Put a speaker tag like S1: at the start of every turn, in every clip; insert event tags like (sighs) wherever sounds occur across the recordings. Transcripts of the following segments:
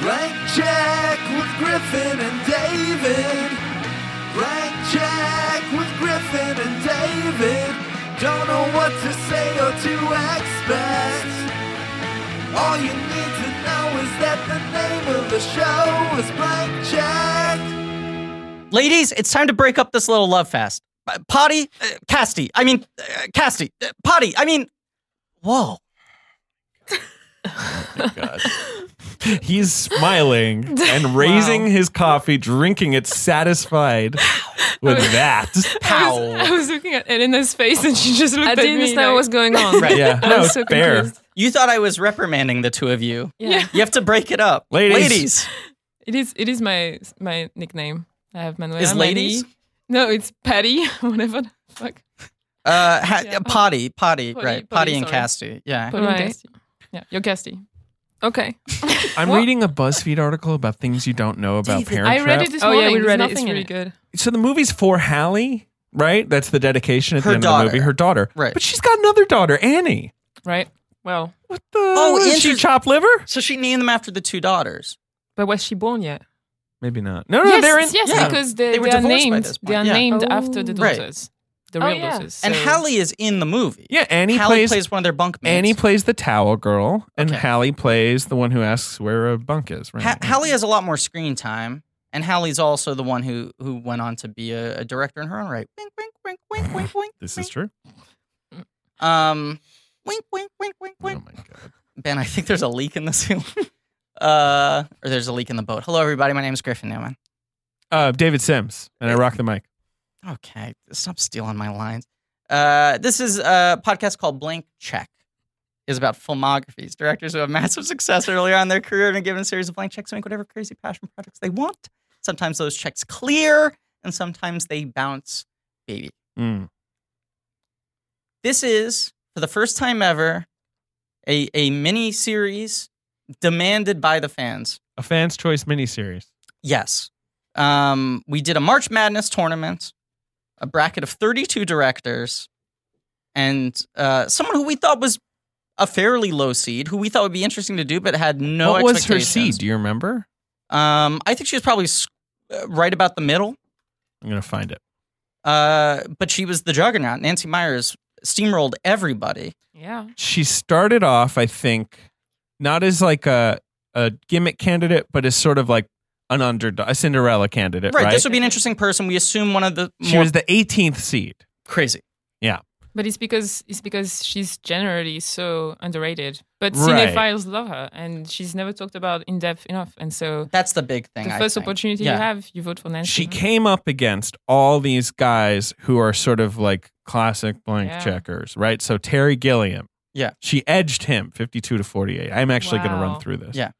S1: Blank check with Griffin and David. Blank check with Griffin and David. Don't know what to say or to expect. All you need to know is that the name of the show is Blank Check.
S2: Ladies, it's time to break up this little love fest. Uh, Potty, uh, Casty. I mean, uh, Casty. Uh, potty. I mean, whoa.
S3: He's smiling
S4: (laughs)
S3: and raising his coffee, drinking it satisfied
S4: (laughs)
S3: with that.
S4: I was, I was looking at Elena's face and she just looked
S5: I
S4: at me.
S5: didn't know
S4: like,
S5: what was going on.
S4: (laughs)
S2: Right.
S3: Yeah,
S5: I
S3: no,
S5: was so
S3: fair.
S5: confused.
S2: You thought I was reprimanding the two of you.
S5: Yeah.
S2: You have to break it up.
S3: Ladies.
S2: Ladies.
S4: It is. It is my my nickname. I have Manuela.
S2: Is ladies?
S4: Manny. No, it's Patty. (laughs) Whatever. the Fuck.
S2: Uh, ha-
S4: Yeah.
S2: potty, potty,
S4: Potty,
S2: right. Potty,
S4: potty,
S2: and
S4: sorry.
S2: Casty. Yeah.
S4: Pauline
S5: Right.
S4: Casti. Yeah, you're Casti. Okay.
S3: I'm reading a BuzzFeed article about things you don't know about Parent
S4: I read
S3: Trap.
S4: it this
S5: Oh, yeah,
S4: morning.
S5: we
S4: There's
S5: read it.
S4: nothing
S5: It's
S4: in
S5: really
S4: it.
S5: good.
S3: So the movie's for Hallie, right? That's the dedication at
S2: Her
S3: the end
S2: daughter.
S3: of the movie. Her daughter,
S2: Right.
S3: But she's got another daughter, Annie.
S4: Right. Well,
S3: What the? Oh, is she
S2: interest-
S3: chopped liver?
S2: So she named them after the two daughters.
S4: but was she born yet?
S3: Maybe not. No, no,
S4: yes,
S3: they're in.
S4: yes,
S2: yeah.
S4: because they,
S2: They were
S4: are
S2: divorced by
S4: named.
S2: this
S4: They
S2: point,
S4: are
S2: yeah.
S4: named after the
S5: Oh.
S2: Right.
S4: daughters, the
S5: Oh,
S4: real
S5: yeah.
S4: daughters.
S2: And
S4: so-
S2: Hallie is in the movie.
S3: Yeah, Annie
S2: Hallie plays,
S3: plays.
S2: one of their bunk mates.
S3: Annie plays the towel girl, and
S2: Okay.
S3: Hallie plays the one who asks where a bunk is. Right?
S2: ha- Hallie has a lot more screen time, and Hallie's also the one who who went on to be a, a director in her own right. Wink, wink, wink, wink, wink, wink.
S3: This
S2: wink.
S3: is true.
S2: Um, wink, wink, wink, wink,
S3: Oh my
S2: wink.
S3: god.
S2: Ben, I think there's a leak in the Zoom. (laughs) uh, or there's a leak in the boat. Hello, everybody. My name is Griffin Newman.
S3: Uh, David Sims, and I rock the mic.
S2: Okay, stop stealing my lines. Uh, this is a podcast called Blank Check. Is about filmographies, directors who have massive success earlier on in their career and a given series of blank checks to make whatever crazy passion projects they want. Sometimes those checks clear, and sometimes they bounce. Baby,
S3: Mm.
S2: this is for the first time ever a a mini series demanded by the fans.
S3: A fan's choice miniseries.
S2: Yes. Um, we did a March Madness tournament, a bracket of 32 directors, and uh, someone who we thought was a fairly low seed, who we thought would be interesting to do, but had no
S3: what was her seed?
S2: expectations.
S3: Do you remember?
S2: Um, I think she was probably s- uh, right about the middle,
S3: I'm gonna find it.
S2: uh, but she was the juggernaut. Nancy Myers steamrolled everybody.
S4: yeah,
S3: she started off, I think, not as like a a gimmick candidate, but as sort of like an underdog, a Cinderella candidate,
S2: Right,
S3: right?
S2: this would be an interesting person. We assume one of the
S3: she
S2: more
S3: was the 18th seed.
S2: crazy.
S4: but it's because it's because she's generally so underrated. But
S3: Right.
S4: cinephiles love her, and she's never talked about in depth enough. And so
S2: That's the big thing.
S4: the
S2: I
S4: first
S2: think.
S4: opportunity
S2: Yeah.
S4: you have, you vote for Nancy.
S3: She came up against all these guys who are sort of like classic blank
S4: Yeah.
S3: checkers, right? So Terry Gilliam.
S2: Yeah.
S3: She edged him 52 to 48. I'm actually going to
S4: Wow.
S3: run through this.
S2: Yeah.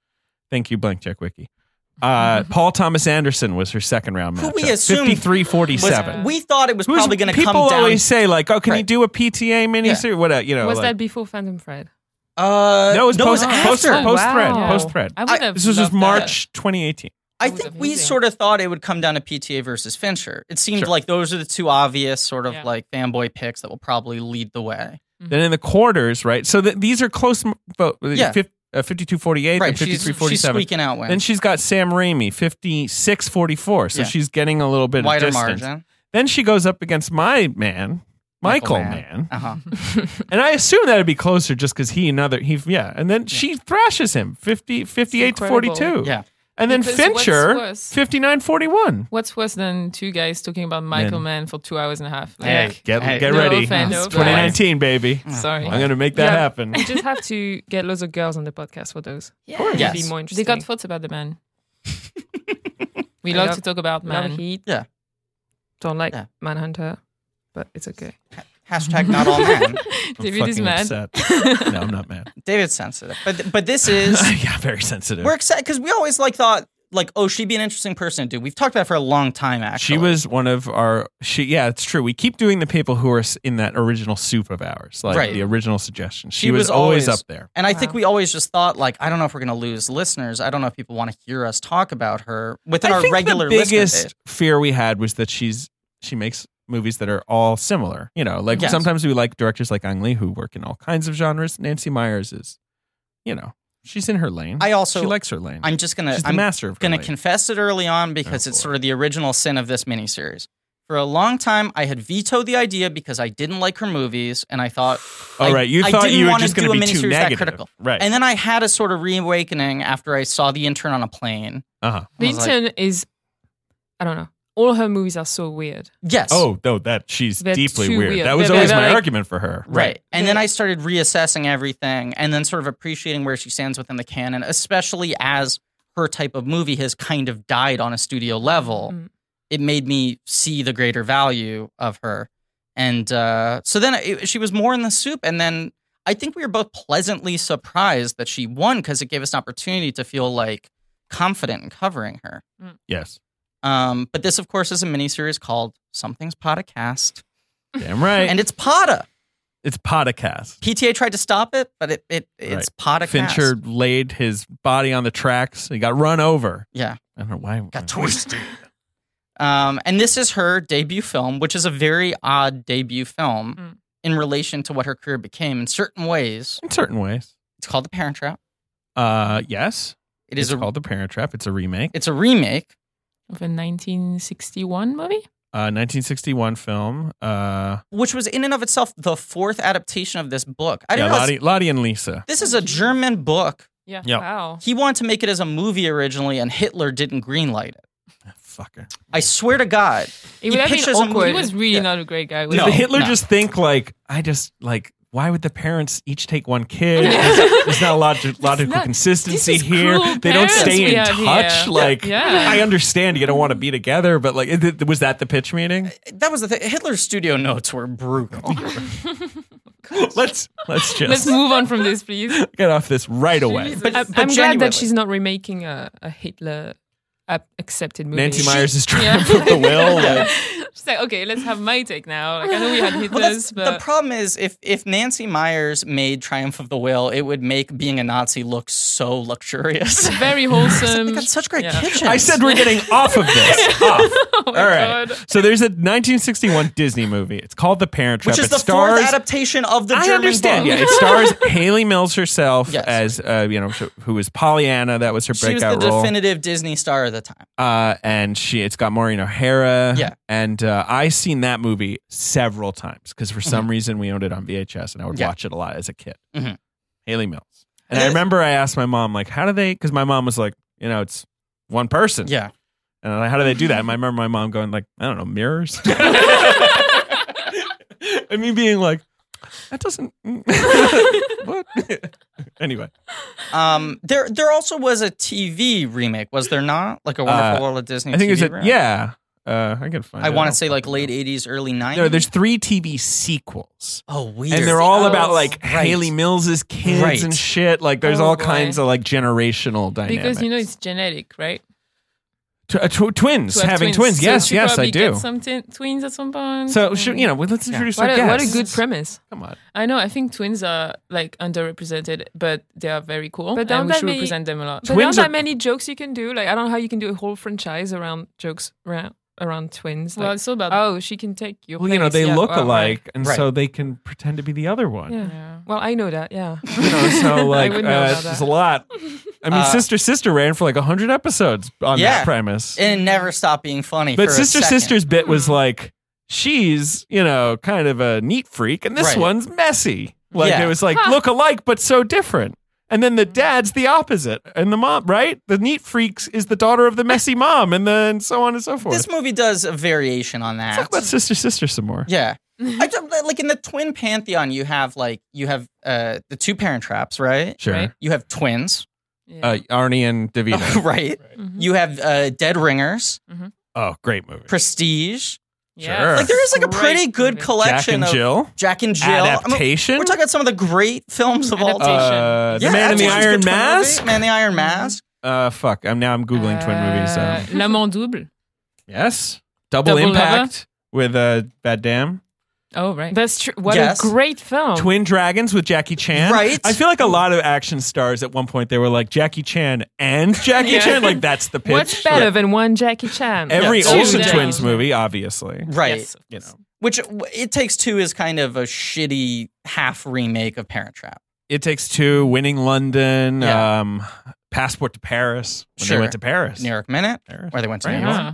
S3: Thank you, blank check wiki.
S4: (laughs)
S3: Uh, Paul Thomas Anderson was her second round
S2: Who
S3: matchup.
S2: we assumed
S3: 53
S2: Was-
S3: 47.
S2: We thought it was
S3: Who's-
S2: probably going to
S3: people
S2: come down.
S3: always say like, "Oh, can you
S2: Right.
S3: do a PTA miniseries?" What a, you know,
S4: was
S3: like,
S4: that before Phantom Thread?
S2: Uh,
S3: No, it was post-
S2: after.
S3: post- post- post-thread,
S4: Oh, Wow.
S3: post-thread.
S4: I would
S2: I-
S4: have
S3: this was just
S4: loved that.
S3: March 2018.
S2: I
S4: That was
S2: think we
S4: amazing.
S2: sort of thought it would come down to PTA versus Fincher. It seemed
S3: Sure.
S2: like those are the two obvious sort of
S4: Yeah.
S2: like fanboy picks that will probably lead the way.
S3: Then in the quarters, right? So th- these are close m- vote.
S2: Yeah.
S3: fif- uh, 52-48
S2: right,
S3: and
S2: she's,
S3: 53
S2: she's squeaking out
S3: Then
S2: wins.
S3: she's got Sam Raimi, 56-44. So
S2: Yeah.
S3: she's getting a little bit
S2: Wider
S3: of distance.
S2: margin.
S3: Then she goes up against my man,
S2: Michael
S3: Michael,
S2: Mann.
S3: Mann. (laughs)
S2: Uh-huh.
S3: And I assume that'd be closer just because he another he yeah. And then she thrashes him 50, 58 to
S4: Incredible.
S3: 42.
S2: Yeah.
S3: And then
S4: Because what's
S3: Fincher
S4: worse-
S3: 59 41.
S4: What's worse than two guys talking about Michael Mann for two hours and a half? Like,
S2: Hey,
S3: Get,
S2: Hey. Mm.
S3: get
S4: No
S3: ready.
S4: offense,
S3: It's
S4: but-
S3: 2019, baby.
S4: Sorry.
S3: I'm going to make that
S4: Yeah.
S3: happen.
S5: We just have to get lots of girls on the podcast for those.
S2: course.
S5: It'd be
S2: Yes.
S5: more
S4: They
S5: interesting.
S4: got thoughts about
S3: (laughs)
S4: the man. we
S5: I
S4: love
S5: love-
S4: to talk about
S5: Love
S4: man.
S5: Heat.
S2: Yeah.
S5: Don't like
S2: Yeah.
S5: Manhunter, but it's okay.
S2: Hashtag not all
S3: (laughs)
S2: men.
S3: I'm
S4: David is
S3: fucking
S4: mad.
S3: upset.
S4: (laughs)
S3: no, I'm not mad.
S2: David's sensitive. But but this
S3: (laughs)
S2: is
S3: yeah, very sensitive.
S2: we're excited because we always like thought like, oh, she'd be an interesting person to do. We've talked about it for a long time actually.
S3: She was one of our. She yeah, it's true. We keep doing the people who are s- in that original soup of ours, like
S2: Right.
S3: the original suggestion. She,
S2: She
S3: was,
S2: was
S3: always,
S2: always-
S3: up there.
S2: And I think we always just thought, like, I don't know if we're going to lose listeners. I don't know if people want to hear us talk about her within
S3: I
S2: our
S3: think
S2: regular
S3: the
S2: listener
S3: biggest
S2: base.
S3: fear we had was that she's she makes movies that are all similar. You know, like
S2: Yes.
S3: sometimes we like directors like Ang Lee who work in all kinds of genres. Nancy Myers is, you know, She's in her lane.
S2: I also-
S3: she likes her lane.
S2: I'm just gonna
S3: She's the
S2: I'm
S3: master of her
S2: gonna
S3: lane.
S2: confess it early on because
S3: Oh,
S2: it's
S3: boy.
S2: sort of the original sin of this miniseries. For a long time, I had vetoed the idea because I didn't like her movies, and I thought,
S3: All
S2: I-
S3: right, you
S2: I
S3: thought
S2: didn't
S3: you were
S2: wanna
S3: just going
S2: do
S3: to
S2: a
S3: be too
S2: miniseries that
S3: negative,
S2: critical.
S3: right?
S2: and then I had a sort of reawakening after I saw The Intern on a plane.
S3: uh-huh.
S5: The
S2: I was like-
S5: intern
S4: is I don't know. All her movies are so weird.
S2: Yes.
S3: Oh no, that she's
S4: They're
S3: deeply
S4: too
S3: weird.
S4: weird.
S3: That was
S4: They're-
S3: always
S4: they're
S3: my
S4: like-
S3: argument for her.
S2: Right. And then
S4: Yeah.
S2: I started reassessing everything and then sort of appreciating where she stands within the canon, especially as her type of movie has kind of died on a studio level.
S4: Mm.
S2: It made me see the greater value of her. And uh, so then it, she was more in the soup. And then I think we were both pleasantly surprised that she won because it gave us an opportunity to feel like confident in covering her.
S3: Yes.
S2: Um, but this, of course, is a miniseries called Something's Podcast.
S3: Damn right.
S2: And it's Pada.
S3: it's podcast.
S2: PTA tried to stop it, but it, it it's Pada.
S3: Fincher laid his body on the tracks. He got run over.
S2: Yeah.
S3: I don't know why.
S2: Got twisted. Um, and this is her debut film, which is a very odd debut film
S4: Mm.
S2: in relation to what her career became in certain ways.
S3: in certain ways.
S2: It's called The Parent Trap.
S3: Uh, yes.
S2: It is
S3: it's
S2: a
S3: called The Parent Trap. It's a remake.
S2: it's a remake.
S4: Of a 1961 movie?
S3: Uh, 1961 film. Uh,
S2: Which was in and of itself the fourth adaptation of this book. I
S3: yeah,
S2: didn't realize
S3: Lottie, Lottie and Lisa.
S2: this is a German book.
S4: Yeah.
S3: Yeah.
S4: Wow.
S2: He wanted to make it as a movie originally, and Hitler didn't greenlight it.
S3: Fucker.
S2: I swear to God,
S4: It would have been
S2: pictures him-
S4: awkward.
S2: he
S4: He
S2: was
S4: was really
S2: Yeah.
S4: not a great guy.
S2: was
S4: Was
S2: No,
S3: Did (laughs) Hitler
S2: no.
S3: just think like I just like why would the parents each take one kid? There's there's not
S4: (laughs)
S3: logic, logical
S4: not-
S3: consistency
S4: this is
S3: here.
S4: cruel
S3: They don't
S4: parents
S3: stay
S4: we
S3: in
S4: have
S3: touch.
S4: here.
S3: Like
S4: Yeah.
S3: I understand you don't want to be together, but like it- it- was that the pitch meeting?
S2: that was the thing. Hitler's studio notes were
S5: (laughs)
S2: brutal.
S3: let's let's
S4: (laughs) Let's
S3: just
S4: move on from this, please.
S3: get off this right away.
S2: But-
S5: I,
S2: but
S5: I'm glad
S2: genuinely.
S5: that she's not remaking a, a Hitler ap- accepted movie.
S3: Nancy Myers is trying
S4: Yeah.
S3: to put the
S4: (laughs)
S3: will. like,
S4: She's like, okay, let's have my take now. Like, I know we had Hitler's,
S2: Well, that's, the
S4: but
S2: problem is if if Nancy Myers made Triumph of the Will, it would make being a Nazi look so (laughs) luxurious.
S4: very
S2: they
S4: wholesome. (laughs)
S2: got such great
S4: yeah.
S2: kitchens.
S3: I said we're getting off of
S4: (laughs)
S3: this. Off. All right.
S4: Oh God.
S3: So there's a 1961 Disney movie. It's called The Parent Trap.
S2: which is
S3: It
S2: the
S3: stars,
S2: fourth adaptation of the
S3: I
S2: German
S3: understand.
S2: book. (laughs)
S3: Yeah, it stars Haley Mills herself
S2: Yes.
S3: as uh, you know who was Pollyanna. That was her
S2: she was the
S3: breakout role.
S2: definitive Disney star at the time.
S3: uh, and she it's got Maureen O'Hara.
S2: Yeah.
S3: and uh, I seen that movie several times because for some reason we owned it on VHS and I would
S2: Mm-hmm. Yeah.
S3: watch it a lot as a kid.
S2: Mhm.
S3: Haley Mills. And
S2: Yeah.
S3: I remember I asked my mom like, how do they? Because my mom was like, you know, it's one person.
S2: Yeah.
S3: And I'm like, how do they do that? And I remember my mom going like, I don't
S2: (laughs)
S3: know, mirrors. and me being like, that doesn't. (laughs) what? (laughs) anyway,
S2: Um, there there also was a TV remake, was there not? Like a Wonderful
S3: Uh,
S2: World of Disney.
S3: I think
S2: TV
S3: it's a
S2: remake?
S3: yeah. Uh, I can find.
S2: I
S3: it.
S2: want to
S3: don't
S2: say like
S3: fucking
S2: late
S3: know.
S2: 80s, early 90s.
S3: No, there's three TV sequels.
S2: oh weird.
S3: And they're all
S4: Oh,
S3: about like
S2: right.
S3: Haley Mills's kids
S2: Right.
S3: and shit. Like there's
S4: Oh,
S3: all
S4: boy.
S3: kinds of like generational dynamics.
S4: Because you know it's genetic, right?
S3: Tw- uh, tw- twins
S4: To have
S3: having twins.
S4: So
S3: Yes,
S4: she
S3: yes, I
S4: probably
S3: do.
S4: Get some tin- twins at some point.
S3: so should, you know, well, let's introduce
S5: What
S3: our
S5: a, what a
S3: guests.
S5: good premise.
S3: Come on.
S4: I know. I think twins are like underrepresented, but they are very cool,
S5: But
S4: and
S5: aren't
S4: we
S5: that
S4: should
S5: many-
S4: represent them a lot.
S5: But there
S3: Twins
S5: aren't
S3: are-
S5: that many jokes you can do. Like I don't know how you can do a whole franchise around jokes around, around twins.
S4: well,
S5: Like,
S4: it's all about.
S5: oh, she can take your.
S3: Well, you know,
S5: place.
S3: they
S5: Yeah,
S3: look
S5: well, right.
S3: alike, and
S2: Right.
S3: so they can pretend to be the other one.
S5: Yeah.
S4: Yeah.
S5: Well, I know that. Yeah.
S3: You know, so like, uh,
S5: wouldn't know about that.
S3: there's a lot. I mean,
S2: Uh,
S3: Sister Sister ran for like hundred episodes on
S2: Yeah.
S3: that premise,
S2: and it never stopped being funny.
S3: but
S2: for a
S3: Sister
S2: second.
S3: Sister's bit was like, she's you know kind of a neat freak, and this
S2: Right.
S3: one's messy. Like
S2: Yeah.
S3: it was like look alike, but so different. And then the dad's the opposite, and the mom, right? The neat freaks is the daughter of the messy mom, and then so on and so forth.
S2: This movie does a variation on that.
S3: Talk about Sister Sister some more.
S2: (laughs) Yeah. I don't- like in the twin pantheon, you have like you have uh, the two parent traps, right?
S3: Sure.
S4: Right.
S2: You have twins, (laughs)
S4: Yeah.
S3: Uh, Arnie and DeVito.
S2: right?
S3: Mm-hmm.
S4: Mhm.
S2: You have uh, Dead Ringers,
S3: oh, great movie.
S2: Prestige.
S4: Yeah.
S3: sure.
S2: Like there is like a
S4: Great
S2: pretty good
S4: movie.
S3: Jack
S2: collection
S3: and
S2: of
S3: Jill.
S2: Jack and Jill. I mean,
S3: Adaptation.
S2: we're talking about some of the great films of all time.
S4: Adaptation.
S3: Uh, the
S2: Yeah,
S3: Man in the
S2: Adaptation's a
S3: Iron
S2: good twin
S3: Mask.
S2: movie. Man in the Iron Mask.
S3: Uh, fuck. I'm now I'm googling twin movies. Um,
S4: Uh, L'amant double.
S3: yes, Double,
S4: Double
S3: Impact with uh, Bad Dam.
S4: Oh right.
S5: That's true. What
S2: Yes.
S5: a great
S2: Oh.
S5: film.
S3: Twin Dragons with Jackie Chan.
S2: Right.
S3: I feel like a lot of action stars at one point they were like Jackie Chan and
S2: (laughs)
S3: Jackie
S4: Yeah.
S3: Chan. Like that's the pitch.
S5: What's better than one Jackie Chan?
S3: Every
S2: Yeah.
S3: Olsen
S4: Two
S3: Twins
S4: down.
S3: movie, obviously.
S2: Right.
S4: Yes.
S3: You know,
S2: Which It Takes Two is kind of a shitty half remake of Parent Trap.
S3: It Takes Two, Winning London,
S2: Yeah.
S3: um, Passport to Paris. When
S2: Sure.
S3: they went to Paris.
S2: New York Minute,
S3: Paris.
S2: where they went to
S3: Right.
S2: New York.
S4: Yeah.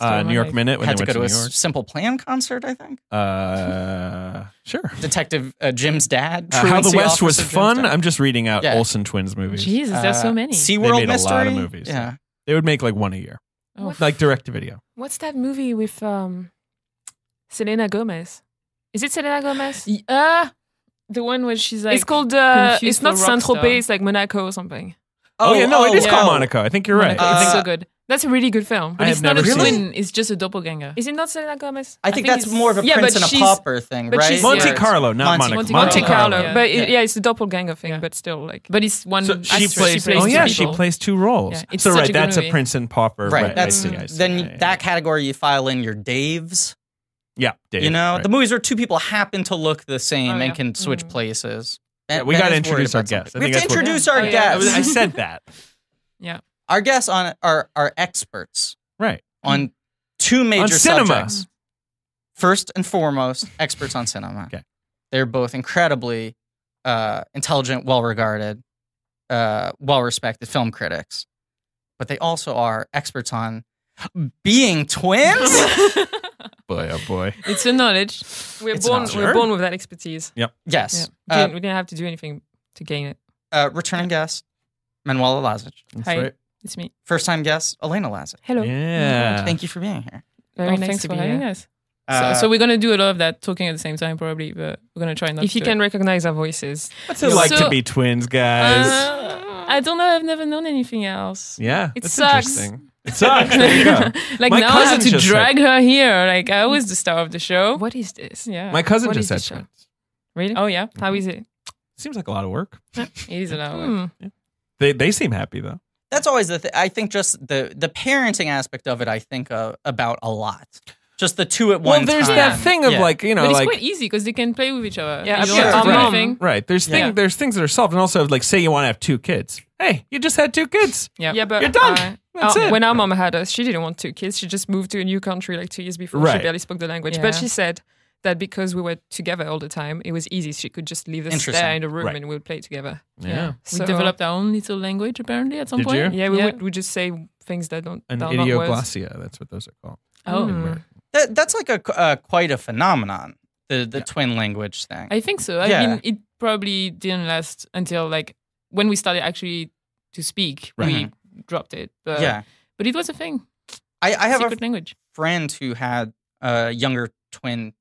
S3: Uh, New York Minute when
S2: Had
S3: they
S2: to go
S3: went
S2: to a
S3: New York.
S2: S- Simple Plan concert, I think. (laughs)
S3: Uh, sure.
S2: Detective uh, Jim's dad.
S3: Uh, How the
S2: Truancy
S3: West was
S2: Officer Jim's
S3: fun.
S2: dad.
S3: I'm just reading out
S2: Yeah.
S3: Olsen twins movies.
S4: Jesus, there's
S2: Uh,
S4: so many.
S2: SeaWorld
S3: made a
S2: Mystery.
S3: lot of movies.
S2: Yeah.
S3: They would make like one a year,
S4: Oh,
S3: like direct to video.
S5: What's that movie with um, Selena Gomez? Is it Selena Gomez?
S4: Y- uh, the one where she's like,
S5: it's called. Uh,
S4: confused
S5: it's not
S4: for rock
S5: Saint Tropez.
S4: star.
S5: It's like Monaco or something.
S3: Oh, yeah, no, it is
S2: oh,
S3: called
S2: oh.
S3: Monaco. I think you're right.
S5: Monaco.
S2: Uh,
S5: it's so good. That's a really good film.
S4: but
S3: I
S4: it's
S3: have
S4: not a
S3: never seen
S2: it.
S4: twin. It's just a doppelganger.
S5: Is it not Selena Gomez?
S2: I think,
S4: I think
S2: that's
S4: it's-
S2: more of a
S5: Yeah,
S2: prince
S5: but
S2: and a
S5: she's-
S2: pauper thing,
S5: but
S2: right?
S5: she's-
S3: Monte
S5: Yeah.
S3: Carlo, not
S2: Monte-
S3: Monaco.
S4: Monte Carlo.
S5: Carlo, but it,
S4: Yeah.
S5: yeah, it's a doppelganger thing,
S4: Yeah.
S5: but still like.
S4: But it's one.
S3: So she
S4: actress.
S3: plays.
S4: plays
S3: oh
S4: two
S3: yeah, she
S4: people.
S3: plays two roles.
S4: Yeah, it's
S3: so
S4: such
S3: right,
S4: a good
S3: that's a
S4: movie.
S3: prince and pauper.
S2: Right.
S3: Right. I
S2: That's
S3: see, I see.
S2: then
S3: Yeah, yeah,
S2: that category you file in your Daves.
S3: Yeah. Yeah, Dave,
S2: you know,
S3: right.
S2: the movies where two people happen to look the same
S4: Oh,
S2: and
S4: yeah.
S2: can switch
S4: Mhm.
S2: places.
S3: Yeah, we
S2: Ben
S3: gotta
S2: is worried
S3: introduce our
S2: about something.
S3: guests. I
S2: We
S3: think
S2: have to
S3: that's what-
S2: introduce our
S3: (laughs)
S4: Yeah.
S3: I, was-
S2: guests.
S3: I said that.
S2: our guests on are are experts
S3: Right.
S2: on two major
S3: On cinema.
S2: subjects. First and foremost, experts on cinema.
S3: Okay.
S2: They're both incredibly uh, intelligent, well regarded, uh, well respected film critics, but they also are experts on being twins.
S3: (laughs) Boy, oh boy.
S5: It's a knowledge. We're
S2: It's a
S5: born.
S2: knowledge.
S5: We're born with that expertise.
S2: yes.
S5: Yeah.
S2: Uh,
S5: we didn't have to do anything to gain it.
S2: uh, returning guest, Manuela Lazic.
S3: That's
S5: Hi.
S3: right.
S5: It's me.
S2: First time guest, Elena Lazic.
S5: Hello.
S3: Yeah.
S2: Thank you for being here.
S5: Very
S4: Oh,
S5: nice
S4: thanks
S5: to
S4: for
S5: be
S4: having
S5: here.
S4: us.
S2: Uh,
S4: so, so we're gonna do a lot of that talking at the same time, probably. But we're gonna try not.
S5: If
S4: to
S5: you
S4: do
S5: can
S4: it.
S5: recognize our voices,
S3: What's it like
S4: So-
S3: to be twins, guys?
S4: Uh, I don't know. I've never known anything else.
S3: yeah.
S4: it
S3: that's
S4: sucks.
S3: interesting. It sucks. There you
S4: (laughs)
S3: go.
S4: like
S3: My
S4: now I
S3: cousin
S4: have to
S3: just said-
S4: drag her here. Like I was the star of the show.
S5: what is this?
S4: Yeah.
S3: My cousin
S5: What
S3: just
S5: is the
S3: said
S5: show?
S3: twins.
S4: really? Oh yeah.
S5: How is it?
S3: Seems like a lot of work.
S4: It is allowed.
S5: Hmm.
S3: They they seem happy though.
S2: that's always the th- I think just the the parenting aspect of it I think uh, about a lot. Just the two at one
S3: well, there's
S2: time.
S3: that thing of
S2: Yeah.
S3: like you know
S4: But it's
S3: Uh, like
S4: quite easy because they can play with each other.
S5: Yeah,
S4: You don't
S5: sure.
S4: have to do
S3: Right.
S4: anything.
S3: right. There's thing
S4: Yeah.
S3: there's things that are solved, and also like say you want to have two kids. Hey, you just had two kids.
S4: Yeah.
S5: Yeah, but
S3: You're done.
S5: I-
S3: That's
S4: oh,
S5: uh,
S3: it.
S5: When our mom had us, she didn't want two kids. She just moved to a new country like two years before.
S3: Right.
S5: She barely spoke the language, but
S4: Yeah.
S5: she said that because we were together all the time, it was easy. She could just leave us
S2: Interesting.
S5: there in the room
S3: Right.
S5: and we would play together.
S4: We
S5: So-
S4: developed our own little language apparently at some
S3: Did
S4: point.
S3: you?
S5: Yeah, we would we just say things that don't
S3: An
S5: that are not words.
S3: idioglossia. That's what those are called.
S4: Oh.
S2: Mm.
S3: in America.
S2: That- that's like a uh, quite a phenomenon. The the twin language thing.
S4: I think so. I
S2: Yeah.
S4: mean, it probably didn't last until like when we started actually to speak.
S2: Right.
S4: We dropped it. But,
S2: yeah,
S4: But it was a thing.
S2: I, I have a
S4: Secret language.
S2: friend who had uh, younger twin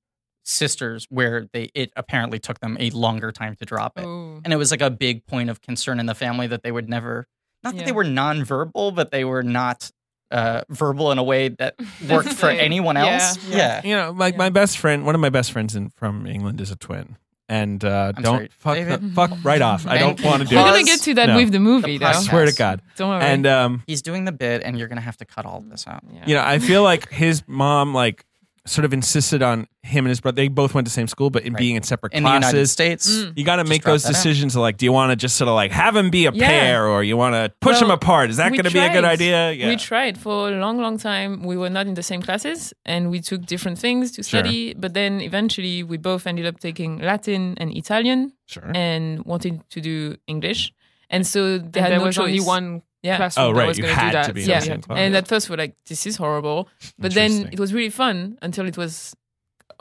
S2: sisters where they it apparently took them a longer time to drop it,
S4: Oh.
S2: and it was like a big point of concern in the family that they would never. Not that
S4: Yeah.
S2: they were nonverbal, but they were not uh, verbal in a way
S4: (laughs)
S2: that worked for
S4: Yeah.
S2: anyone else.
S4: Yeah.
S2: yeah.
S3: You know, like
S4: Yeah.
S3: my best friend, one of my best friends in, from England is a twin, and uh,
S2: I'm
S3: don't
S2: sorry,
S3: fuck
S2: David? Mm-hmm.
S3: the, fuck right off. I
S2: Thank
S3: don't want to
S2: you.
S3: do
S4: We're
S2: Pause.
S3: it.
S4: going to get to that
S3: No.
S4: with the movie,
S2: The
S4: though.
S3: I swear to God.
S4: Don't worry.
S3: And um,
S2: he's doing the bit and you're gonna have to cut all of this out
S4: yeah.
S3: you know, I feel like his mom like sort of insisted on him and his brother. They both went to the same school, but in
S2: Right.
S3: being in separate
S2: in the united
S3: classes.
S2: states
S4: Mm.
S3: You got to
S2: Just
S3: make
S2: drop
S3: those
S2: that out.
S3: decisions. Of like, do you want to just sort of like have them be a
S4: Yeah.
S3: pair, or you want to push
S4: Well,
S3: them apart? Is that
S4: we
S3: going to be a good
S4: tried.
S3: idea?
S4: We tried for a long, long time. We were not in the same classes and we took different things to
S3: Sure.
S4: study. But then eventually we both ended up taking Latin and Italian
S3: sure.
S4: and wanted to do English. And so they
S5: And
S4: had
S5: there
S4: no
S5: was
S4: choice.
S5: only one
S4: yeah.
S5: classroom
S3: Oh,
S5: that
S3: right.
S5: was
S3: You
S5: going to do
S3: had
S5: that.
S3: to be in
S4: Yeah.
S3: the same class.
S4: And at first we're like, this is horrible. But then
S3: Interesting.
S4: it was really fun until it was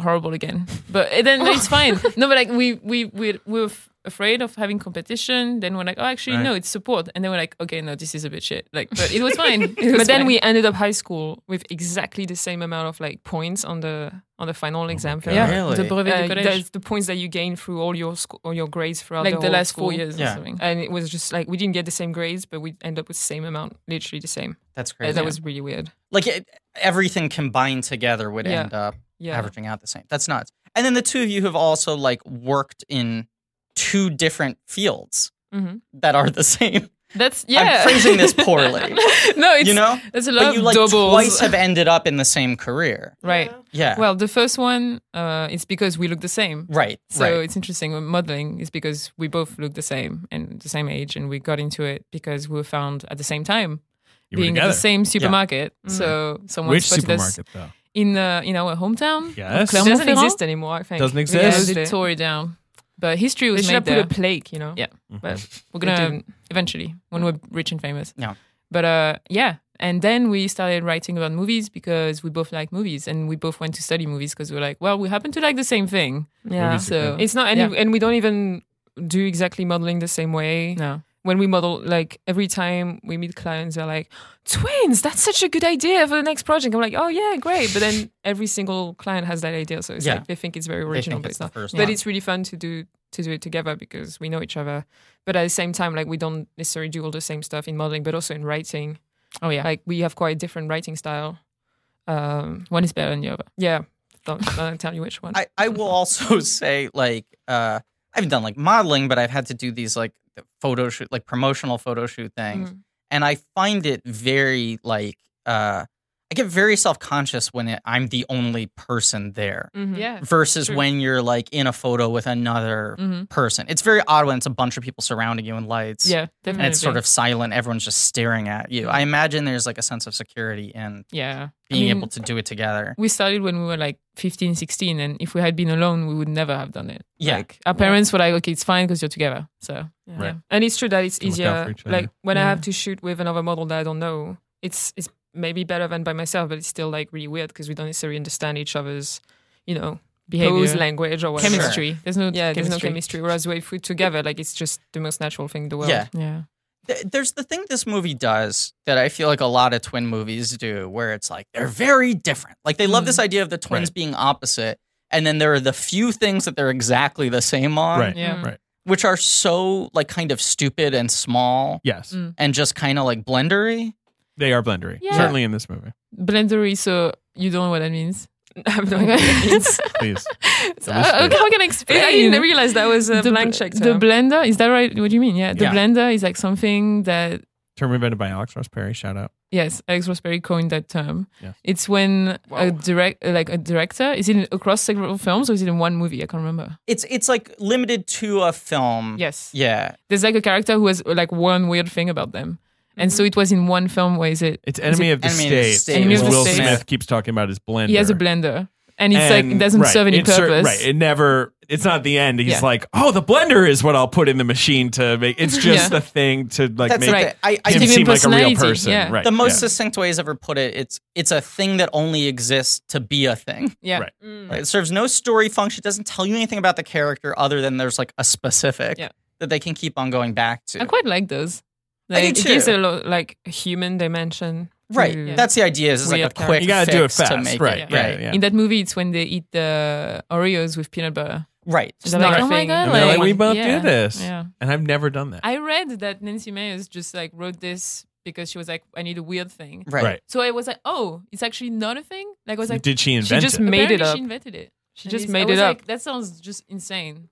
S4: horrible again. But and then it's fine. No, but like we we we we were f- afraid of having competition. Then we're like, oh, actually
S3: Right.
S4: no, it's support. And then we're like, okay, no, this is a bit shit. Like, but it was fine. (laughs) It was
S5: but then
S4: fine.
S5: we ended up high school with exactly the same amount of like points on the on the
S2: Oh
S5: final exam.
S3: God.
S5: Yeah.
S4: yeah,
S2: Really?
S4: the brevet
S5: Uh,
S4: du collège.
S5: that's the points that you gain through all your sco- all your grades throughout
S4: like
S5: the,
S4: the
S5: whole
S4: last four
S5: school.
S4: years
S2: Yeah.
S4: or something.
S5: And it was just like we didn't get the same grades, but we end up with the same amount, literally the same.
S2: that's
S5: Uh,
S2: crazy
S5: That was really weird.
S2: like it, everything combined together would
S5: Yeah.
S2: end up
S5: Yeah,
S2: averaging out the same that's nuts and then the two of you have also like worked in two different fields
S5: Mhm.
S2: that are the same
S4: That's yeah.
S2: i'm phrasing
S4: (laughs)
S2: this
S5: (laughs)
S2: poorly
S4: no, it's
S2: you know
S4: That's a lot
S2: but you
S4: of
S2: like
S4: doubles.
S2: twice have ended up in the same career
S5: right.
S2: yeah
S5: Well, the first one, uh, it's because we look the same.
S2: right
S5: So
S2: right
S5: it's interesting. with Modeling is because we both look the same and the same age, and we got into it because we were found at the same time,
S3: You were
S5: being
S3: together.
S5: at
S3: Mm-hmm.
S5: the same supermarket. So someone
S3: Which
S5: spotted us
S3: supermarket though?
S5: in uh, in our hometown.
S3: Yes.
S5: It doesn't
S4: Clermont-Ferrand?
S5: exist anymore. I think
S3: Doesn't
S5: Yeah,
S3: exist.
S4: they
S5: it's-
S4: tore it down.
S5: But history
S4: They
S5: was
S4: should have
S5: made
S4: put
S5: there.
S4: a plaque, you know.
S5: Yeah.
S3: Mm-hmm.
S4: but we're
S5: They
S4: gonna
S5: didn't.
S4: eventually when we're rich and famous.
S2: Yeah.
S4: But uh, yeah, and then we started writing about movies because we both like movies, and we both went to study movies because we were like, well, we happen to like the same thing.
S5: yeah.
S3: Movies.
S4: So
S5: It's not any,
S4: Yeah.
S5: and we don't even do exactly modeling the same way.
S4: no,
S5: When we model, like every time we meet clients, they're like, "Twins, that's such a good idea for the next project." I'm like, "Oh yeah, great!" But
S2: (laughs)
S5: then every single client has that idea, so it's
S2: Yeah.
S5: like they think it's very
S2: They
S5: original,
S2: think
S5: but
S2: it's
S5: it's
S2: the
S5: not.
S2: first
S5: But
S2: one.
S5: it's really fun to do to do it together because we know each other. But at the same time, like we don't necessarily do all the same stuff in modeling, but also in writing.
S4: oh yeah,
S5: Like we have quite different writing style. Um,
S4: one is better than the other.
S5: yeah, don't, don't tell you which one.
S2: I, I
S4: (laughs)
S2: will also (laughs) say like uh I haven't done like modeling, but I've had to do these like photo shoot like promotional photo shoot things.
S4: Mm.
S2: And I find it very like uh I get very self conscious when it, I'm the only person there
S5: Mhm.
S4: Yeah,
S2: versus
S4: true.
S2: when you're like in a photo with another
S4: hmm
S2: person. It's very odd when it's a bunch of people surrounding you and lights.
S4: yeah, definitely.
S2: And it's sort of silent. Everyone's just staring at you. I imagine there's like a sense of security in
S4: yeah. I
S2: being
S4: mean,
S2: able to do it together.
S4: we started when we were like 15, 16, and if we had been alone, we would never have done it.
S2: Yeah.
S4: Like our parents were like, okay, it's fine because you're together. So
S5: Yeah.
S3: Right.
S5: And it's true that it's
S3: To look out for
S5: easier.
S3: each other.
S5: Like when I
S4: Yeah.
S5: have to shoot with another model that I don't know, it's it's maybe better than by myself, but it's still like really weird because we don't necessarily understand each other's, you know,
S4: behavior,
S5: pose, language, or whatever.
S4: chemistry. There's no
S5: Yeah,
S4: chemistry.
S5: there's no chemistry. Whereas if we're together, like it's just the most natural thing in the world.
S2: Yeah.
S4: Yeah,
S2: Th- There's the thing this movie does that I feel like a lot of twin movies do, where it's like they're very different. Like they love this idea of the twins
S3: Right.
S2: being opposite, and then there are the few things that they're exactly the same on,
S3: Right.
S4: yeah.
S2: which are so like kind of stupid and small
S3: Yes,
S4: Mm.
S2: and just kind of like blendery.
S3: they are blendery.
S4: Yeah.
S3: Certainly in this movie.
S4: Blendery. So you don't know what that means.
S5: (laughs) (laughs) I have no
S4: (laughs)
S5: idea what it means.
S3: Please.
S4: So,
S3: Illustrate.
S4: uh, how can I
S5: I
S4: explain?
S5: didn't realize that was a blank check.
S4: The
S5: term.
S4: blender is that right? What do you mean? Yeah, the
S3: Yeah.
S4: blender is like something that
S3: Term invented by Alex Ross Perry. Shout out.
S4: yes, Alex Raspberry coined that term.
S3: Yes.
S4: It's when
S5: Wow.
S4: a direct uh, like a director is it in- across several films or is it in one movie? I can't remember.
S2: It's it's like limited to a film.
S4: Yes,
S2: Yeah.
S4: there's like a character who has like one weird thing about them, and so it was in one film. Where is it?
S3: It's enemy
S4: it
S3: of the
S2: Enemy of the
S3: state.
S2: State?
S4: Enemy
S3: which
S4: of the
S3: Will
S4: State.
S3: Smith keeps talking about his blender.
S4: He has a blender, and it's like it
S3: And-
S4: doesn't
S3: right,
S4: serve any
S3: it cer-
S4: purpose.
S3: right. It never. It's not the end. He's
S4: Yeah.
S3: like, oh, the blender is what I'll put in the machine to make. It's just
S4: Yeah.
S3: the thing to like
S2: That's
S3: make
S2: right. I, I
S3: him
S2: think
S4: Give
S3: seem
S4: him
S3: like a real
S4: personality,
S3: person.
S4: yeah.
S3: Right.
S2: the most
S3: yeah.
S2: succinct ways ever put it, it's it's a thing that only exists to be a thing.
S4: yeah,
S3: Right.
S5: Mm.
S2: Right? It serves no story function. It doesn't tell you anything about the character other than there's like a specific
S4: Yeah.
S2: that they can keep on going back to.
S4: I quite like those.
S2: I do
S5: Like, it
S2: too.
S5: gives a lot like human dimension.
S2: right.
S5: to-
S2: That's the idea. Is it's like
S4: Weird
S2: a
S4: character.
S2: quick
S3: You gotta
S2: fix
S3: do it fast.
S2: to make
S3: right.
S2: it.
S3: Yeah.
S2: Right.
S3: Yeah.
S4: In that movie, it's when they eat the Oreos with peanut butter.
S2: Right.
S4: It's
S5: Another
S4: like, oh my
S5: thing.
S4: god!
S3: And they're like,
S4: like-
S3: we both
S4: yeah,
S3: do this,
S4: Yeah.
S3: and I've never done that.
S4: I read that Nancy Meyers just like wrote this because she was like, I need a weird thing.
S2: Right.
S3: Right.
S4: So I was like, oh, it's actually not a thing. Like I was like,
S3: Did she
S5: She
S3: invent
S5: just
S3: it?
S5: made it
S4: apparently
S5: up.
S4: She invented it.
S5: She
S4: And
S5: just
S4: it's- I
S5: made
S4: was
S5: it up.
S4: Like, that sounds just insane.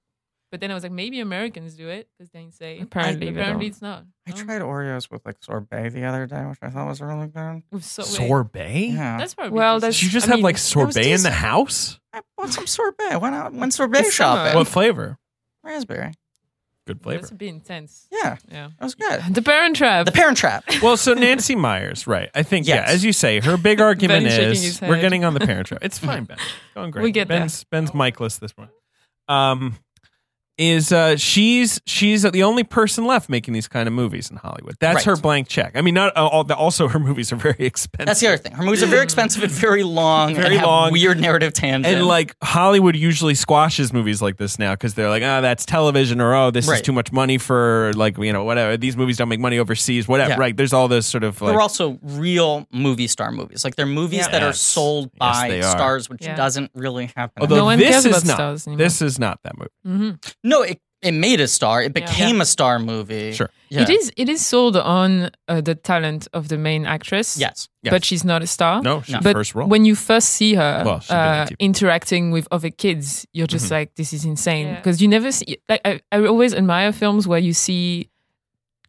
S4: But then I was like, maybe Americans do it because they say
S5: Apparently they
S4: apparently
S5: don't.
S4: it's not.
S2: I
S4: No?
S2: tried Oreos with like sorbet the other day, which I thought was really good.
S4: With so- wait,
S3: Sorbet?
S2: Yeah.
S4: That's probably
S5: Well,
S4: just-
S5: that's-
S3: Did you just
S5: I
S3: have
S5: mean,
S3: like
S5: that was
S3: sorbet in the
S5: just-
S3: house?
S2: I bought some sorbet. Went out, went sorbet
S5: It's summer.
S2: shopping.
S3: What flavor?
S2: Raspberry.
S3: Good
S4: well,
S3: flavor.
S4: that's a bit intense.
S2: Yeah,
S4: Yeah.
S2: that was good.
S4: The Parent Trap.
S2: The Parent Trap.
S3: Well, so Nancy Myers, right? I think
S2: Yes.
S3: yeah, as you say, her big argument
S4: Ben shaking
S3: is
S4: his
S3: we're
S4: head.
S3: getting on the parent trap. It's fine, Ben. It's going great.
S4: We get there.
S3: Ben's Ben's micless this morning. Um, is uh, she's she's the only person left making these kind of movies in Hollywood. That's
S2: Right.
S3: her blank check. I mean, not uh, all, also her movies are very (laughs) expensive.
S2: That's the other thing. Her movies are very expensive and very long.
S3: Very
S2: and have
S3: long.
S2: Weird narrative tangents.
S3: And like Hollywood usually squashes movies like this now because they're like, oh, that's television, or oh, this is
S2: Right.
S3: too much money for like you know whatever. These movies don't make money overseas, whatever.
S2: Yeah.
S3: Right? There's all this sort of like
S2: they're also real movie star movies. Like they're movies
S3: Yeah.
S2: that are
S3: Yes.
S2: sold
S3: Yes,
S2: by
S3: they are.
S2: stars, which
S4: Yeah.
S2: doesn't really happen.
S3: Although
S4: No one
S3: this
S4: cares
S3: is
S4: about
S3: not
S4: stars anymore.
S3: this is not that movie.
S2: Mm-hmm.
S4: hmm
S2: no, it, it made a star. It
S4: Yeah.
S2: became a star movie.
S3: Sure.
S2: Yeah.
S4: It is it is sold on uh, the talent of the main actress.
S2: Yes.
S3: Yes.
S4: But she's not a star.
S3: No, she's
S2: No.
S4: But
S3: first role.
S4: when you first see her
S3: Well, she's been
S4: uh,
S3: in TV.
S4: interacting with other kids, you're just
S2: Mm-hmm.
S4: like, this is insane.
S5: Yeah.
S4: Because you never see, like, I, I always admire films where you see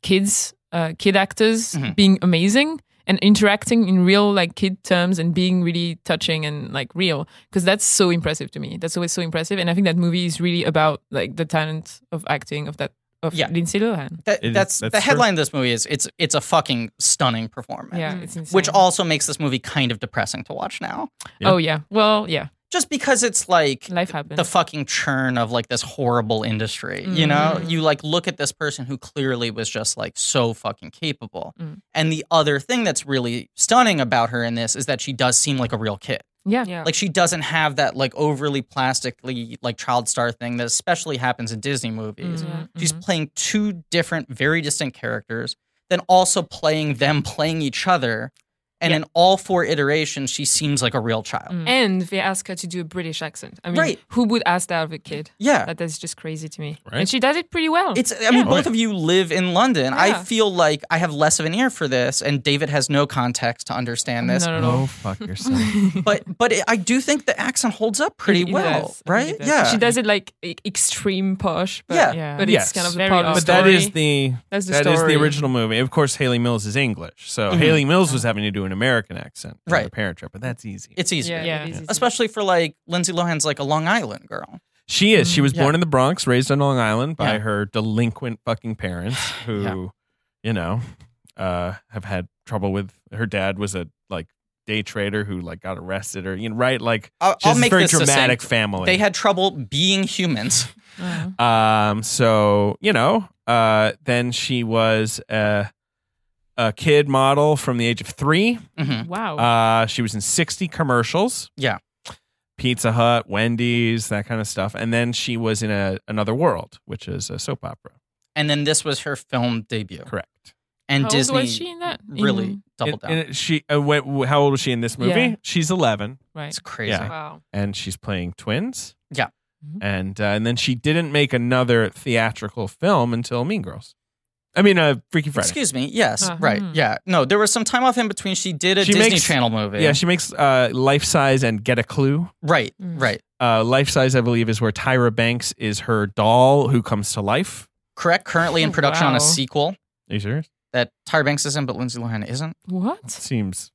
S4: kids, uh, kid actors
S2: Mhm.
S4: being amazing and interacting in real, like, kid terms and being really touching and, like, real. Because that's so impressive to me. That's always so impressive. And I think that movie is really about, like, the talent of acting of that, of
S2: Yeah.
S4: Lindsay Lohan.
S2: That,
S3: It is-
S2: that's,
S3: that's
S2: the
S3: true.
S2: headline of this movie is it's it's a fucking stunning performance.
S4: Yeah, it's insane.
S2: Which also makes this movie kind of depressing to watch now.
S3: Yeah.
S4: Oh, yeah. Well, yeah.
S2: just because it's like
S4: Life happens.
S2: the fucking churn of like this horrible industry. You know,
S4: Mm.
S2: you like look at this person who clearly was just like so fucking capable.
S4: Mm.
S2: And the other thing that's really stunning about her in this is that she does seem like a real kid.
S4: yeah.
S5: Yeah.
S2: Like she doesn't have that like overly plastically like child star thing that especially happens in Disney movies.
S4: Mhm,
S2: She's
S4: mhm.
S2: playing two different, very distinct characters, then also playing them playing each other. And in all four iterations, she seems like a real child.
S4: Mm.
S5: and they ask her to do a British accent. I mean,
S2: Right.
S5: who would ask that of a kid?
S2: Yeah.
S5: That is just crazy to me.
S3: Right.
S5: And she does it pretty well.
S2: It's. I mean,
S3: Oh,
S2: both
S3: yeah.
S2: of you live in London. I
S5: Yeah.
S2: feel like I have less of an ear for this, and David has no context to understand this.
S4: Not at
S2: (laughs)
S4: all.
S3: fuck yourself.
S2: But but it, I do think the accent holds up pretty
S4: It- it
S2: well,
S4: does. I
S2: right?
S4: think it does.
S2: Yeah.
S5: she does it like e- extreme posh, but,
S2: Yeah.
S4: Yeah.
S5: but it's
S3: Yes.
S5: kind of
S4: Very
S5: part of the
S3: but
S5: story.
S3: that is the
S5: That's the
S3: that is
S5: story.
S3: the original movie. Of course, Haley Mills is English, so Haley Mills was having to do an American accent on
S2: Mm-hmm. Right.
S3: the Parent Trip, but that's easy.
S2: It's easier,
S5: Yeah,
S4: Yeah.
S5: it is easy.
S2: especially for like Lindsay Lohan's like a Long Island girl.
S3: she is. She was
S2: Mm, Yeah.
S3: born in the Bronx, raised on Long Island by
S2: Yeah.
S3: her delinquent fucking
S2: (sighs)
S3: parents, who, you know, uh, have had trouble with. Her dad was a like day trader who like got arrested, or you know, right? Like
S2: I'll,
S3: she's
S2: I'll make
S3: very
S2: this
S3: dramatic
S2: succinct.
S3: family.
S2: They had trouble being
S3: (laughs)
S2: humans.
S4: Uh,
S3: Um, so you know, uh, then she was a, a kid model from the age of three.
S2: Mhm.
S4: wow.
S3: Uh, she was in sixty commercials.
S2: Yeah.
S3: Pizza Hut, Wendy's, that kind of stuff. And then she was in a another world, which is a soap opera.
S2: And then this was her film debut,
S3: Correct.
S2: and
S4: Mm-hmm. How old
S2: Disney
S4: was she in that?
S2: really
S4: In-
S2: doubled down.
S3: And- and she, uh, wh- wh- how old was she in this movie?
S4: Yeah.
S3: She's eleven.
S4: right.
S2: it's crazy.
S3: Yeah.
S5: Wow.
S3: and she's playing twins.
S2: Yeah.
S4: Mhm.
S3: And uh, and then she didn't make another theatrical film until Mean Girls. I mean, uh, Freaky Friday.
S2: Excuse me. Yes.
S4: Uh-huh.
S2: Right. Yeah. No, there was some time off in between. She did a
S3: She
S2: Disney
S3: makes-
S2: Channel movie.
S3: yeah, she makes uh, Life Size and Get a Clue.
S2: right.
S5: Mm.
S2: Right.
S3: Uh, life Size, I believe, is where Tyra Banks is her doll who comes to life.
S2: Correct. Currently
S5: (laughs)
S2: in production on
S4: Wow.
S2: a sequel
S3: Are you serious?
S2: that Tyra Banks is in, but Lindsay Lohan isn't.
S4: What?
S3: Seems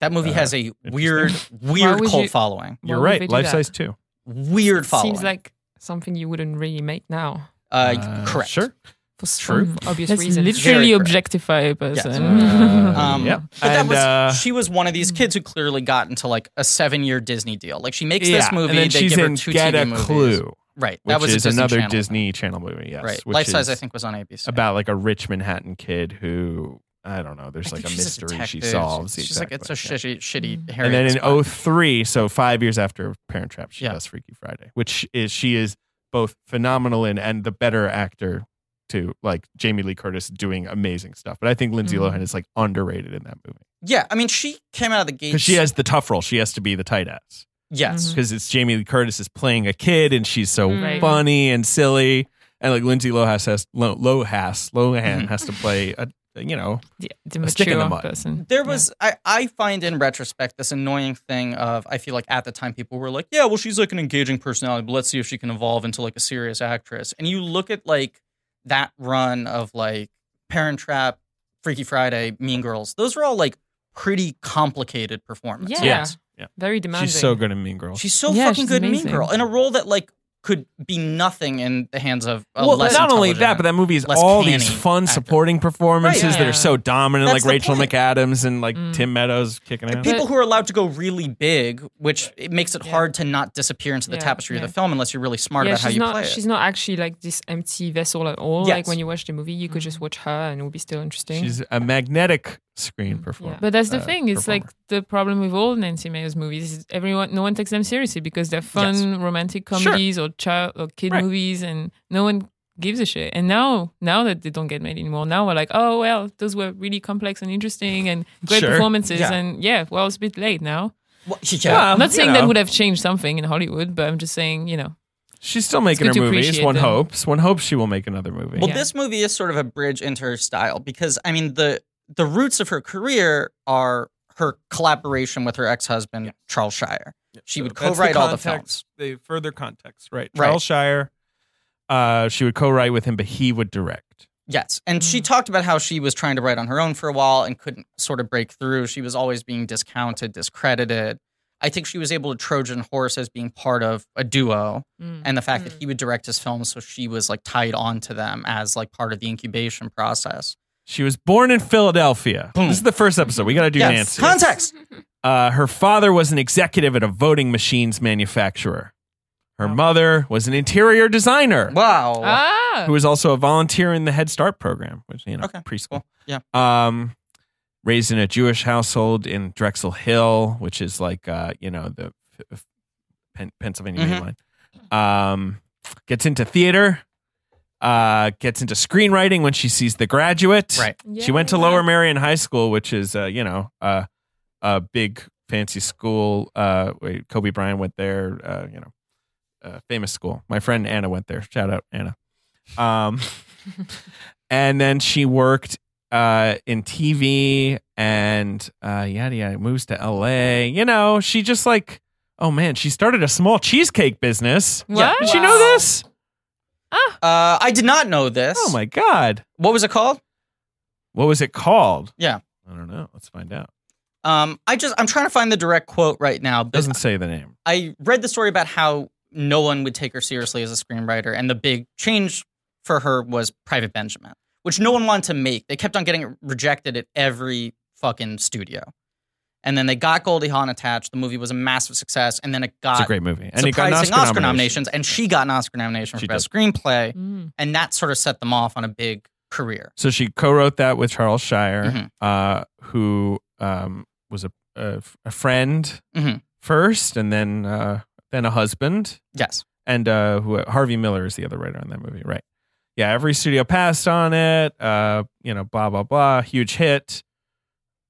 S2: That movie
S3: Uh,
S2: has a
S5: (laughs)
S2: weird, weird
S5: would
S2: cult
S5: you-
S2: following.
S4: Why
S3: you're
S4: would they
S3: right.
S4: do
S3: Life
S4: that?
S3: Size too.
S2: Weird following.
S5: Seems like something you wouldn't really make now
S2: uh,
S3: Uh,
S2: correct.
S3: Sure.
S5: for s-
S3: True.
S5: for obvious Mm-hmm.
S4: Let's
S5: reasons.
S4: literally
S2: correct.
S4: objectify a person.
S3: Uh,
S2: (laughs) Um,
S3: Yep.
S2: But that
S3: And,
S2: was
S3: uh,
S2: she was one of these kids who clearly got into like a seven-year Disney deal. Like she makes
S3: yeah.
S2: this movie,
S3: and then
S2: they
S3: she's
S2: give her
S3: in
S2: two
S3: Get
S2: TV
S3: a
S2: movies.
S3: Clue,
S2: Right,
S3: which
S2: that was a
S3: is
S2: Disney
S3: another
S2: Channel.
S3: Disney Channel movie. Yes,
S2: right,
S3: which
S2: Life Size I
S3: is-
S2: think was on ABC.
S3: about like a rich Manhattan kid who I don't know. There's
S2: I
S3: like
S2: think
S3: a
S2: she's
S3: mystery she
S2: detective.
S3: solves.
S2: She's like it's a shitty,
S3: Exactly,
S5: Mm.
S2: shitty.
S3: yeah. And
S2: Harriet
S3: then
S2: Spot.
S3: in 03, so five years after Parent Trap, she
S2: Yeah.
S3: does Freaky Friday, which is she is both phenomenal in and the better actor to like Jamie Lee Curtis doing amazing stuff. But I think Lindsay
S4: Mhm.
S3: Lohan is like underrated in that movie
S2: Yeah, I mean, she came out of the gate.
S3: because she has the tough role. She has to be the tight ass
S4: Mm-hmm.
S2: yes,
S3: because it's Jamie Lee Curtis is playing a kid and she's so
S4: Right.
S3: funny and silly. And like Lindsay Lohan has Lo- Lohan
S2: Mhm.
S3: Lohan has to play a you know
S4: The, Mm-hmm. the
S3: A stick in the
S4: mature
S3: mud.
S4: person.
S2: There
S4: Yeah.
S2: was I, I find in retrospect this annoying thing of I feel like at the time people were like, Yeah, well she's like an engaging personality, but let's see if she can evolve into like a serious actress. And you look at like that run of like Parent Trap, Freaky Friday, Mean Girls, those were all like pretty complicated performances.
S4: Yeah.
S3: Yeah.
S5: Very demanding.
S3: she's so good in Mean Girls.
S2: She's so
S4: Yeah,
S2: fucking
S4: she's
S2: good in Mean
S4: amazing.
S2: Girl in a role that like could be nothing in the hands of a
S3: well,
S2: less
S3: not only
S2: intelligent-
S3: that, but that movie is
S2: less
S3: all
S2: canny
S3: these fun
S2: actor.
S3: supporting performances
S4: Right,
S3: that
S4: yeah.
S3: are so dominant,
S2: That's
S3: like
S2: the
S3: Rachel
S2: point.
S3: McAdams and like
S4: Mm.
S3: Tim Meadows kicking ass.
S2: people who are allowed to go really big, which it makes it
S4: Yeah.
S2: hard to not disappear into the
S4: Yeah,
S2: tapestry of
S4: yeah.
S2: the film unless you're really smart
S5: yeah,
S2: about
S5: she's
S2: how you
S5: not.
S2: play
S5: she's
S2: it.
S5: not actually like this empty vessel at all.
S2: Yes.
S5: Like when you watch the movie, you could
S4: Mm.
S5: just watch her and it would be still interesting.
S3: She's a magnetic screen performer.
S4: But that's the
S3: uh,
S4: thing. It's
S3: performer.
S4: like the problem with all Nancy Meyer's movies is everyone, no one takes them seriously because they're fun romantic comedies or child or kid
S3: Right.
S4: movies, and no one gives a shit. And now, now that they don't get made anymore, now we're like, oh well, those were really complex and interesting and great
S3: Sure.
S4: performances,
S2: Yeah.
S5: Um,
S4: and yeah, well, it's a bit late now.
S2: Well, (laughs)
S3: Well,
S2: yeah,
S4: I'm not
S3: you
S4: saying
S3: know.
S4: that would have changed something in Hollywood, but I'm just saying, you know,
S3: she's still making her
S4: good to
S3: movies.
S4: appreciate
S3: One
S4: them.
S3: hopes, one hopes she will make another movie.
S2: well,
S4: Yeah.
S2: this movie is sort of a bridge into her style because I mean the the roots of her career are her collaboration with her ex husband
S3: Yeah.
S2: Charles Shire. She
S3: So
S2: would
S3: that's
S2: co-write all the
S3: context- The further context, right?
S2: Right.
S3: Charles Shire. Uh, she would co-write with him, but he would direct.
S2: Yes, and she talked about how she was trying to write on her own for a while and couldn't sort of break through. She was always being discounted, discredited. I think she was able to Trojan horse as being part of a duo. and the fact that he would direct his films so she was like tied onto them as like part of the incubation process
S3: She was born in Philadelphia.
S2: Boom.
S3: This is the first episode. We got to do
S2: Yes.
S3: Nancy.
S2: context
S3: Uh, her father was an executive at a voting machines manufacturer.
S2: Oh.
S3: Her mother was an interior designer
S2: Wow.
S5: Ah.
S3: who was also a volunteer in the Head Start program, which you know
S2: Okay,
S3: preschool.
S2: yeah.
S3: Um, raised in a Jewish household in Drexel Hill, which is like uh, you know the f- f- Pen- Pennsylvania
S2: Mm-hmm.
S3: mainline. Um, gets into theater. Uh, gets into screenwriting when she sees The Graduate.
S2: Right.
S3: She went to
S5: Yay.
S3: Lower Marion High School, which is uh, you know uh, a big fancy school. Uh, where Kobe Bryant went there. Uh, you know, uh, famous school. My friend Anna went there. Shout out Anna. Um, and then she worked uh, in TV and uh, yada yada. Moves to LA. You know, she just like oh man, she started a small cheesecake business.
S2: Yeah.
S5: What?
S3: Did you know this?
S2: Uh, I did not know this.
S3: Oh my god,
S2: What was it called?
S3: what was it called?
S2: Yeah.
S3: I don't know. Let's find out.
S2: Um, I just I'm trying to find the direct quote right now, but
S3: Doesn't say the name.
S2: I read the story about how no one would take her seriously as a screenwriter, and the big change for her was Private Benjamin, which no one wanted to make. They kept on getting it rejected at every fucking studio. And then they got Goldie Hawn attached. The movie was a massive success, and then it got
S3: It's a great movie, and
S2: Uh, surprising
S3: it got an Oscar,
S2: Oscar
S3: nomination.
S2: nominations, and she got an Oscar nomination for
S3: She
S2: best screenplay,
S4: Mm.
S2: and that sort of set them off on a big career.
S3: So she co-wrote that with Charles Shire,
S2: Mhm.
S3: uh, who um, was a, a a friend
S2: Mhm.
S3: first, and then uh, then a husband,
S2: Yes,
S3: and uh, who Harvey Miller is the other writer on that movie, right? Yeah, every studio passed on it. Uh, you know, blah blah blah, huge hit,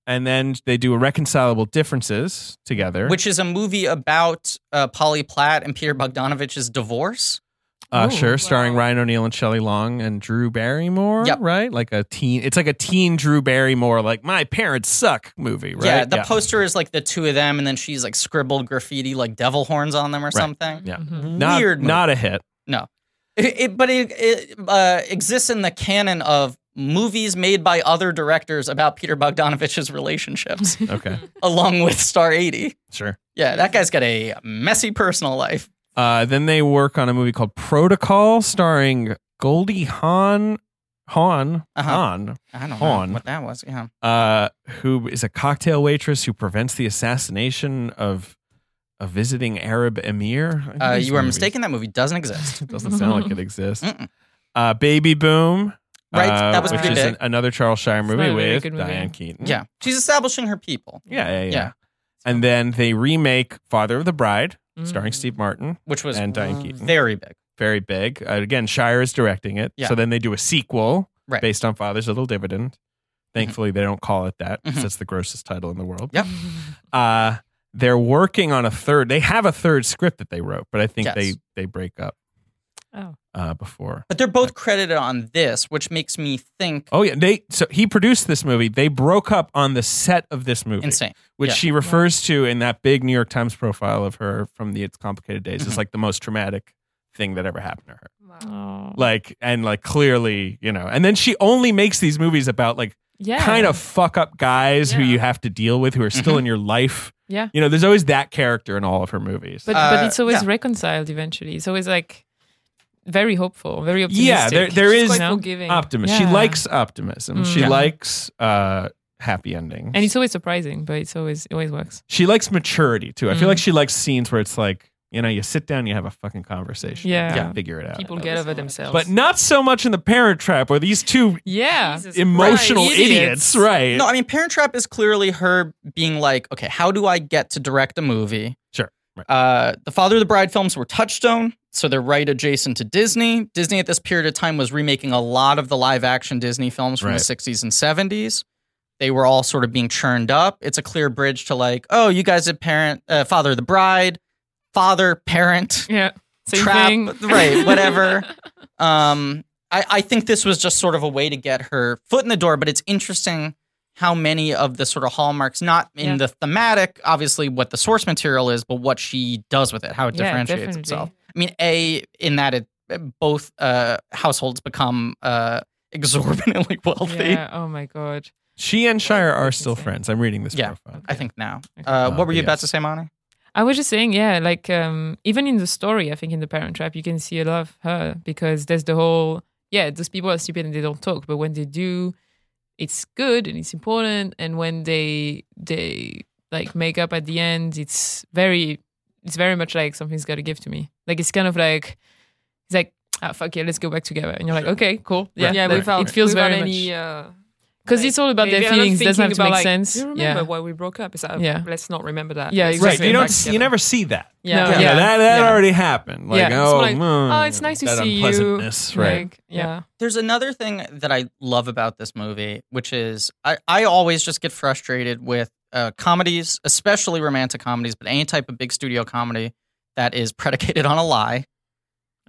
S3: and then they do irreconcilable differences together.
S2: which is a movie about uh, Polly Platt and Peter Bogdanovich's divorce.
S3: uh,
S4: Ooh,
S2: Oh,
S3: sure, starring
S5: wow.
S3: Ryan O'Neal and Shelley Long and Drew Barrymore,
S2: Yep.
S3: right? Like a teen, it's like a teen Drew Barrymore, like my parents suck movie, right?
S2: Yeah, the poster is like the two of them, and then she's like scribbled graffiti like devil horns on them or something.
S3: Yeah.
S4: Mhm.
S3: not,
S2: Weird. movie.
S3: Not a hit.
S2: It, it- but it, it uh, exists in the canon of movies made by other directors about Peter Bogdanovich's
S4: (laughs)
S2: relationships, (laughs)
S3: Okay,
S2: along with Star 80.
S3: sure.
S2: Yeah, that guy's got a messy personal life.
S3: Uh, then they work on a movie called Protocol, starring Goldie Hawn, Hawn,
S2: Uh-huh.
S3: Hawn,
S2: I don't
S3: Horn.
S2: know what that was. Yeah.
S3: uh, who is a cocktail waitress who prevents the assassination of a visiting Arab emir. I think
S2: Uh,
S3: these
S2: you are
S3: movies-
S2: mistaken. That movie doesn't
S3: (laughs)
S2: exist.
S3: It doesn't sound like it exists.
S2: Mm-mm.
S3: Uh, Baby Boom,
S2: Right,
S3: uh,
S2: that was
S3: which
S2: pretty
S3: is
S2: big.
S3: an- another Charles Shire
S4: It's
S3: movie
S4: not a very
S3: with
S4: good movie.
S3: Diane Keaton.
S2: Yeah. She's establishing her people,
S3: yeah, yeah, yeah.
S2: Yeah.
S3: And then they remake Father of the Bride, starring
S4: Mm.
S3: Steve Martin
S2: which was
S3: and Diane Keaton.
S2: very big.
S3: very big. Uh, again, Shire is directing it.
S2: Yeah.
S3: So then they do a sequel
S2: Right.
S3: based on Father's Little Dividend. Thankfully, they don't call it that because
S2: Mhm.
S3: that's the grossest title in the world.
S4: (laughs)
S2: Yep.
S3: Uh, they're working on a third. They have a third script that they wrote, but I think
S2: Yes.
S3: they they break up
S4: Oh.
S3: uh, before.
S2: But they're both credited on this, which makes me think
S3: Oh yeah, they so he produced this movie. They broke up on the set of this movie,
S2: insane.
S3: which
S2: Yeah.
S3: she refers to in that big New York Times profile of her from the It's Complicated Days. It's
S4: Mm-hmm.
S2: Mhm.
S3: like the most traumatic thing that ever happened to her.
S4: Oh.
S3: like and like clearly you know and then she only makes these movies about like
S4: yeah.
S3: kind of fuck up guys who
S4: Yeah. Mm-hmm.
S3: you have to deal with who are still in your life
S4: Yeah.
S3: you know there's always that character in all of her movies
S4: But,
S2: Uh,
S4: but it's always
S2: yeah.
S4: reconciled eventually. It's always like very hopeful, very optimistic.
S3: Yeah, there- there
S4: She's
S3: is-
S4: quite
S3: No.
S4: forgiving.
S3: optimism she
S4: Yeah.
S3: likes optimism
S4: Mm.
S3: she
S4: Yeah.
S3: likes uh happy endings
S4: And it's always surprising, but it's always it always works.
S3: she likes maturity too i feel
S4: Mm.
S3: like she likes scenes where it's like you know you sit down you have a fucking conversation
S4: Yeah.
S3: You figure it out
S4: People get over themselves.
S3: but not so much in the parent trap where these two
S4: yeah.
S3: emotional
S4: Right.
S3: idiots, right
S2: No, I mean, Parent Trap is clearly her being like, okay, how do I get to direct a movie?
S3: Sure, right.
S2: Uh, the Father of the Bride films were Touchstone, so they're right adjacent to Disney. Disney at this period of time was remaking a lot of the live action Disney films from
S3: Right.
S2: the 60s and 70s. They were all sort of being churned up. It's a clear bridge to like, oh, you guys did Parent, uh, Father of the Bride, Father, Parent,
S4: Yeah. Same
S2: Trap,
S4: thing.
S2: right,
S4: (laughs)
S2: whatever. um, I, I think this was just sort of a way to get her foot in the door, but it's interesting how many of the sort of hallmarks, not in
S4: Yeah.
S2: the thematic, obviously what the source material is, but what she does with it, how it
S4: Yeah,
S2: differentiates
S4: definitely.
S2: itself. I mean, A, in that it both uh, households become uh, (laughs) exorbitantly wealthy.
S4: yeah. Oh my god.
S3: she and shire are
S4: That's
S3: still
S4: insane.
S3: friends i'm reading this
S2: Yeah.
S3: profile
S2: I think now.
S4: Okay.
S2: Uh,
S3: Uh,
S2: what were you about
S3: yes.
S2: to say, Monty?
S4: I was just saying, yeah, like um, even in the story, I think in the Parent Trap, you can see a lot of her because there's the whole, yeah, those people are stupid and they don't talk, but when they do, it's good and it's important, and when they they like makeup at the end. It's very, it's very much like something's got to give to me. Like it's kind of like, it's like, ah, fuck yeah, let's go back together. And you're like, okay, cool, yeah,
S5: yeah,
S4: like,
S5: without
S4: it feels
S5: without
S4: very
S5: any,
S4: much
S5: uh,
S4: because
S5: like,
S4: it's all about
S5: they-
S4: their
S5: they're not
S4: feelings. Doesn't have
S5: thinking
S4: to make
S5: about, like,
S4: sense.
S5: Do you remember
S4: yeah,
S5: why we broke up? It's like,
S4: Yeah.
S5: let's not remember that.
S4: yeah,
S5: Let's
S3: Right.
S4: exactly.
S3: You
S5: get
S3: don't.
S5: back
S3: s- You
S5: together.
S3: never see that.
S4: yeah,
S5: No.
S4: yeah,
S3: Yeah, that that
S4: Yeah.
S3: already happened. Like,
S4: Yeah, it's
S3: oh,
S4: like,
S3: mm,
S4: oh, it's nice to
S3: that
S4: see you.
S3: unpleasantness, right?
S4: Like,
S5: Yeah.
S4: yeah.
S2: There's another thing that I love about this movie, which is I, I always just get frustrated with uh, comedies, especially romantic comedies, but any type of big studio comedy that is predicated on a lie,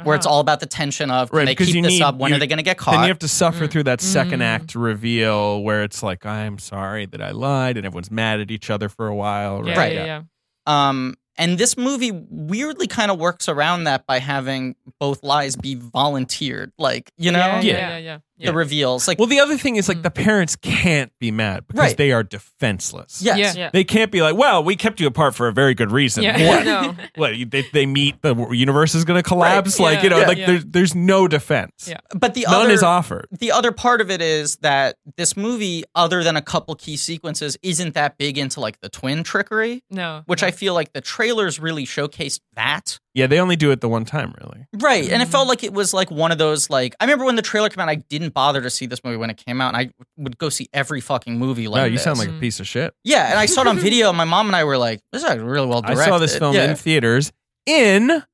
S2: where
S4: Uh-huh.
S2: it's all about the tension of can
S3: Right,
S2: they
S3: because
S2: keep
S3: you
S2: this
S3: need-
S2: up? When
S3: you-
S2: are they going to get
S3: Then
S2: caught?
S3: you have to suffer
S4: Mm.
S3: through that second
S4: Mm.
S3: act reveal where it's like, I'm sorry that I lied, and everyone's mad at each other for a while.
S4: Yeah,
S3: Right.
S2: Right.
S4: yeah, yeah.
S2: Um, and this movie weirdly kind of works around that by having both lies be volunteered, like you know,
S4: yeah,
S3: Yeah.
S4: yeah, yeah, yeah.
S2: the reveals, like
S3: Well, the other thing is like
S4: Mm.
S3: the parents can't be mad because
S2: Right.
S3: they are defenseless.
S2: yes,
S4: yeah.
S5: Yeah.
S3: They can't be like, well, we kept you apart for a very good reason.
S4: Yeah. (laughs)
S3: What?
S5: No.
S3: what? you- They, they meet, the universe is going to collapse.
S4: Right.
S3: Like, you know,
S4: Yeah.
S3: like
S4: Yeah.
S3: there's, there's no defense.
S4: Yeah.
S2: but the
S3: None
S2: other
S3: is offered.
S2: the other part of it is that this movie, other than a couple key sequences, isn't that big into like the twin trickery,
S4: No,
S2: which
S4: no.
S2: I feel like the trailers really showcased that.
S3: Yeah, they only do it the one time, really.
S2: Right. And it
S4: Mm-hmm.
S2: felt like it was like one of those like I remember when the trailer came out, I didn't bother to see this movie when it came out, and I would go see every fucking movie like
S3: wow, you
S2: this.
S3: sound like a
S4: Mm.
S3: piece of shit.
S2: Yeah, and I saw it
S4: (laughs)
S2: on video. and My mom and I were like, "This is actually really well directed."
S3: I saw this film
S2: Yeah.
S3: in theaters in the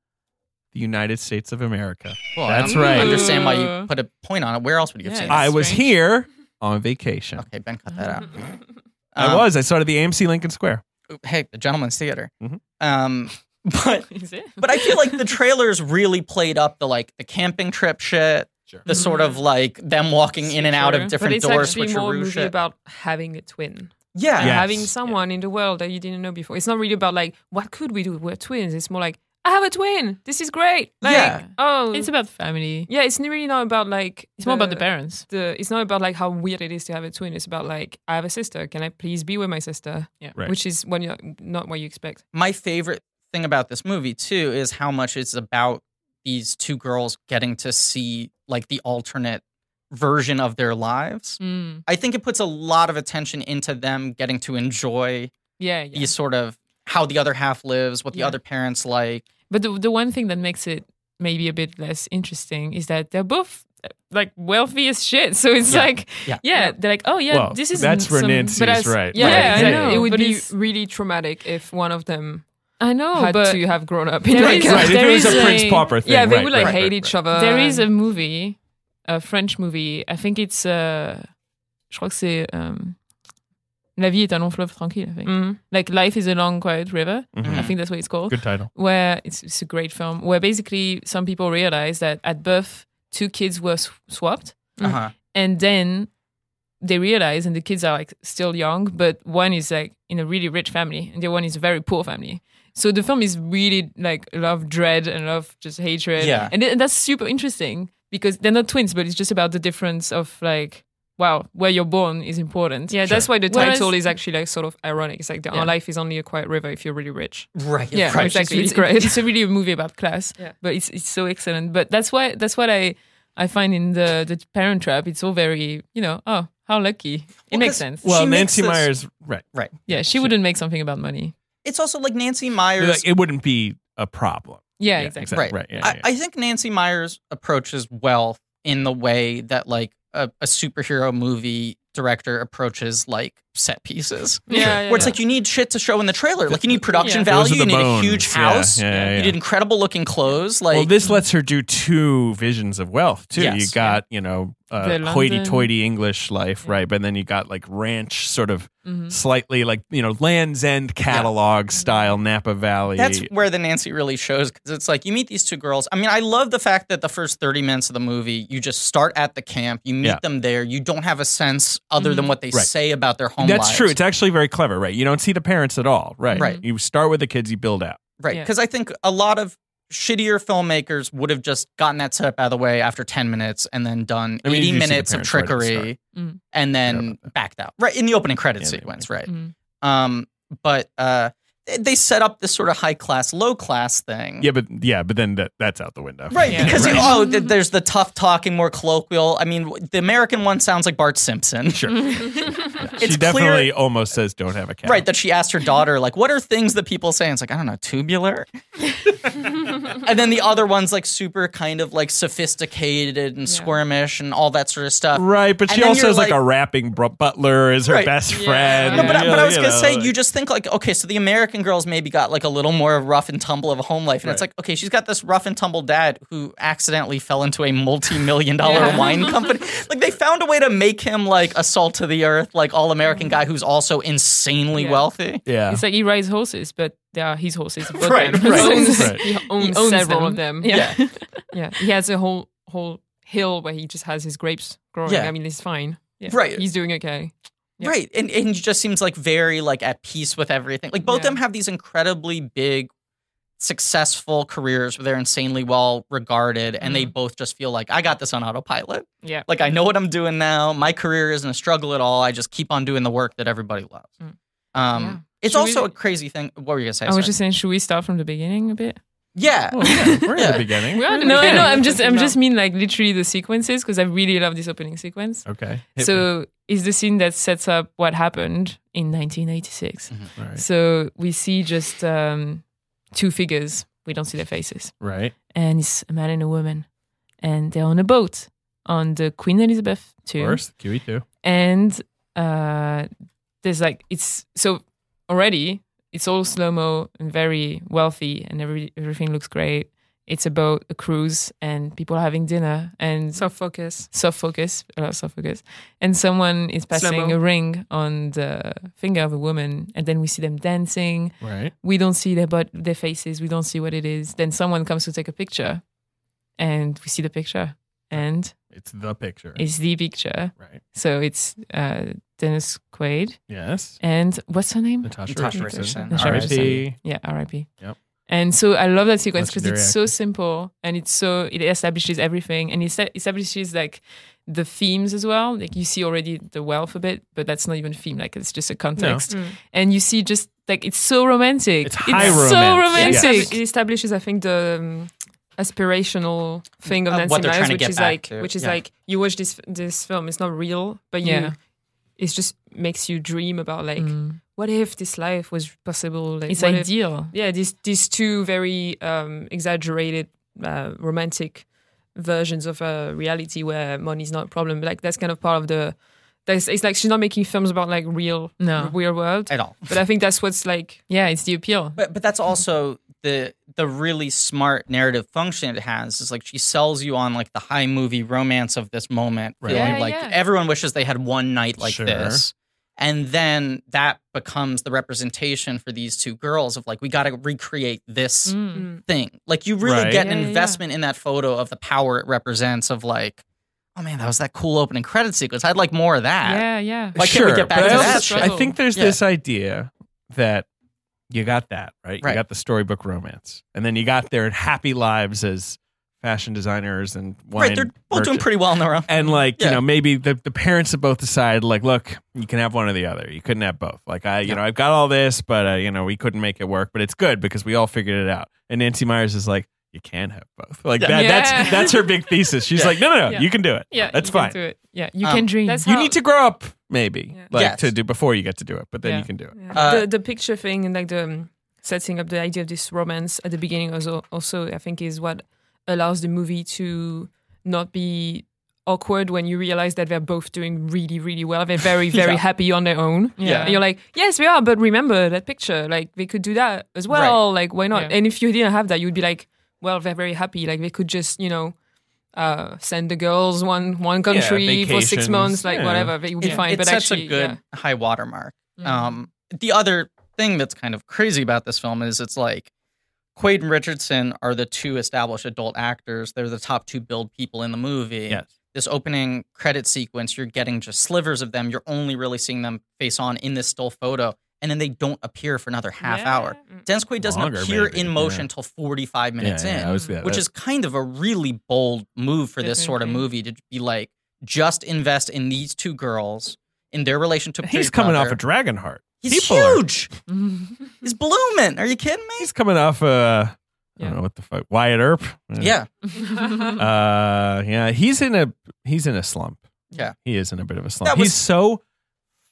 S3: United States of America.
S2: Well, I
S3: That's
S2: don't
S3: right.
S2: Understand why
S4: Ooh.
S2: you put a point on it? Where else would you have
S4: Yeah, Uh-huh.
S2: seen
S4: it's-
S2: it?
S3: I was
S4: strange.
S3: here on vacation.
S2: Okay, Ben, cut that out.
S3: I
S2: Um,
S3: was. I saw it at the AMC Lincoln Square.
S2: Hey, the Gentleman's Theater.
S3: Mhm.
S2: (laughs) Um, but
S4: Is it?
S2: but I feel like the trailers really played up the like the camping trip shit,
S3: Sure.
S2: the sort of like them walking in and out of
S4: Sure. But
S5: But
S2: different
S5: it's
S2: doors,
S5: actually
S2: which
S5: more a
S2: are
S5: movie
S2: shit.
S5: about having a twin,
S2: yeah,
S5: and
S3: Yes.
S5: having someone in the world that you didn't know before. It's not really about like what could we do? We're twins. It's more like I have a twin. This is great. Like,
S2: Yeah.
S5: Oh,
S4: It's about family.
S5: yeah. It's really not about like
S4: It's more about the parents.
S5: the it's not about like how weird it is to have a twin. It's about like I have a sister. Can I please be with my sister?
S4: Yeah.
S3: Right.
S5: Which is when you're not what you expect.
S2: my favorite thing about this movie too is how much it's about these two girls getting to see like the alternate version of their lives.
S4: Mm.
S2: I think it puts a lot of attention into them getting to enjoy
S4: Yeah, yeah.
S2: these sort of how the other half lives, what the
S4: Yeah.
S2: other parents like.
S4: But the, the one thing that makes it maybe a bit less interesting is that they're both uh, like wealthy as shit. So it's
S2: Yeah.
S4: like,
S2: Yeah.
S4: yeah. they're like, oh yeah,
S3: Well,
S4: this is
S3: that's where
S4: some,
S3: Nancy
S4: but
S3: is
S4: as-
S3: right.
S4: Yeah,
S3: Right,
S4: I
S3: exactly.
S4: know.
S5: It would
S4: but
S5: be
S4: it's-
S5: really traumatic if one of them
S4: I know,
S5: had
S4: but
S5: to have grown up in
S4: There
S5: like
S4: is-
S5: a- (laughs)
S3: Right. If
S4: There
S3: it was
S4: is
S3: a Prince
S4: a-
S3: Pauper thing.
S5: yeah, they
S3: right,
S5: would like
S3: right,
S5: hate
S3: right,
S5: each
S3: right.
S5: other.
S4: there is a
S5: and-
S4: movie, a French movie. I think it's, uh, je crois que c'est um, La vie est un long fleuve tranquille. I think.
S5: Mhm.
S4: Like life is a long quiet river.
S3: Mhm.
S4: I think that's what it's called.
S3: Good title.
S4: where it's, it's a great film where basically some people realize that at birth two kids were sw- swapped
S5: Mm.
S2: Uh-huh.
S4: and then they realize and the kids are like still young but one is like in a really rich family and the one is a very poor family so the film is really like a lot of dread and a lot of just hatred
S2: Yeah.
S4: and, th- and that's super interesting because they're not twins but it's just about the difference of like wow where you're born is important
S5: Yeah, that's why the
S4: Whereas-
S5: title is actually like sort of ironic. It's like the,
S4: Yeah.
S5: our life is only a quiet river if you're really rich.
S2: Right.
S4: yeah,
S2: right. (laughs)
S4: exactly.
S5: It's
S4: It's,
S5: great.
S4: it's a really a movie about class,
S5: Yeah.
S4: but it's it's so excellent. But that's why that's what I I find in the the Parent Trap. It's all very you know oh how lucky it
S2: Well,
S4: makes
S2: 'cause-
S4: sense.
S3: Well,
S2: She makes
S3: Nancy
S2: this-
S3: Myers, right.
S4: yeah, she wouldn't make something about money.
S2: It's also like Nancy Myers.
S3: Like, it wouldn't be a problem.
S4: Yeah, exactly.
S2: Right.
S3: Right. Yeah,
S2: I,
S3: yeah.
S2: I think Nancy Myers approaches wealth in the way that like a, a superhero movie director approaches like set pieces.
S5: Yeah, yeah,
S2: Where it's like you need shit to show in the trailer. Like you need production
S4: Yeah.
S3: Those
S2: value,
S3: are
S2: you
S3: the
S2: need
S3: bones.
S2: a huge
S3: Yeah,
S2: house,
S3: yeah, yeah,
S2: you
S3: yeah.
S2: need incredible looking clothes. Like
S3: well, this lets her do two visions of wealth too.
S2: Yes.
S3: you got you know uh,
S4: The London-
S3: hoity-toity English life,
S4: Yeah.
S3: right? But then you got like ranch, sort of
S2: Mm-hmm.
S4: Mhm.
S3: slightly like you know Land's End catalog style Napa Valley.
S2: That's where the Nancy really shows because it's like you meet these two girls. I mean, I love the fact that the first 30 minutes of the movie, you just start at the camp, you meet
S3: Yeah.
S2: them there, you don't have a sense other than what they
S3: Right.
S2: say about their home
S3: Mm. That's
S2: lives.
S3: true. It's actually very clever, right? You don't see the parents at all, right?
S2: Right.
S3: You start with the kids, you build out.
S2: Right.
S4: Yeah.
S2: Because I think a lot of shittier filmmakers would have just gotten that setup out of the way after 10 minutes and then done
S3: I
S2: 80
S3: mean, you see the
S2: minutes of
S3: parents right at the
S2: trickery
S4: Mm.
S3: uh,
S2: and then backed out. Right. In the opening credit
S3: Yeah, they
S2: sequence, right.
S4: Mm.
S2: Um, but uh, they set up this sort of high class, low class thing.
S3: Yeah, but yeah, but then that, that's out the window.
S2: Right,
S3: (laughs)
S4: Yeah.
S2: because
S3: Right.
S2: oh,
S4: (laughs)
S2: th- there's the tough talking, more colloquial. I mean, the American one sounds like Bart Simpson.
S3: (laughs) Sure.
S2: (laughs)
S3: she
S2: It's
S3: definitely
S2: clear-
S3: almost says don't have a cat.
S2: Right, that she asked her daughter, like, what are things that people say? And it's like, I don't know, tubular. and then the other one's like super kind of like sophisticated and squirmish and all that sort of stustuff.
S3: Right, but
S2: And
S3: she
S2: then
S3: also
S2: you're
S3: is like,
S2: like-
S3: a rapping bro- butler is her
S2: Right.
S3: best
S5: Yeah.
S3: friend.
S2: No, but, I,
S3: you
S2: but I
S3: know,
S2: was
S3: you
S2: gonna
S3: know,
S2: say
S3: like-
S2: you just think like okay, so the American girls maybe got like a little more rough and tumble of a home life, and it's
S3: Right.
S2: like okay, she's got this rough and tumble dad who accidentally fell into a multi-million dollar wine company. Like they found a way to make him like a salt to the earth, like all American guy who's also insanely
S4: Yeah.
S2: wealthy.
S3: yeah.
S2: (laughs)
S4: It's like he rides horses, but they are his horses. both
S2: Right,
S4: them.
S2: right,
S4: (laughs) He owns,
S3: right.
S4: He owns,
S5: He owns
S4: several
S5: them.
S4: of them.
S2: Yeah.
S4: yeah,
S5: Yeah, he has a whole whole hill where he just has his grapes growing.
S2: Yeah.
S5: I mean, he's fine. Yeah.
S2: Right.
S5: he's doing okay. Yeah.
S2: Right. And and he just seems like very like at peace with everything. Like both of
S5: Yeah.
S2: them have these incredibly big successful careers where they're insanely well regarded and
S5: Mm-hmm.
S2: they both just feel like I got this on autopilot.
S4: Yeah.
S2: Like I know what I'm doing now. My career isn't a struggle at all. I just keep on doing the work that everybody loves.
S5: Mm.
S2: Um
S5: Yeah.
S2: It's
S5: Should
S2: also
S5: we-
S2: a crazy thing. What were you gonna say?
S4: I was
S2: Sorry.
S4: just Oh, saying, should we start from the beginning a bit?
S2: yeah.
S3: Well, yeah, We're in
S2: (laughs) Yeah.
S3: the beginning.
S5: We are the
S4: No,
S5: beginning.
S4: no, I'm just, I'm
S5: No.
S4: just mean like literally the sequences because I really love this opening sequence.
S3: Okay. Hit me.
S4: So it's the scene that sets up what happened in 1986.
S3: right.
S4: So we see just um, two figures. We don't see their faces,
S3: right.
S4: and it's a man and a woman, and they're on a boat on the Queen Elizabeth
S3: Of
S4: II.
S3: course. E QE2.
S4: and uh, there's like it's so already it's all slow mo and very wealthy, and every, everything looks great. It's about a cruise, and people are having dinner, and
S5: So focus.
S4: soft focus, a lot of soft focus, and someone is passing
S5: Slow-mo.
S4: a ring on the finger of a woman, and then we see them dancing.
S3: Right.
S4: We don't see their but their faces. We don't see what it is. Then someone comes to take a picture, and we see the picture, and
S3: It's the picture.
S4: it's the picture.
S3: right.
S4: So it's uh, Dennis Quaid
S3: Yes.
S4: and what's her name?
S3: Natasha,
S2: Natasha
S3: Richardson.
S2: Richardson.
S4: Natasha
S3: R.I.P.
S4: Yeah, R.I.P.
S3: Yep.
S4: And so I love that sequence because
S3: Legendary
S4: it's so simple and it's so it establishes everything and it se- establishes like the themes as well. Like you see already the wealth a bit, but that's not even a theme. Like it's just a context,
S5: Mm.
S4: and you see just like it's so romantic.
S3: It's high
S4: so
S3: romance,
S5: It
S4: romantic.
S5: estab- It establishes, I think, the um, aspirational thing of
S2: Uh,
S5: Nancy
S2: what they're trying
S5: Myers,
S2: to
S5: which
S2: get
S5: is
S2: back
S5: like,
S2: to,
S5: which is
S2: yeah.
S5: like, you watch this this film, it's not real, but you,
S4: Yeah.
S5: it just makes you dream about like,
S4: Mm.
S5: what if this life was possible? Like,
S4: It's
S5: what if-
S4: ideal.
S5: yeah, these these two very um, exaggerated uh, romantic versions of uh, reality where money's not a problem. Like that's kind of part of the. That's, it's like she's not making films about like real,
S4: No.
S5: real world.
S2: At all.
S5: But I think that's what's like
S4: Yeah, it's the appeal.
S2: But but that's
S3: Mm-hmm.
S2: also the the really smart narrative function it has is like she sells you on like the high movie romance of this moment.
S3: Right.
S2: feeling
S4: Yeah,
S2: like
S4: yeah.
S2: everyone wishes they had one night like
S3: Sure.
S2: this. And then that becomes the representation for these two girls of like we gotta recreate this
S4: Mm.
S2: thing. Like you really
S3: Right.
S2: get an
S4: Yeah, yeah, yeah.
S2: investment in that photo of the power it represents of like, oh man, that was that cool opening credit sequence. I'd like more of that.
S4: Yeah, yeah.
S2: Why can't we get back
S3: but
S4: to
S3: I
S4: that
S3: also-
S4: struggle?
S3: I think there's
S2: Yeah.
S3: this idea that you got that, right?
S2: Right.
S3: You got the storybook romance. And then you got their happy lives as fashion designers and wine
S2: Right, they're both doing
S3: merchants.
S2: pretty well in their own.
S3: and like
S2: Yeah.
S3: you know maybe the, the parents of both decided like look you can have one or the other you couldn't have both like i you know i've got all this but uh, you know we couldn't make it work but it's good because we all figured it out and nancy myers is like you can have both like
S2: Yeah.
S3: that that's
S4: Yeah.
S3: that's her big thesis she's
S2: Yeah.
S3: like no no no
S4: Yeah.
S3: you can do it
S4: Yeah,
S3: that's
S4: you can
S3: fine
S4: do it. Yeah, you
S2: Um,
S4: can dream.
S5: that's
S3: you
S5: How-
S3: need to grow up maybe
S5: Yeah.
S3: like
S2: Yes.
S3: to do before you get to do it but then
S4: Yeah.
S3: you can do it
S5: Yeah.
S2: Uh,
S5: the the picture thing and like the um, setting up the idea of this romance at the beginning also also I think is what allows the movie to not be awkward when you realize that they're both doing really really well
S2: (laughs)
S5: they're very very
S2: Yeah.
S5: happy on their own
S4: Yeah.
S5: and you're like yes we are but remember that picture like they could do that as well like why not
S4: Yeah.
S5: and if you didn't have that you'd be like well they're very happy like they could just you know uh, send the girls one one country for six
S3: vacations.
S5: months like
S3: Yeah.
S5: whatever it would be
S2: it,
S5: fine
S2: it
S5: but
S2: sets
S5: actually
S2: a good
S5: yeah. Mm-hmm.
S2: high watermark.
S5: (laughs)
S2: Um, the other thing that's kind of crazy about this film is it's like Quaid and Richardson are the two established adult actors. They're the top two billed people in the movie.
S3: Yes.
S2: This opening credit sequence, you're getting just slivers of them. You're only really seeing them face on in this still photo, and then they don't appear for another half
S4: Yeah.
S2: hour. Dennis Quaid doesn't
S3: Longer,
S2: appear
S3: maybe,
S2: in motion
S3: yeah.
S2: until 45 minutes in
S3: I was- yeah,
S2: which
S3: that-
S2: is kind of a really bold move for this sort of
S4: Definitely.
S2: movie to be like just invest in these two girls in their relationship. to
S3: he's
S2: each
S3: coming off
S2: other.
S3: a dragon heart
S2: He's
S3: People are-
S2: huge. He's blooming. Are you kidding me?
S3: He's coming off uh I
S4: Yeah.
S3: don't know what the fuck Wyatt Earp.
S2: Yeah.
S3: Uh yeah, he's in a he's in a slump.
S2: Yeah.
S3: He is in a bit of a slump.
S2: That was-
S3: he's so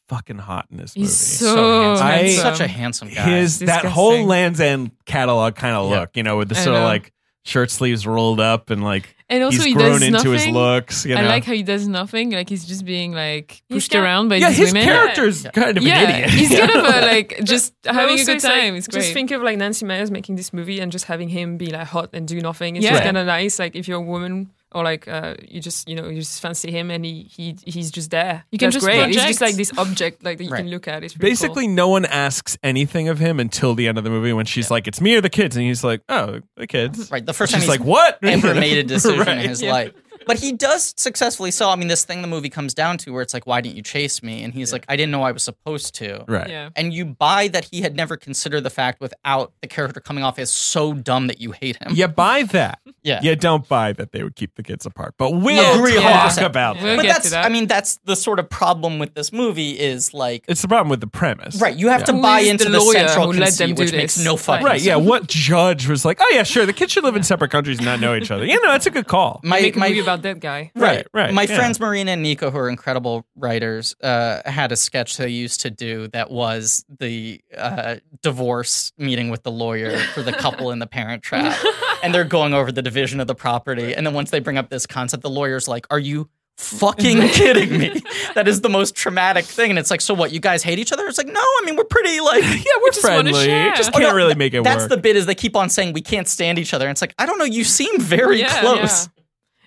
S3: fucking hot in this movie.
S4: He's so,
S2: So handsome.
S3: I-
S2: He's such a handsome guy.
S3: his that
S4: Disgusting.
S3: whole Land's End catalog kind of
S2: Yeah.
S3: look, you know, with the
S4: I
S3: sort of
S4: know.
S3: like shirt sleeves rolled up and like
S4: and also
S3: he's
S4: he
S3: grown
S4: does
S3: into
S4: nothing.
S3: his looks, you know.
S4: I like how he does nothing. Like he's just being like
S5: He's
S4: pushed
S5: got-
S4: around by
S3: yeah,
S4: these
S3: his
S4: women.
S3: character's kind of
S4: yeah,
S3: an idiot.
S4: he's
S3: you
S4: kind of
S3: know?
S4: a, like
S5: (laughs)
S4: just having a
S5: Also,
S4: good
S5: it's like-
S4: time. it's great.
S5: Just think of like Nancy Meyers making this movie and just having him be like hot and do nothing. It's
S4: Yeah.
S5: just
S4: Right.
S5: kind of nice. Like if you're a woman or like uh, you just you know you just fancy him and he, he he's just there.
S4: You can
S5: That's
S4: just
S5: great. He's just
S4: project.
S5: like this object like that you
S2: Right.
S5: can look at. It's pretty cool.
S3: Basically, no one asks anything of him until the end of the movie when she's like, "It's me or the kids," and he's like, "Oh, the kids."
S2: Right. The first time
S3: She's
S2: he's (laughs)
S3: like, "What?" (laughs)
S2: ever made a decision in his
S5: yeah.
S2: life. But he does successfully sell. I mean, this thing the movie comes down to where it's like, why didn't you chase me? And he's like, I didn't know I was supposed to.
S3: Right.
S4: yeah.
S2: And you buy that he had never considered the fact without the character coming off as so dumb that you hate him.
S3: You buy that.
S2: Yeah.
S3: You don't buy that they would keep the kids apart, but we'll
S2: Yeah, agree
S3: talk
S2: 100%.
S3: about
S4: We'll
S3: that.
S2: but
S4: get
S2: that's,
S4: to that.
S2: I mean, that's the sort of problem with this movie is like,
S3: It's the problem with the premise,
S2: right, you have to
S4: Who
S2: buy
S4: is
S2: into
S4: the
S2: the,
S4: lawyer
S2: central
S4: who let
S2: conceit,
S4: them do
S2: which makes
S4: this?
S2: no fucking
S3: Right, yeah.
S2: sense. (laughs)
S3: What judge was like, oh, yeah, sure, the kids should live in separate countries and not know each other? You know, that's a good call.
S2: My,
S5: make a
S2: my,
S5: movie about that guy.
S3: Right, right,
S2: My
S3: yeah.
S2: friends Marina and Nico, who are incredible writers, uh, had a sketch they used to do that was the uh, divorce meeting with the lawyer for the couple in the parent
S3: (laughs)
S2: trap. And they're going over the division of the property. And then once they bring up this concept, the lawyer's like, Are you
S3: (laughs)
S2: fucking kidding me? That is the most traumatic thing. And it's like, So what? You guys hate each other? It's like, No, I mean, we're pretty like.
S3: (laughs) Yeah, we're
S4: just wanna
S3: friendly.
S4: share.
S3: Just
S4: Oh,
S3: can't
S2: no,
S3: really make it
S2: That's
S3: work.
S2: the bit is they keep on saying we can't stand each other. And it's like, I don't know, you seem very
S4: Yeah,
S2: close.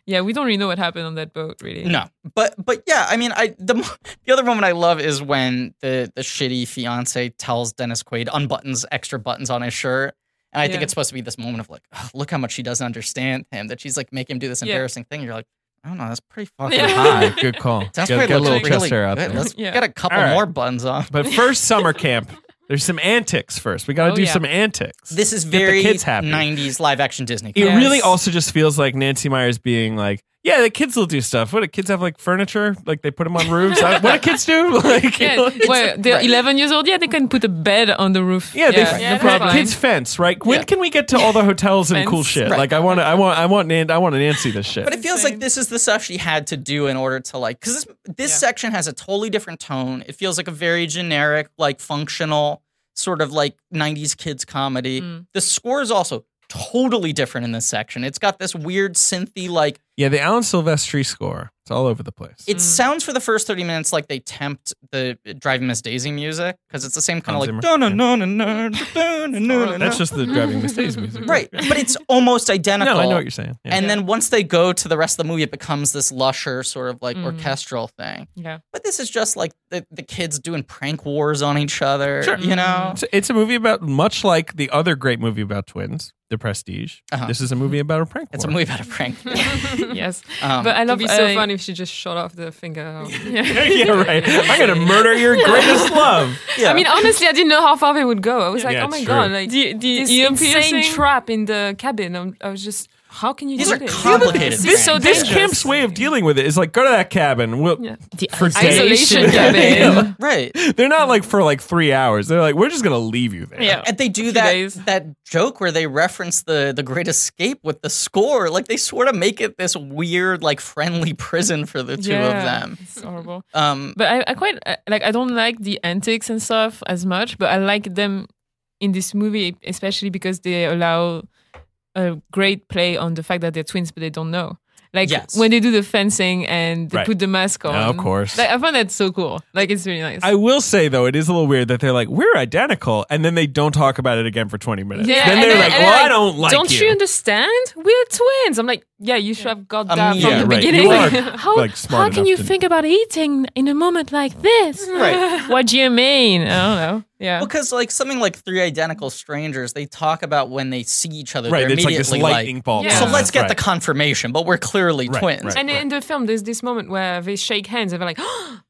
S4: Yeah, we don't really know what happened on that boat,
S2: (laughs)
S4: really.
S2: No, but but yeah, I mean, I the mo- the other moment I love is when the the shitty fiance tells Dennis Quaid unbuttons extra buttons on his shirt, and I think
S4: Yeah.
S2: it's supposed to be this moment of like, "Ugh, look how much she doesn't understand him that she's like make him do this
S4: Yeah.
S2: embarrassing thing. You're like, I don't know, that's pretty fucking
S4: Yeah.
S2: high.
S3: Hi, good call.
S2: Dennis
S3: Get-
S2: Quaid
S3: get a
S2: looks
S3: little
S2: really
S3: chest hair out
S2: good.
S3: there.
S2: Let's
S4: Yeah.
S2: get a couple
S3: All right.
S2: more buttons on.
S3: But first, summer camp. There's some antics first. We got to
S4: Oh,
S3: do
S4: yeah.
S3: some antics.
S2: This is
S3: the
S2: very
S3: kids happy.
S2: 90s live action Disney.
S3: it
S4: Yes.
S3: really also just feels like Nancy Myers being like, "Yeah, the kids will do stuff. What do kids have like furniture? Like they put them on roofs. I- what do kids do? (laughs) Like, you
S4: Yeah,
S3: know, like-
S4: well, they're
S2: right.
S4: 11 years old. Yeah, they can put a bed on the roof.
S3: yeah, they,
S4: yeah,
S3: f-
S5: no
S3: the
S5: problem.
S3: kids fence. Right? When
S2: Yeah.
S3: can we get to all the hotels and cool
S4: Fence.
S3: shit?
S2: Right.
S3: Like, I want to, I want, I want, Nan- I want to Nancy this shit.
S2: But it feels like
S4: Insane.
S2: this is the stuff she had to do in order to like because this this
S4: Yeah.
S2: section has a totally different tone. It feels like a very generic, like functional sort of like '90s kids comedy.
S4: Mm.
S2: The score is also totally different in this section. It's got this weird synthy like
S3: yeah, the Alan Silvestri score. It's all over the place.
S2: it
S4: Mm.
S2: sounds for the first thirty minutes like they tempt the Driving Miss Daisy music because it's the same kind
S3: Hans
S2: of like
S3: Zimmer.
S2: dun dun dun dun dun dun dun dun dun.
S3: That's just
S4: (laughs)
S3: the driving mistakes music.
S2: right, but it's almost identical.
S3: No, I know what you're saying. Yeah.
S2: And
S4: Yeah.
S2: then once they go to the rest of the movie, it becomes this lusher sort of like
S4: Mm.
S2: orchestral thing.
S4: Yeah.
S2: But this is just like the, the kids doing prank wars on each other.
S3: Sure.
S2: You know?
S4: Mm-hmm.
S3: It's, it's a movie about much like the other great movie about twins, The Prestige.
S2: Uh-huh.
S3: This is a movie about a prank.
S2: It's a
S3: war.
S2: movie about a prank.
S4: (laughs) yes.
S2: Um,
S4: But I
S5: It'd
S4: love
S5: be so
S4: uh,
S5: fun if she just shot off the finger.
S4: yeah.
S3: (laughs) yeah,
S2: (laughs)
S3: right. I'm gonna murder your greatest love.
S2: yeah.
S5: I
S4: uh,
S5: mean, honestly, I didn't know how far they would go. I was like,
S3: Yeah,
S5: oh my
S3: it's
S5: god,
S3: true.
S5: like
S4: The, the E
S5: this
S4: ear
S5: insane
S4: piercing.
S5: trap in the cabin. I'm, I was just, how can you
S2: These
S5: do
S2: are
S5: this?
S2: complicated
S5: This
S2: pranks.
S5: is so
S3: This
S5: dangerous.
S3: camp's way of dealing with it is like go to that cabin. We'll,
S4: Yeah.
S3: For
S5: isolation
S4: isolation cabin.
S5: cabin.
S2: right.
S3: They're not like for like three hours. They're like we're just gonna leave you there.
S4: Yeah.
S2: And they do
S4: few
S2: that
S4: days.
S2: that joke where they reference the the Great Escape with the score. Like they sort of make it this weird, like friendly prison for the two
S4: Yeah.
S2: of them.
S4: It's horrible.
S2: Um,
S4: But I, I quite I- like. I don't like the antics and stuff as much, but I like them in this movie, especially because they allow a great play on the fact that they're twins, but they don't know. Like
S2: Yes.
S4: when they do the fencing and they
S3: Right.
S4: put the mask on.
S3: Yeah, of course.
S4: Like, I find that so cool. Like it's really nice.
S3: I will say though, it is a little weird that they're like we're identical, and then they don't talk about it again for twenty minutes.
S4: Yeah,
S3: then
S4: and
S3: they're
S4: then-
S3: like,
S4: and
S3: "Well,
S4: they're
S3: I don't like
S5: Don't you
S3: you."
S5: understand? We're twins. I'm like, yeah, you should have got that
S2: Yeah,
S5: from the
S3: right. You
S5: beginning.
S3: are-
S4: (laughs) how
S3: like, smart
S4: how can
S3: enough
S4: you
S3: to-
S4: think about eating in a moment like this? (laughs)
S2: right.
S4: what do you mean? I don't know. Yeah.
S2: Because like something like three identical strangers, they talk about when they see each other.
S3: right,
S2: they're
S3: it's like this
S2: immediately like,
S3: lightning bolt.
S4: Yeah.
S2: So
S4: Yeah.
S2: let's get the
S3: Right.
S2: confirmation, but we're clearly
S3: Right,
S2: twins.
S3: right.
S5: And in the film, there's this moment where they shake (gasps) hands and they're like,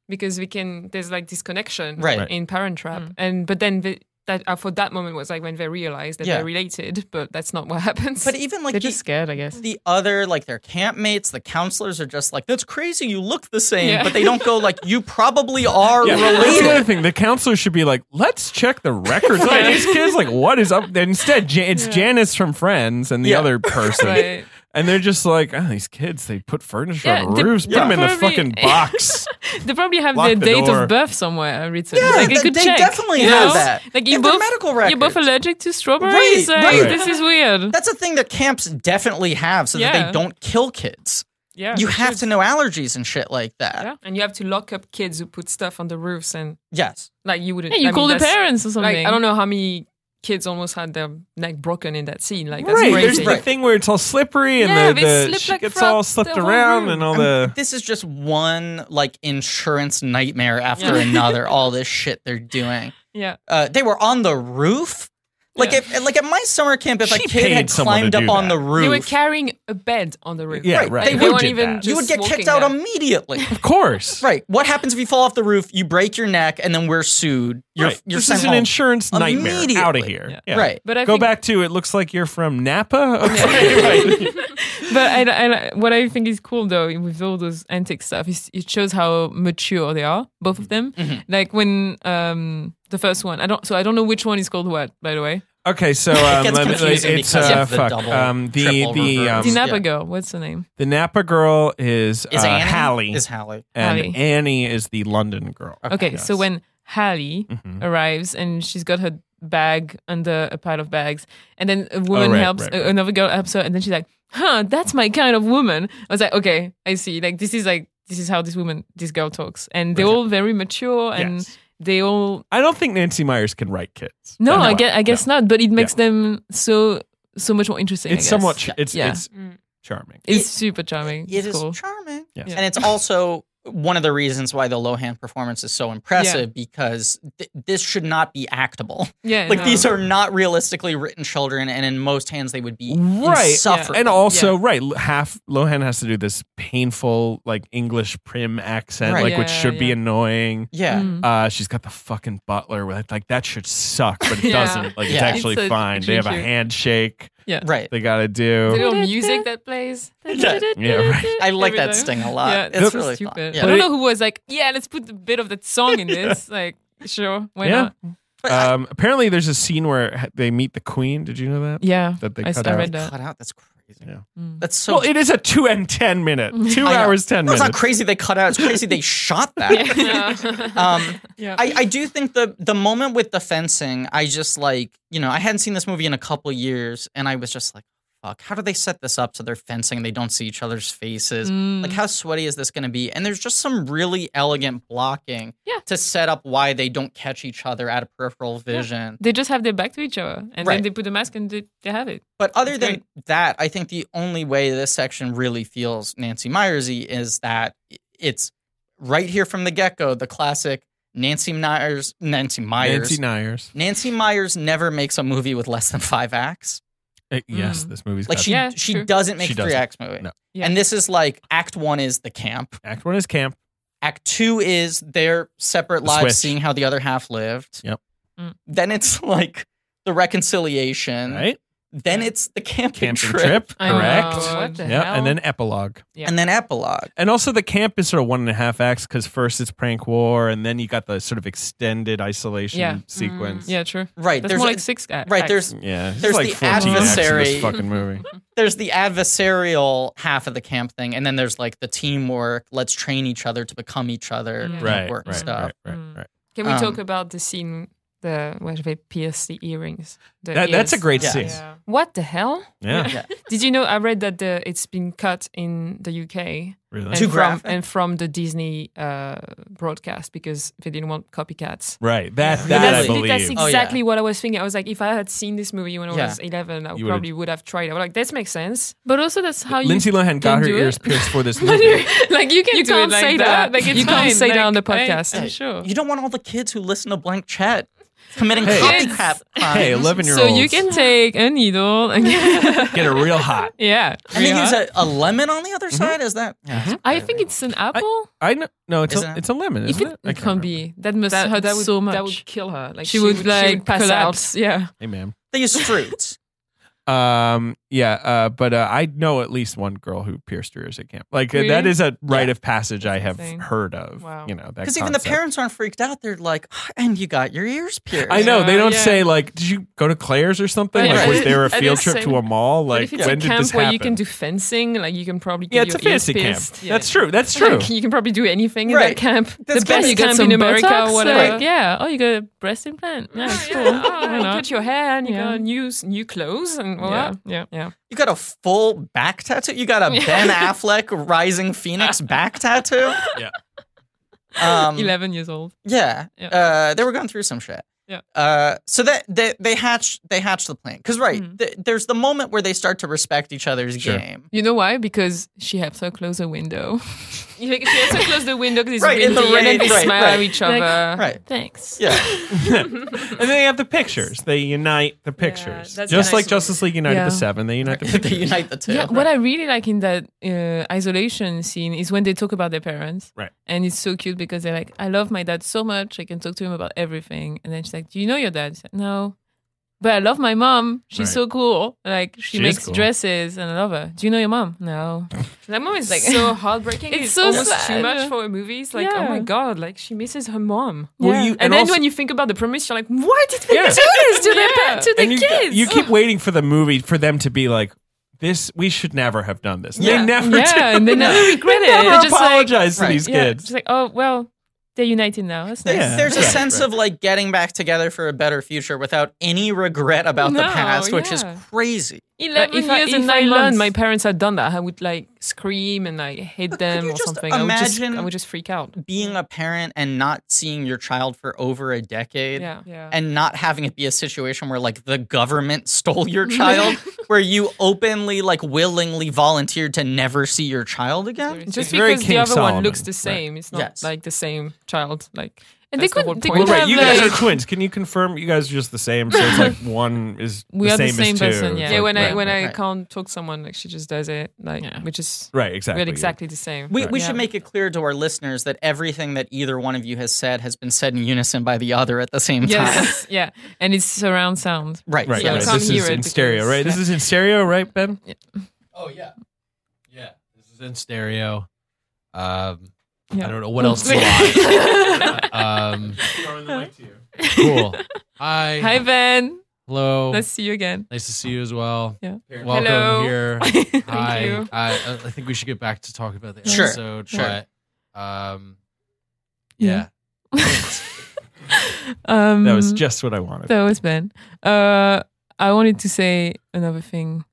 S5: because we can. There's like this connection
S2: Right.
S4: Mm-hmm.
S5: in Parent Trap, and but then they, that I thought that moment was like when they realized that
S2: Yeah.
S5: they're related, but that's not what (laughs) happens.
S2: But even like
S4: They're
S2: the-
S4: just scared, I guess.
S2: the other like their campmates, the counselors are just like, "That's crazy. You look the same,"
S5: Yeah.
S2: but they don't go like, "You probably are
S3: (laughs) Yeah, that's the
S2: related."
S3: other thing. The counselor should be like, let's check the records on these kids. Like, what
S2: (laughs)
S3: is up? Instead, Jan- it's Janice from Friends and the
S2: Yeah.
S3: other person.
S5: Right.
S3: And they're just like, oh, these kids, they put furniture
S4: Yeah,
S3: on
S4: the-
S3: roofs, put
S2: yeah.
S3: them in the
S4: Probably-
S3: fucking
S5: (laughs)
S3: box.
S4: They probably have
S3: Lock
S4: their
S3: the
S4: date
S3: door.
S4: of birth somewhere written.
S2: Yeah,
S4: like,
S2: they-
S4: they could
S2: they
S4: check.
S2: definitely
S4: you
S2: have
S4: know?
S2: that.
S4: Like you
S2: And their
S4: both
S2: medical
S4: You're both
S2: records.
S4: allergic to strawberries.
S2: Right,
S4: Like,
S2: right.
S4: This is weird.
S2: That's a thing that camps definitely have, so that
S4: Yeah.
S2: they don't kill kids.
S4: yeah.
S2: you have to know allergies and shit like that.
S4: Yeah.
S5: and you have to lock up kids who put stuff on the roofs and
S2: Yes.
S5: like you wouldn't.
S4: Yeah, you
S5: I mean,
S4: call the
S5: that's-
S4: parents or something.
S5: Like I don't know how many kids almost had their neck broken in that scene. Like that's
S3: right. There's
S5: crazy.
S3: the
S2: Right.
S3: thing where it's all slippery and
S5: Yeah,
S3: the,
S5: they
S3: the
S5: slip,
S3: shit
S5: like,
S3: gets
S5: throughout
S3: all slipped
S5: the whole
S3: around
S5: room.
S3: and all
S2: I mean,
S3: the.
S2: this is just one like insurance nightmare
S3: (laughs)
S2: after another. All this shit they're doing.
S5: Yeah.
S2: Uh, they were on the roof. Like
S5: Yeah.
S2: if like at my summer camp, if a
S3: She
S2: kid had
S3: paid someone to
S2: climbed up
S3: do
S2: on
S3: that.
S2: the roof,
S5: They were carrying a bed on the roof.
S3: Yeah,
S2: Right,
S3: right.
S2: they
S3: Who
S2: weren't
S3: did
S5: even-
S3: that?
S2: you would
S5: just
S2: get kicked
S5: walking
S2: out
S5: there.
S2: immediately.
S3: (laughs) Of course.
S2: Right. What happens if you fall off the roof? You break your neck, and then we're sued. You're,
S3: Right.
S2: you're
S3: this
S2: sent
S3: is an
S2: home.
S3: insurance nightmare.
S2: Immediately.
S3: Out of here.
S4: Yeah.
S3: Yeah.
S2: Right.
S5: But I
S3: Go
S5: think
S3: back to it looks like you're from
S5: (laughs)
S3: Napa. Okay. right.
S4: but I, I, what I think is cool though with all those antic stuff is it shows how mature they are, both
S3: Mm-hmm.
S4: of them. Like when um the first one, I don't. So I don't know which one is called what, by the way.
S3: Okay,
S2: (laughs)
S3: so um,
S2: gets
S3: let me-
S2: confusing
S3: it's
S2: because
S3: uh,
S2: of the
S3: fuck.
S2: double,
S3: um, the
S2: triple
S3: the
S2: reverse.
S4: The
S3: um,
S2: Yeah.
S4: Napa girl. What's the name?
S3: the Napa girl is,
S2: Is
S3: uh,
S2: Annie?
S3: Hallie,
S2: Is Hallie?
S3: and
S4: Hallie.
S3: Annie is the London girl.
S4: Okay, so
S3: Yes.
S4: when Hallie
S3: Mhm.
S4: arrives and she's got her bag under a pile of bags, and then a woman
S3: Oh, right,
S4: helps
S3: right, right.
S4: another girl helps her, and then she's like, "Huh, that's my kind of woman." I was like, "Okay, I see. Like this is like this is how this woman, this girl talks, and they're
S3: Right.
S4: all very mature and."
S3: Yes.
S4: They all
S3: I don't think Nancy Myers can write kids.
S4: No, I
S3: No,
S4: guess, I guess not. But it makes them so so much more interesting. I
S3: it's
S4: guess.
S3: somewhat ch- it's
S4: Yeah.
S3: it's
S5: Mm.
S3: charming.
S4: It's super charming.
S2: It
S4: it's
S2: is
S4: cool.
S2: charming.
S3: Yes.
S4: Yeah.
S2: And it's also one of the reasons why the Lohan performance is so impressive because th- this should not be actable.
S4: yeah,
S2: (laughs) Like
S4: no.
S2: these are not realistically written children, and in most hands they would be
S3: Right.
S2: insufferable.
S3: And also, right, l- half Lohan has to do this painful like English prim accent,
S2: Right. Mm-hmm.
S3: like which
S4: Yeah,
S3: should be
S4: yeah.
S3: annoying.
S2: yeah,
S4: Mm.
S3: Uh, she's got the fucking butler with like that should suck,
S4: (laughs)
S3: but it
S5: Yeah.
S3: doesn't. Like it's
S2: Yeah.
S3: actually
S4: It's a-
S3: fine.
S4: it's
S3: They have a
S4: cute.
S3: handshake
S4: (laughs)
S2: right.
S3: they gotta
S5: the
S3: do.
S5: little music that plays.
S2: Yeah.
S3: Yeah, right.
S2: I like
S4: Every
S2: that
S4: time.
S2: sting a lot.
S4: Yeah,
S2: It's
S4: it's
S2: really fun.
S4: stupid.
S2: Yeah.
S4: I don't know who was like, yeah, let's put a bit of that song in
S2: (laughs)
S4: this. Like, sure, why
S3: Yeah.
S4: not?
S2: But I-
S3: Um, apparently, there's a scene where ha- they meet the queen. Did you know that?
S4: Yeah,
S3: That they
S4: I,
S3: cut
S4: I
S3: out.
S4: read that.
S2: cut out. That's crazy.
S3: Yeah.
S4: Mm.
S2: That's so.
S3: Well, it is a two and ten minute,
S4: Mm-hmm.
S3: two
S2: I know.
S3: hours ten
S2: No, it's
S3: minutes.
S2: not crazy they cut out. It's crazy they shot
S4: (laughs)
S2: that. Um,
S4: (laughs) Yeah.
S2: I, I do think the the moment with the fencing, I just like, you know, I hadn't seen this movie in a couple years and I was just like, fuck, how do they set this up so they're fencing and they don't see each other's faces?
S4: Mm.
S2: Like how sweaty is this gonna be? And there's just some really elegant blocking
S4: Yeah.
S2: to set up why they don't catch each other out of peripheral vision.
S4: they just have their back to each other, and
S2: Right.
S4: then they put the mask and they, they have it.
S2: But other
S4: That's
S2: than that, I think the only way this section really feels Nancy Myersy is that it's right here from the get-go, the classic Nancy Myers Nancy Myers
S3: Nancy Myers.
S2: Nancy Myers never makes a movie with less than five acts.
S3: Uh, yes,
S4: Mm.
S3: this movie's
S2: Like
S3: got
S2: she
S4: Yeah,
S2: she
S4: true.
S2: doesn't make
S3: She
S2: a three
S3: doesn't.
S2: acts movie.
S3: No.
S4: Yeah.
S2: And this is like act one is the camp.
S3: act one is camp.
S2: Act two is their separate
S3: The
S2: lives
S3: switch.
S2: seeing how the other half lived.
S3: Yep.
S4: Mm.
S2: Then it's like the reconciliation.
S3: Right,
S2: Then it's Mm. the camping,
S3: camping
S2: trip.
S3: trip,
S4: I
S3: correct?
S4: know. What the
S3: yeah,
S4: hell?
S3: and then epilogue.
S4: Yeah.
S2: And then epilogue.
S3: And also, the camp is sort of one and a half acts because first it's prank war, and then you got the sort of extended isolation
S4: Yeah. Mm,
S3: sequence.
S4: Yeah, true.
S2: Right.
S4: That's
S2: there's
S4: more
S2: a-
S4: like six. a-
S2: right,
S4: acts.
S2: there's
S3: yeah. it's
S2: There's
S3: like
S2: the
S3: 14 acts in this
S2: adversary.
S3: fucking
S4: (laughs)
S3: movie.
S2: there's the adversarial half of the camp thing, and then there's like the teamwork, let's train each other to become each other,
S4: Yeah.
S3: right,
S2: teamwork
S3: right,
S2: stuff.
S3: right, right,
S4: Mm.
S3: right.
S5: Can we talk
S2: Um,
S5: about the scene the where they pierce the earrings? The
S3: That, that's a
S5: ears?
S3: great
S2: Yeah.
S3: scene.
S5: What the hell?
S3: Yeah,
S5: Did you know? I read that the, it's been cut in the UK.
S3: really.
S5: and
S2: Too
S5: from,
S2: graphic.
S5: and from the Disney uh, broadcast because they didn't want copycats.
S3: Right. That
S2: Yeah.
S3: that
S5: that's,
S3: I believe.
S5: that's
S2: Oh, yeah.
S5: exactly what I was thinking. I was like, if I had seen this movie when I
S2: Yeah.
S5: was 11, I
S3: You would've-
S5: probably would have tried it. I was like, this makes sense.
S4: But also, that's how you
S5: (laughs)
S3: Lindsay Lohan got
S4: can
S3: her
S4: do
S3: ears
S4: it.
S3: pierced for this movie.
S4: (laughs) like you can
S5: You
S4: do it
S5: can't
S4: like
S5: say
S4: that.
S5: that.
S4: Like it's
S5: You can't
S4: fine.
S5: say that
S4: Like,
S5: on the
S4: I-
S5: podcast.
S4: I'm sure.
S2: You don't want all the kids who listen to blank chat committing
S3: Hey.
S2: copycat crimes. (laughs)
S3: Hey, eleven year
S4: So
S3: olds.
S4: you can take a needle (laughs) and
S3: get it real
S4: (laughs)
S3: hot.
S4: yeah.
S2: and then
S4: yeah.
S2: there's a, a lemon on the other
S3: Mm-hmm.
S2: side. Is that?
S4: I think it's an apple.
S3: I know. No, it's
S2: Is
S3: a,
S2: it?
S3: it's a lemon,
S4: if
S3: isn't
S4: it,
S3: it? I
S4: it
S3: can't
S4: can't
S3: remember.
S4: be, that must
S5: That,
S4: hurt
S5: that would
S4: so much.
S5: that would kill her. Like
S4: she, would like
S5: pass
S4: collapse.
S5: out.
S4: Yeah.
S3: Hey, ma'am.
S2: They use fruit.
S3: Um. Yeah. Uh. But uh, I know at least one girl who pierced her ears at camp. Like uh, that
S4: Really?
S3: is a rite of passage I have
S4: insane.
S3: heard of.
S4: Wow.
S3: You know (laughs) that
S2: Because even the
S3: concept.
S2: parents aren't freaked out. They're like, "Ah, and you got your ears pierced.
S3: I know they
S4: Yeah,
S3: don't
S4: yeah.
S3: say like, did you go to Claire's or something?
S4: Yeah,
S3: Like,
S4: right.
S3: was there a
S4: I
S3: field
S4: didn't
S3: trip
S4: say-
S3: to a mall?
S5: Like,
S3: Like,
S5: if it's
S3: when
S5: a
S3: did
S5: camp
S3: this
S5: where
S3: happen?
S5: you can do fencing, like you can probably get
S3: yeah, it's a
S5: your ears
S3: fancy camp.
S5: pierced. Yeah.
S3: That's true. That's true.
S5: (laughs) Like, you can probably do anything in
S2: Right.
S5: that camp.
S2: That's
S5: the best
S2: good.
S4: you
S5: camp
S4: got some
S5: in America
S4: Botox,
S5: or
S4: like,
S5: whatever.
S4: (laughs) yeah. Oh, you got a breast implant. Yeah, it's cool.
S5: Yeah, oh,
S4: Why
S5: you
S4: not?
S5: cut your hair and you
S4: Yeah.
S5: got new new clothes and all
S4: yeah,
S5: that.
S4: yeah, yeah.
S2: You got a full back tattoo. You got a
S3: (laughs)
S2: Ben Affleck Rising Phoenix back tattoo.
S3: Yeah.
S2: Um,
S4: Eleven years old.
S2: Yeah.
S4: Yeah.
S2: Uh, they were going through some shit.
S4: Yeah.
S2: Uh, so that they, they hatch they hatch the plan because right
S4: Mhm.
S2: th- there's the moment where they start to respect each other's
S3: Mm-hmm. Sure.
S2: game.
S4: You know why? Because she helps her close a window.
S5: You think she has to close the window because it's
S2: Right, in
S5: windy
S2: the
S5: and then
S2: rain,
S5: they
S2: right,
S5: smile
S2: right.
S5: at each
S4: Like,
S5: other.
S2: Right. (laughs)
S4: Thanks.
S2: Yeah.
S3: (laughs) and then they have the pictures. They unite the pictures,
S5: that's
S3: just
S5: nice.
S3: like Justice League united
S4: Yeah.
S3: the Seven. (laughs) They unite the pictures.
S2: they unite the two.
S4: Yeah, what I really like in that uh, isolation scene is when they talk about their parents.
S3: Right.
S4: And it's so cute because they're like, I love my dad so much. I can talk to him about everything. And then she's like, Do you know your dad? She's like, no. But I love my mom. She's
S3: Right.
S4: so cool. Like, she,
S3: She is
S4: makes
S3: cool.
S4: dresses and I love her. Do you know your mom?
S3: (laughs)
S4: No.
S5: That moment is
S4: Like-
S5: so heartbreaking.
S4: It's
S5: It's,
S4: so
S5: almost
S4: sad.
S5: too much for a movie. It's like, oh
S4: Yeah.
S5: my god, like she misses her mom.
S3: Well, you-
S5: And,
S3: and
S5: then
S3: also-
S5: when you think about the premise, you're like, why did they
S3: Yeah.
S5: do this to their
S4: Yeah.
S5: pa- to
S3: and
S5: the
S3: you,
S5: kids?
S3: you keep waiting for the movie for them to be like, this, we should never have done this. And
S2: Yeah.
S3: They never
S4: yeah.
S3: do.
S4: And uh,
S3: (laughs)
S4: they never regret
S3: They
S4: it.
S3: never
S4: They're just like,
S3: apologize to
S2: Right.
S3: these
S4: yeah.
S3: kids.
S4: She's like, Oh, well, they're united now. That's nice.
S2: There-
S3: Yeah.
S2: There's a
S3: Right,
S2: sense
S3: right.
S2: of like getting back together for a better future without any regret about the
S4: No,
S2: past, which is
S4: yeah.
S2: crazy.
S5: Like,
S4: 11
S5: if I,
S4: years and
S5: if I
S4: nine
S5: learned
S4: months.
S5: my parents had done that, I would like scream and like hit them
S2: you
S5: or
S2: just
S5: something. I would just,
S2: imagine-
S5: I would just freak out.
S2: Being a parent and not seeing your child for over a decade.
S5: Yeah, yeah.
S2: And not having it be a situation where like the government stole
S4: (laughs)
S2: your child, where you openly like willingly volunteered to never see your child again.
S5: just
S3: very
S5: because
S3: King
S5: the other
S3: Solomon,
S5: one looks the
S3: right.
S5: same, it's not
S2: Yes.
S5: like the same child. Like,
S4: And
S5: that's
S4: they
S5: the whole
S4: could, they
S5: point.
S4: could
S3: Well, right,
S4: have
S3: you
S4: like,
S3: guys are twins. Can you confirm you guys are just the same? So it's like one is
S4: We
S3: the
S4: are the
S3: same,
S4: same
S3: as two.
S4: person,
S3: It's
S4: yeah.
S3: like,
S5: yeah, when I
S3: right,
S5: when
S3: right.
S5: I
S2: right.
S5: can't talk to someone, like she just does it, like
S4: Yeah.
S5: which is
S3: right exactly
S5: we're exactly the same.
S2: We, we
S5: Yeah.
S2: should make it clear to our listeners that everything that either one of you has said has been said in unison by the other at the same
S4: (laughs)
S2: time.
S4: Yes, yeah. And it's surround sound.
S2: Right.
S3: Right,
S5: Yeah,
S3: right.
S5: I can't
S3: This
S5: hear
S3: is
S5: it
S3: in stereo,
S5: because-
S3: right? This is in stereo, right, Ben?
S6: Oh yeah, yeah. This is in stereo. Um,
S4: Yeah.
S6: I don't know
S4: (laughs)
S6: what
S5: (laughs)
S6: else to watch. um,
S5: (laughs)
S6: cool. Hi.
S4: Hi, Ben.
S6: Hello.
S4: Nice to see you again. (laughs)
S6: nice to see you as well.
S4: Yeah.
S6: Welcome
S5: Hello. (laughs)
S6: here.
S4: Thank
S6: Hi.
S4: you.
S6: I, I think we should get back to talking about the
S2: Sure,
S6: episode.
S2: sure.
S6: But, um,
S4: Yeah.
S6: yeah.
S4: Um,
S3: That was just what I wanted.
S4: (laughs) that was Ben. Uh, I wanted to say another thing.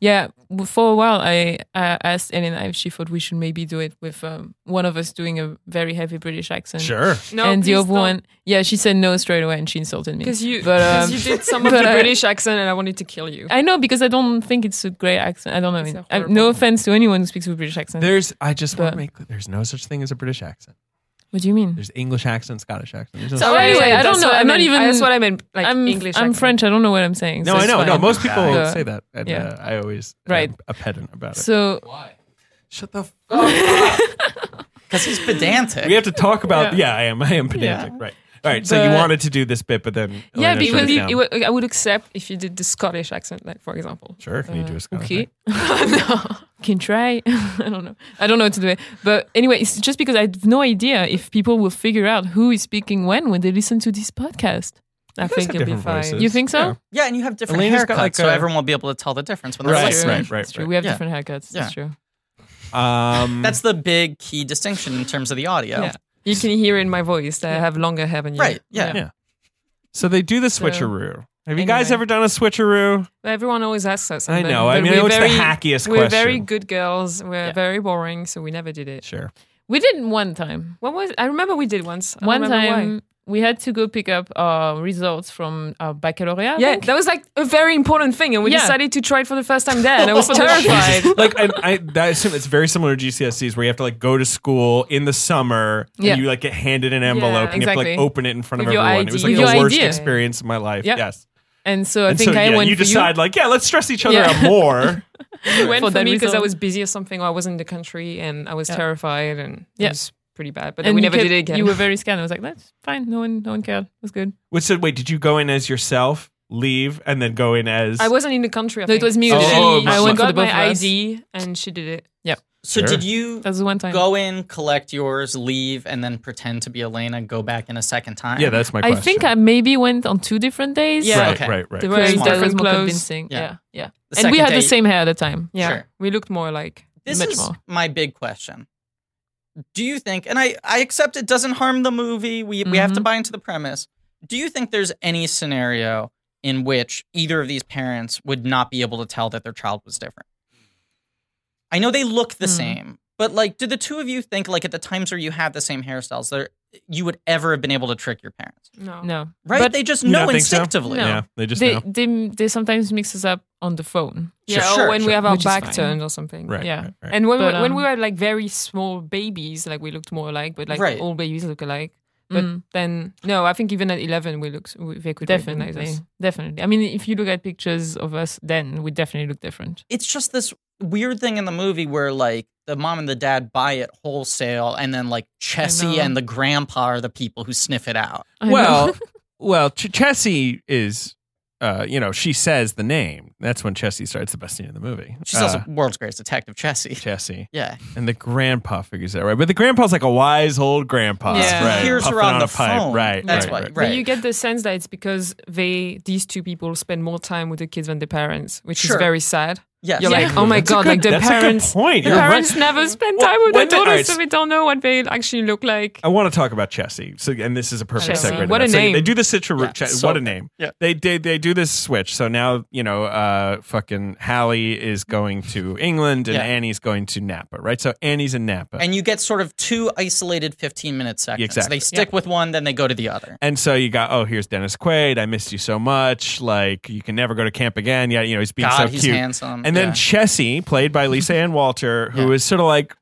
S4: Yeah, w- for a while, I, I asked Elena if she thought we should maybe do it with um, one of us doing a very heavy British accent.
S3: Sure.
S5: No,
S4: and the
S5: please
S4: other
S5: don't.
S4: one, yeah, she said no straight away, and she insulted me.
S5: Because you,
S4: But,
S5: because
S4: um,
S5: you did some of the
S4: but I-
S5: British accent, and I wanted to kill you.
S4: I know because I don't think it's a great accent. I don't know. I
S5: It's
S4: mean,
S5: a
S4: I- no
S5: horrible-
S4: offense to anyone who speaks with British accent.
S3: There's, I just want
S4: But-
S3: to make clear, there's no such thing as a British accent.
S4: what do you mean?
S3: There's English accent, Scottish accent. There's no
S4: So
S3: such-
S4: anyway, Oh, I don't
S5: that's
S4: know.
S5: what
S4: I'm not
S5: meant.
S4: even-
S5: That's what I meant. Like
S4: I'm
S5: English.
S4: I'm
S5: accent.
S4: French. I don't know what I'm saying.
S3: no,
S4: so
S3: I
S4: it's
S3: know. No,
S4: fine.
S3: most people
S4: Yeah.
S3: say that. And,
S4: Yeah.
S3: uh, I always
S4: Right.
S3: am a pedant about it.
S4: So
S6: Why?
S3: Shut the
S2: Because he's pedantic.
S3: We have to talk about. Yeah, I am. I am pedantic. Right. All right. So you
S4: But-
S3: wanted to do this bit, but then
S5: Yeah,
S3: Elena shut
S5: because
S3: it
S5: you,
S3: down.
S5: it would- I would accept if you did the Scottish accent, like for example.
S3: sure. Can you do a Scottish?
S4: Uh, okay,
S3: accent?
S4: (laughs)
S5: no.
S4: can try. (laughs) I don't know. I don't know what to do. But anyway, it's just because I have no idea if people will figure out who is speaking when when they listen to this podcast.
S5: I
S3: guys
S5: think
S3: have
S5: you'll be
S3: different
S5: fine.
S3: voices.
S4: You think so?
S3: Yeah.
S2: Yeah, and you have different
S3: Elena's
S2: haircuts,
S3: got, like,
S2: so
S3: a-
S2: everyone will be able to tell the difference when they're
S3: Right,
S2: listening.
S3: right, right,
S4: It's true.
S3: right.
S4: We have
S2: Yeah.
S4: different haircuts.
S2: Yeah.
S4: That's true.
S2: (laughs)
S3: Um,
S2: That's the big key distinction in terms of the audio.
S5: Yeah. You can hear in my voice that I have longer hair than you.
S2: Right, yeah.
S3: Yeah. so they do the switcheroo. have you guys
S5: anyway.
S3: ever done a switcheroo?
S5: But everyone always asks us.
S3: I
S5: and then-
S3: know. I
S5: but
S3: mean, I
S5: we're
S3: know it's the
S5: very-
S3: hackiest
S5: We're
S3: question.
S5: very good girls. We're
S2: Yeah.
S5: very boring, so we never did it.
S3: Sure.
S4: We did one time.
S5: What was? I remember we did once. I don't
S4: One
S5: remember
S4: time we had to go pick up our results from our baccalaureate. I
S5: Yeah,
S4: think.
S5: that was like a very important thing, and we
S4: Yeah.
S5: decided to try it for the first time
S4: (laughs)
S5: there, and I was
S4: For the- (laughs)
S5: terrified.
S3: like I, I that assume it's very similar to GCSEs where you have to like go to school in the summer
S4: Yeah.
S3: and you like get handed an envelope
S5: Yeah,
S3: and you have to like
S4: exactly.
S3: open it in front of
S5: With your
S3: everyone. It was like
S5: ID.
S3: the
S4: With your
S3: worst
S4: idea.
S3: experience of my life.
S4: Yeah.
S3: Yes.
S4: and so I
S3: and
S4: think
S3: so
S4: I
S3: yeah,
S4: went
S3: you
S4: for
S3: decide like, yeah, let's stress each other
S4: Yeah. (laughs)
S3: out more.
S5: It went
S4: For
S5: for,
S4: that
S5: me because I
S4: reason.
S5: was busy or something, or I was in the country, and I was
S4: Yeah.
S5: terrified, and
S4: Yeah.
S5: it was pretty bad. But
S4: you.
S5: then we
S4: you
S5: never
S4: kept-
S5: did it again.
S4: You were (laughs) very scared. I was like, that's fine. No one, no one cared. It was good.
S3: Which said, wait, did you go in as yourself, leave, and then go in as
S5: (laughs) I wasn't in the country. I
S4: No, it
S5: think.
S4: was me.
S2: Oh,
S4: who did it.
S3: oh,
S4: I
S3: she
S4: went for the
S5: got
S4: both
S5: my
S4: of us.
S5: ID, and she did it.
S2: So
S3: Sure.
S2: did you
S4: That was the one time.
S2: go in, collect yours, leave, and then pretend to be Elena, go back in a second time?
S3: Yeah, that's my
S4: I
S3: question.
S4: think I maybe went on two different days.
S5: Yeah.
S3: Right,
S2: okay.
S3: right, right.
S5: They were
S4: Because
S5: in
S2: Smart.
S4: that was
S5: different
S4: more
S5: clothes.
S4: convincing.
S2: Yeah.
S4: Yeah, yeah.
S2: The
S4: and we had
S2: second
S4: the
S2: date-
S4: same hair at the time.
S5: Yeah,
S2: Sure.
S5: we looked more like
S2: This
S4: much
S2: is
S4: more.
S2: my big question. Do you think, and I, I accept it doesn't harm the movie, we, we have to
S4: Mhm.
S2: buy into the premise. Do you think there's any scenario in which either of these parents would not be able to tell that their child was different? I know they look the
S4: Hmm.
S2: same, but like, do the two of you think, like, at the times where you had the same hairstyles, there you would ever have been able to trick your parents?
S5: no.
S4: No,
S2: Right?
S4: But
S2: they just
S3: You
S2: know
S3: don't think so?
S2: instinctively.
S4: No.
S3: Yeah, they just
S4: they,
S3: know.
S4: they they sometimes mix us up on the phone.
S5: Yeah,
S2: Sure,
S5: or when we
S2: sure.
S5: have our
S4: Which is
S5: back
S4: fine.
S5: turned or something.
S3: Right.
S4: yeah.
S3: right, right.
S5: And when
S4: But,
S5: we, when we
S4: um,
S5: were like very small babies, like we looked more alike, but like
S2: Right.
S5: all babies look alike. But
S4: Mm.
S5: then no, I think even at eleven we looked we, they could recognize
S4: Definitely,
S5: us.
S4: definitely. I mean, if you look at pictures of uh, us, then we definitely look different.
S2: It's just this weird thing in the movie where like the mom and the dad buy it wholesale and then like Chessie
S4: know.
S2: and the grandpa are the people who sniff it out.
S4: I know. (laughs)
S3: well, well, Ch- Chessie is, uh, you know, she says the name. That's when Chessie starts the best scene in the movie.
S2: She's
S3: uh, (laughs)
S2: also world's greatest detective, Chessie. (laughs)
S3: Chessie.
S2: Yeah.
S3: And the grandpa figures that right, but the grandpa's like a wise old grandpa.
S5: Yeah.
S3: right?
S2: Hears her
S3: puffing
S2: on
S3: on
S2: the
S3: a pipe,
S2: phone.
S3: right?
S2: That's
S3: right,
S2: why,
S3: right.
S2: right.
S5: But you get the sense that it's because they these two people spend more time with the kids than the parents, which
S2: Sure.
S5: is very sad.
S2: Yes.
S5: You're
S4: Yeah.
S5: like, oh my
S3: That's a
S5: god, like
S3: good-
S5: the
S3: that's a good
S5: parents,
S3: point.
S5: the
S3: You're right.
S5: parents never spend time
S3: Well,
S5: with their
S3: when they-
S5: daughters,
S3: alright,
S5: so we don't know what they actually look like.
S3: I want to talk about Chessie. So, and this is a perfect
S5: Chessie.
S3: segue. to
S5: What
S3: that.
S5: a
S3: So
S5: name.
S3: they do the situ-
S2: Yeah,
S3: Ch-
S2: so
S3: what a
S2: good.
S3: name.
S2: Yeah.
S3: They, they they do this switch. So now you know, uh, fucking Hallie is going to England and
S2: Yeah.
S3: Annie's going to Napa, right? So Annie's in Napa, and,
S2: And you get sort of two isolated 15 minute sections.
S3: Exactly.
S2: They stick with one, then they go to the other.
S3: so you got oh here's Dennis Quaid. I missed you so much. Like you can never go to camp again. Yeah, you know he's being
S2: God,
S3: so
S2: he's
S3: cute.
S2: handsome.
S3: And then
S2: Yeah.
S3: Chessie, played
S2: (laughs)
S3: by Lisa Ann Walter, who is
S2: Yeah.
S3: sort of like.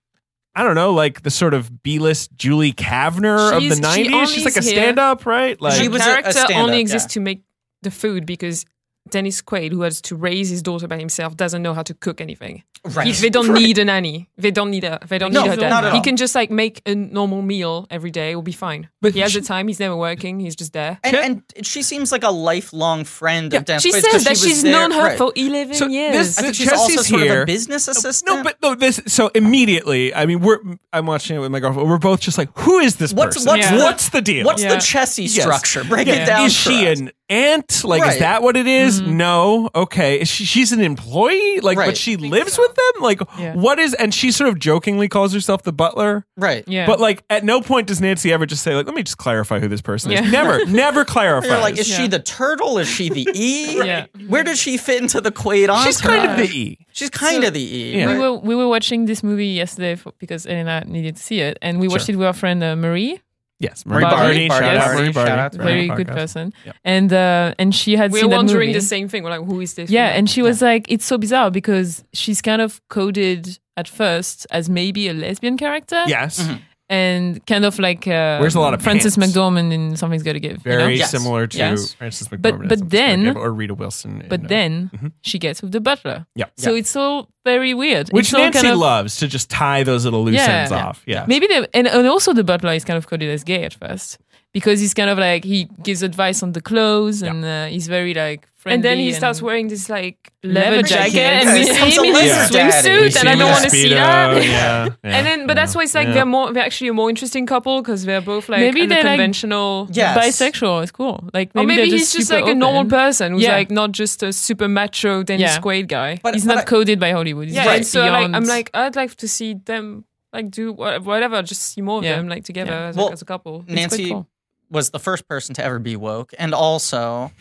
S3: I don't know, like the sort of B-list Julie Kavner
S5: She's-
S3: of
S5: she
S3: the '90s. She's like a
S5: only's here-
S3: stand-up, right? Like
S5: The
S2: She was a- a
S5: character
S2: stand-up,
S5: only
S2: yeah.
S5: exists to make the food because Dennis Quaid, who has to raise his daughter by himself, doesn't know how to cook anything. He-
S2: (laughs) right.
S5: they don't need a nanny. They don't need a. They don't
S2: No,
S5: need her.
S2: not
S5: dad.
S2: at
S5: He
S2: all.
S5: can just like make a normal meal every day. It will be fine.
S3: But
S5: he has
S3: she-
S5: the time. He's never working. He's just there.
S2: And, and she seems like a lifelong friend of Dennis
S5: she
S2: Quaid's 'cause
S5: says that
S2: she was
S5: she's
S2: there-
S5: known her
S2: right.
S5: for eleven
S3: So
S5: years.
S3: this-
S2: I think
S3: Th-
S2: she's also
S3: Chessie's
S2: sort of a
S3: here.
S2: business assistant.
S3: No, but no, this. So immediately, I mean, we're. I'm watching it with my girlfriend. We're both just like, who is this
S2: What's-
S3: person?
S2: what's
S4: Yeah. the-
S3: What's the deal?
S2: What's the
S4: Yeah.
S2: Chessie
S3: Yes.
S2: structure? Break
S3: Yeah.
S2: it down.
S3: Is she
S2: for us.
S3: an aunt? Like,
S2: Right. Mm-hmm.
S3: is that what it is? No. Okay. Is she, she's an employee. Like,
S2: Right.
S3: but she lives with them. Like,
S4: Yeah.
S3: what is? And she sort of jokingly calls herself the butler.
S2: right?
S4: yeah,
S3: But like, at no point does Nancy ever just say, like, let me just clarify who this person
S4: Yeah.
S3: is.
S4: (laughs)
S3: Never, never clarifies.
S2: You're like, is she
S4: Yeah.
S2: the turtle? Is
S4: (laughs)
S2: she the E?
S4: Yeah.
S2: Where does she fit into the Quaid entourage?
S3: she's kind of the E.
S2: She's kind
S4: So-
S2: of the E.
S3: Yeah.
S4: we
S2: right?
S4: were we were watching this movie yesterday for, because Elena needed to see it, and we watched
S3: Sure.
S4: it with our friend uh, Marie,
S3: Yes, Marie
S2: Barty.
S3: Barty. Shout
S2: Yes.
S3: out Marie Barty.
S2: Shout out to Marie
S4: very
S3: Podcast.
S4: good person,
S3: Yep.
S4: and uh, and she had
S5: We're
S4: seen that
S5: wondering
S4: movie.
S5: the same thing. We're like, who is this?
S4: Yeah, and she was like, it's so bizarre because she's kind of coded at first as maybe a lesbian character,
S3: Yes.
S2: Mhm.
S4: and kind of like uh,
S3: Wears a lot of
S4: Frances
S3: pants.
S4: McDormand in Something's Got to Give. you know?
S3: very
S2: Yes.
S3: similar to
S2: Yes.
S3: Francis McDormand.
S4: But-
S3: as
S4: but
S3: I'm just
S4: then-
S3: gonna give- or Rita Wilson. in,
S4: But
S3: uh,
S4: then
S3: Mhm.
S4: she gets with the butler.
S3: Yeah.
S4: So it's all very weird.
S3: which
S4: It's all
S3: Nancy
S4: kind of-
S3: loves to just tie those little loose
S4: Yeah.
S3: ends
S4: Yeah.
S3: off. Yeah,
S4: Maybe the and, and also the butler is kind of coded as gay at first because he's kind of like he gives advice on the clothes and uh, he's very like friendly.
S5: and then he starts wearing this like leather
S4: Leather
S5: jacket,
S4: jacket.
S5: and we
S4: He
S5: see
S2: becomes
S5: him
S2: a
S5: in his
S2: lizard daddy. We
S5: swimsuit,
S2: see
S5: and I
S2: him
S5: don't
S2: in a
S5: want to see
S4: (laughs)
S5: that. And then, but that's why it's like they're
S3: more.
S5: more, they're actually a more interesting couple because they're both like
S4: Maybe
S5: maybe
S4: they're, like,
S5: conventional.
S2: Yes.
S4: bisexual. It's cool. Like
S5: Or
S4: maybe,
S5: maybe
S4: they're
S5: he's just
S4: super
S5: like a normal
S4: open.
S5: person who's
S4: Yeah.
S5: like not just a super macho Dennis
S4: Yeah.
S5: Quaid guy.
S2: But-
S4: He's
S2: but
S4: not
S2: I-
S4: coded by Hollywood. He's
S5: yeah,
S4: just
S5: and so like,
S4: beyond-
S5: I'm like, I'd like to see them like do wha- whatever, just see more of
S4: Yeah.
S5: them like together
S4: Yeah.
S5: as,
S2: Well,
S5: like, as a couple.
S4: It's quite
S2: Nancy
S4: cool.
S2: was the first person to ever be woke, and also,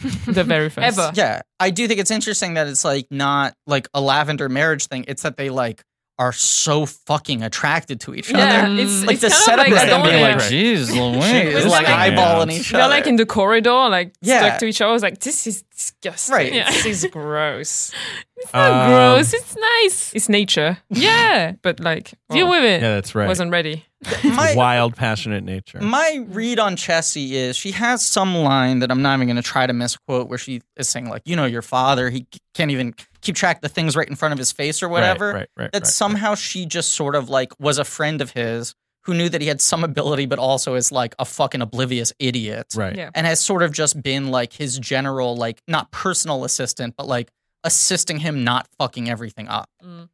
S2: (laughs)
S4: the very first
S5: Ever.
S2: yeah, I do think it's interesting that it's like not like a lavender marriage thing. It's that they like are so fucking attracted to each other.
S5: Yeah, it's,
S2: Like
S5: it's
S2: the
S5: kind
S2: setup
S5: of
S2: is
S5: like I
S2: them
S5: don't
S2: being
S5: wanna-
S2: like,
S6: Right.
S2: "Jeez, Louise,"
S5: was
S2: like
S5: like-
S2: eyeballing each
S5: They're
S2: other.
S5: like in the corridor, like
S2: Yeah.
S5: stuck to each other. I was like, this is disgusting.
S2: Right.
S4: Yeah.
S5: This (laughs) is gross.
S4: It's not
S3: Um,
S4: gross. It's nice.
S5: It's nature,
S4: Yeah.
S5: (laughs) but like,
S4: Deal
S5: well,
S4: with it.
S3: Yeah, that's right.
S5: wasn't ready.
S2: my,
S3: Wild, passionate nature.
S2: My read on Chessie is she has some line that I'm not even going to try to misquote where she is saying like, you know, your father, he c- can't even keep track of the things right in front of his face or whatever.
S3: Right, right, right,
S2: that
S3: right.
S2: somehow she just sort of like was a friend of his who knew that he had some ability but also is like a fucking oblivious idiot.
S3: Right.
S5: Yeah.
S2: And has sort of just been like his general like not personal assistant but like assisting him not fucking everything up.
S3: Mhm.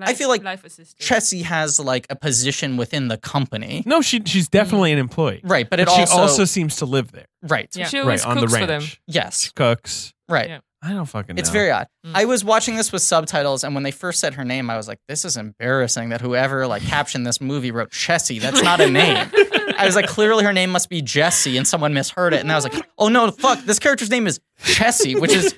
S2: I feel like
S4: life assistant.
S2: Chessie has like a position within the company.
S3: No, she she's definitely an employee.
S2: Right, but it
S3: she
S2: also,
S3: also seems to live there.
S2: right.
S5: Yeah.
S4: She
S3: Right
S4: always
S3: on the
S4: cooks
S3: ranch.
S4: for them.
S2: Yes.
S3: She cooks.
S2: Right.
S4: Yeah.
S3: I don't fucking.
S2: It's
S3: know.
S2: very odd.
S4: Mm.
S2: I was watching this with subtitles, and when they first said her name, I was like, "This is embarrassing." That whoever like captioned this movie wrote Chessie. That's not a name.
S4: (laughs)
S2: I was like, clearly her name must be Jessie, and someone misheard it. And I was like, "Oh no, fuck! This character's name is Chessie, which is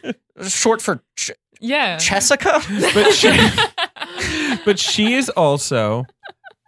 S2: short for Ch-
S4: Yeah.
S2: Chessica."
S3: but
S4: (laughs)
S3: she, but she is also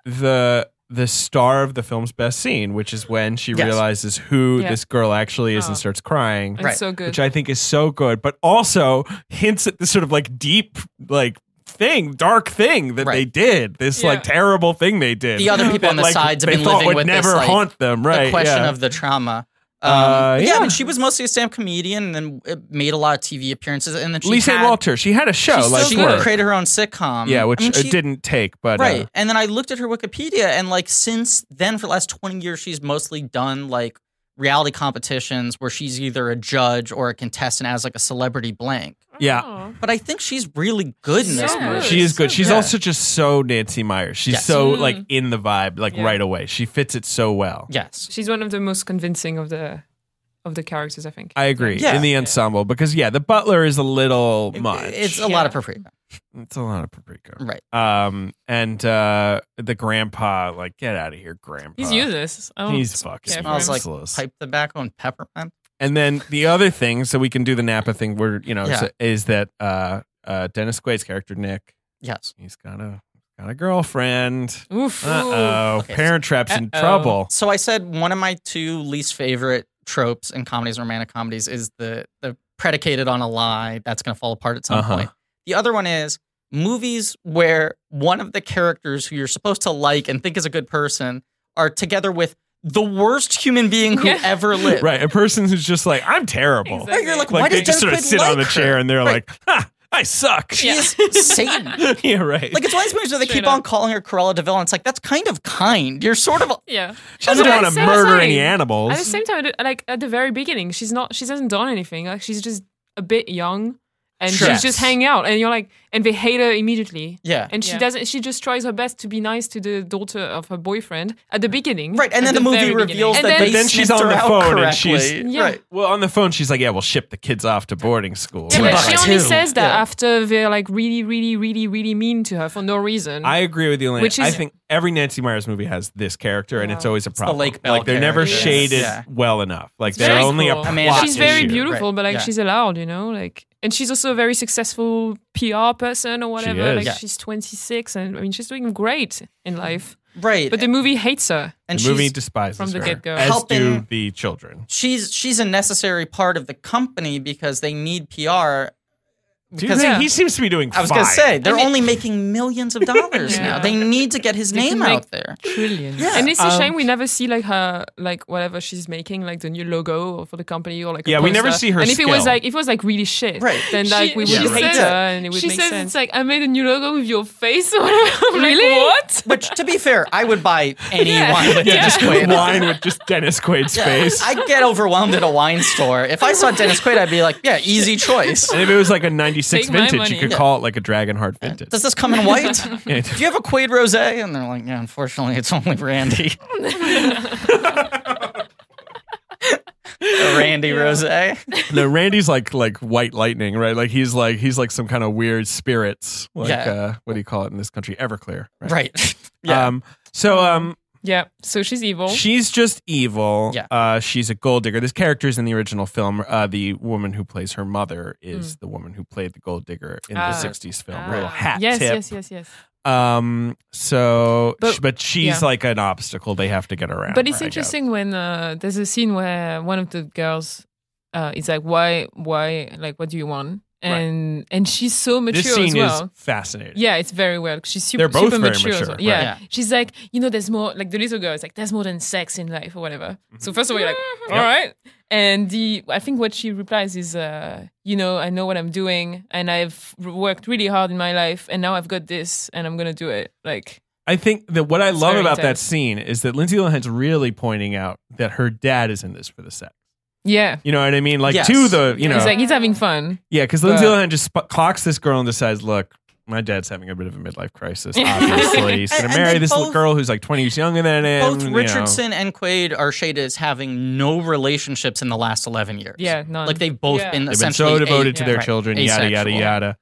S3: the the star of the film's best scene, which is when she
S2: Yes.
S3: realizes who
S4: Yeah.
S3: this girl actually is
S4: Oh.
S3: and starts crying,
S4: It's
S2: Right.
S4: so good.
S3: which I think is so good, but also hints at this sort of like deep like thing, dark thing that
S2: Right.
S3: they did, this
S4: Yeah.
S3: like terrible thing they did.
S2: The other people on the
S3: like,
S2: sides have
S3: they
S2: been
S3: thought
S2: living
S3: would
S2: with this,
S3: never
S2: like,
S3: haunt them, (laughs) right?
S2: the question
S3: yeah.
S2: of the trauma. Um,
S3: Uh,
S2: but yeah, I
S3: yeah.
S2: mean, she was mostly a stand-up comedian, and then uh, made a lot of TV appearances, and then she
S3: Lisa
S2: had,
S3: Walter, she had a show
S2: she,
S3: like
S2: she
S3: work.
S2: created her own sitcom.
S3: yeah, which
S2: I
S3: uh,
S2: mean,
S3: it
S2: she-
S3: didn't take, but
S2: right.
S3: uh,
S2: and then I looked at her Wikipedia, and like since then, for the last 20 years, she's mostly done like reality competitions where she's either a judge or a contestant as like a celebrity blank.
S3: yeah,
S5: oh,
S2: But I think she's really good in
S4: She's
S2: this
S4: so
S2: movie.
S4: good.
S3: She is good. She's
S2: Yeah.
S3: also just so Nancy Myers. She's
S2: Yes.
S3: so
S4: Mm.
S3: like in the vibe, like
S4: Yeah.
S3: right away. She fits it so well.
S2: Yes.
S5: She's one of the most convincing of the of the characters, I think.
S3: I agree.
S2: Yeah.
S3: In the ensemble, because yeah, the butler is a little much.
S2: It's a lot of paprika.
S3: it's a lot of paprika.
S2: Right.
S3: Um, and uh, the grandpa, like, get out of here, grandpa.
S2: uh,
S4: He's useless.
S5: Oh.
S4: I don't
S3: He's fucking
S4: care for him.
S2: Smells like
S3: useless.
S2: pipe tobacco and peppermint.
S3: And then the other thing, so we can do the Napa thing. Where you know,
S2: Yeah.
S3: so- is that uh, uh, Dennis Quaid's character Nick?
S2: Yes.
S3: He's got a got a girlfriend.
S4: Oof.
S3: Uh oh,
S2: Okay, so-
S3: Parent Trap's in
S4: Uh-oh.
S3: trouble.
S2: So I said one of my two least favorite tropes in comedies, romantic comedies, is the the predicated on a lie that's going to fall apart at some
S3: Uh-huh.
S2: point. The other one is movies where one of the characters who you're supposed to like and think is a good person are together with the worst human being who
S4: Yeah.
S2: ever lived.
S3: (laughs) Right, a person who's just like, I'm terrible.
S4: Exactly.
S2: Right, You're like,
S3: Like
S2: why
S3: they
S2: does
S3: just sort of
S2: Dennis
S3: sit
S2: Quaid
S3: on the
S2: like her?
S3: chair and they're
S2: Right.
S3: like, "Ha, I
S2: (laughs)
S3: suck."
S2: She
S3: Yeah.
S4: (laughs)
S2: is Satan.
S3: (laughs) yeah, right.
S2: Like it's one of these movies where they
S4: Straight
S2: keep on
S4: up.
S2: calling her Corella Deville, and it's like that's kind of kind. You're sort of
S4: Yeah.
S3: she doesn't
S4: That's
S3: want
S4: what
S3: to
S4: I was
S3: murder
S4: saying.
S3: any
S5: At the
S3: animals.
S5: same time, like at the very beginning, she's not. She hasn't done anything. Like she's just a bit young, and
S2: Sure.
S5: she's just hanging out. And you're like, and they hate her immediately.
S2: yeah.
S5: And she
S4: Yeah.
S5: doesn't. She just tries her best to be nice to the daughter of her boyfriend at the beginning.
S2: Right, and then
S4: At
S2: the,
S4: the
S2: movie
S4: very beginning.
S2: reveals
S5: And
S2: that
S5: then-
S2: they
S5: But
S3: then she's
S2: snipped
S3: on
S2: her
S3: the
S2: out
S3: phone
S2: correctly.
S3: and she's-
S5: Yeah.
S2: right.
S3: Well, on the phone, she's like, "Yeah, we'll ship the kids off to boarding school."
S5: Yeah, but she
S2: Right.
S5: only
S2: Two.
S5: says that
S2: Yeah.
S5: after they're like really, really, really, really mean to her for no reason.
S3: I agree with you, Elaine.
S5: Which
S3: I
S5: is-
S3: think every Nancy Myers movie has this character, and
S5: Yeah.
S3: it's always a problem.
S2: Lake Bell
S3: like they're never
S2: character.
S3: shaded
S2: Yeah.
S3: well enough. Like
S4: It's
S3: they're
S4: very
S3: only
S4: cool.
S3: a
S2: Amanda-
S3: plot
S5: she's very
S3: issue.
S5: beautiful,
S2: Right.
S5: but like
S2: Yeah.
S5: she's allowed, you know, like and she's also a very successful PR person or whatever.
S3: is.
S5: Like
S2: Yeah.
S5: she's 26 and I mean she's doing great in life.
S2: Right.
S5: But the movie hates her.
S2: and
S3: the movie
S2: she's-
S3: despises
S4: from the
S3: her,
S4: get-go.
S3: as do
S2: Helping-
S3: the children.
S2: she's she's a necessary part of the company because they need PR.
S3: Do you
S2: Because
S3: think he seems to be doing?
S2: I was gonna
S3: fine.
S2: say they're only making millions of dollars
S4: Yeah.
S2: now. They need to
S4: (laughs)
S2: get his name
S4: make-
S2: out there.
S4: Trillions.
S2: Yeah.
S5: And it's a
S2: Um,
S5: shame we never see like her like whatever she's making, like the new logo or for the company or like a
S3: Yeah, we never
S5: poster.
S3: see her
S5: And if it was
S3: skill.
S5: like if it was like really shit,
S2: Right.
S5: then like we would
S4: She-
S5: hate
S4: she says-
S5: her and it would
S4: She
S5: make
S4: says
S5: sense.
S4: it's like I made a new logo with your face (laughs) or whatever. I'm like,
S5: Really?
S4: what?
S2: Which, to be fair, I would buy any
S4: Yeah.
S2: wine with
S4: Yeah.
S2: Dennis (laughs) Quaid.
S3: Wine with just Dennis Quaid's face.
S2: I get overwhelmed at a wine store. If I saw Dennis Quaid, I'd be like, "Yeah, easy
S3: (laughs)
S2: choice."
S3: And if it was like a 96
S4: Take my
S3: vintage, you
S4: money. Uh,
S3: could call it like a Dragonheart vintage. (laughs)
S2: Does this come in white? Do
S3: Yeah.
S4: (laughs)
S2: you have a Quaid rosé? And they're like, "Yeah, unfortunately, it's only Randy."
S4: (laughs)
S2: A Randy rosé.
S3: no, Randy's like like white lightning, right? Like he's like he's like some kind of weird spirits. Like
S2: Yeah.
S3: uh, what do you call it in this country? Everclear.
S2: (laughs)
S3: Right.
S2: Right. Yeah.
S3: Um so um
S5: yeah, so she's
S4: Oh.
S5: evil.
S3: she's just evil.
S2: Yeah.
S3: Uh she's a gold digger. This character is in the original film. Uh the woman who plays her
S4: Hmm.
S3: mother is the woman who played the gold digger in
S5: Ah.
S3: the 60s film.
S5: Ah.
S3: Little hat
S5: yes,
S3: tip.
S5: yes, yes, yes.
S3: Um. So,
S4: But-
S3: but, but she's
S4: yeah.
S3: like an obstacle they have to get around.
S4: But
S3: I
S4: it's
S3: guess.
S4: interesting when uh, there's a scene where one of the girls uh, is like, "Why, why, like, what do you want?"
S3: Right.
S4: And and she's so mature
S3: This scene
S4: as well.
S3: is fascinating.
S4: yeah, it's very well. She's super,
S3: They're both
S4: super
S3: very
S4: mature. as
S3: mature,
S4: well.
S3: right.
S4: yeah.
S2: Yeah.
S4: she's like, you know, there's more. Like the little girl is like, there's more than sex in life or whatever.
S3: Mm-hmm.
S4: So first of all, you're (laughs) like, all right. And the I think what she replies is, uh, you know, I know what I'm doing, and I've worked really hard in my life, and now I've got this, and I'm gonna do it. Like,
S3: I think that what I
S4: It's
S3: love
S4: very
S3: about that
S4: intense.
S3: scene is that Lindsay Lohan's really pointing out that her dad is in this for the sex.
S4: yeah,
S3: You know what I mean? Like
S2: Yes. uh,
S3: to the you know
S4: he's like, he's having fun.
S3: yeah, because Lindsay
S4: but-
S3: Lohan just sp- clocks this girl and decides, look. My dad's having a bit of a
S2: (laughs)
S3: midlife crisis. Obviously, he's
S2: And-
S3: gonna
S2: and
S3: marry
S2: they
S3: this little
S2: both-
S3: girl who's like twenty years younger than him.
S2: Both
S3: you know.
S2: Richardson and Quaid are shaded as having no relationships in the last eleven years.
S4: Yeah, none.
S2: like they've both
S4: Yeah.
S2: been
S3: They've been
S2: essentially
S3: so devoted
S2: a-
S3: to their
S2: right,
S3: children, yada yada
S2: asexual.
S3: yada.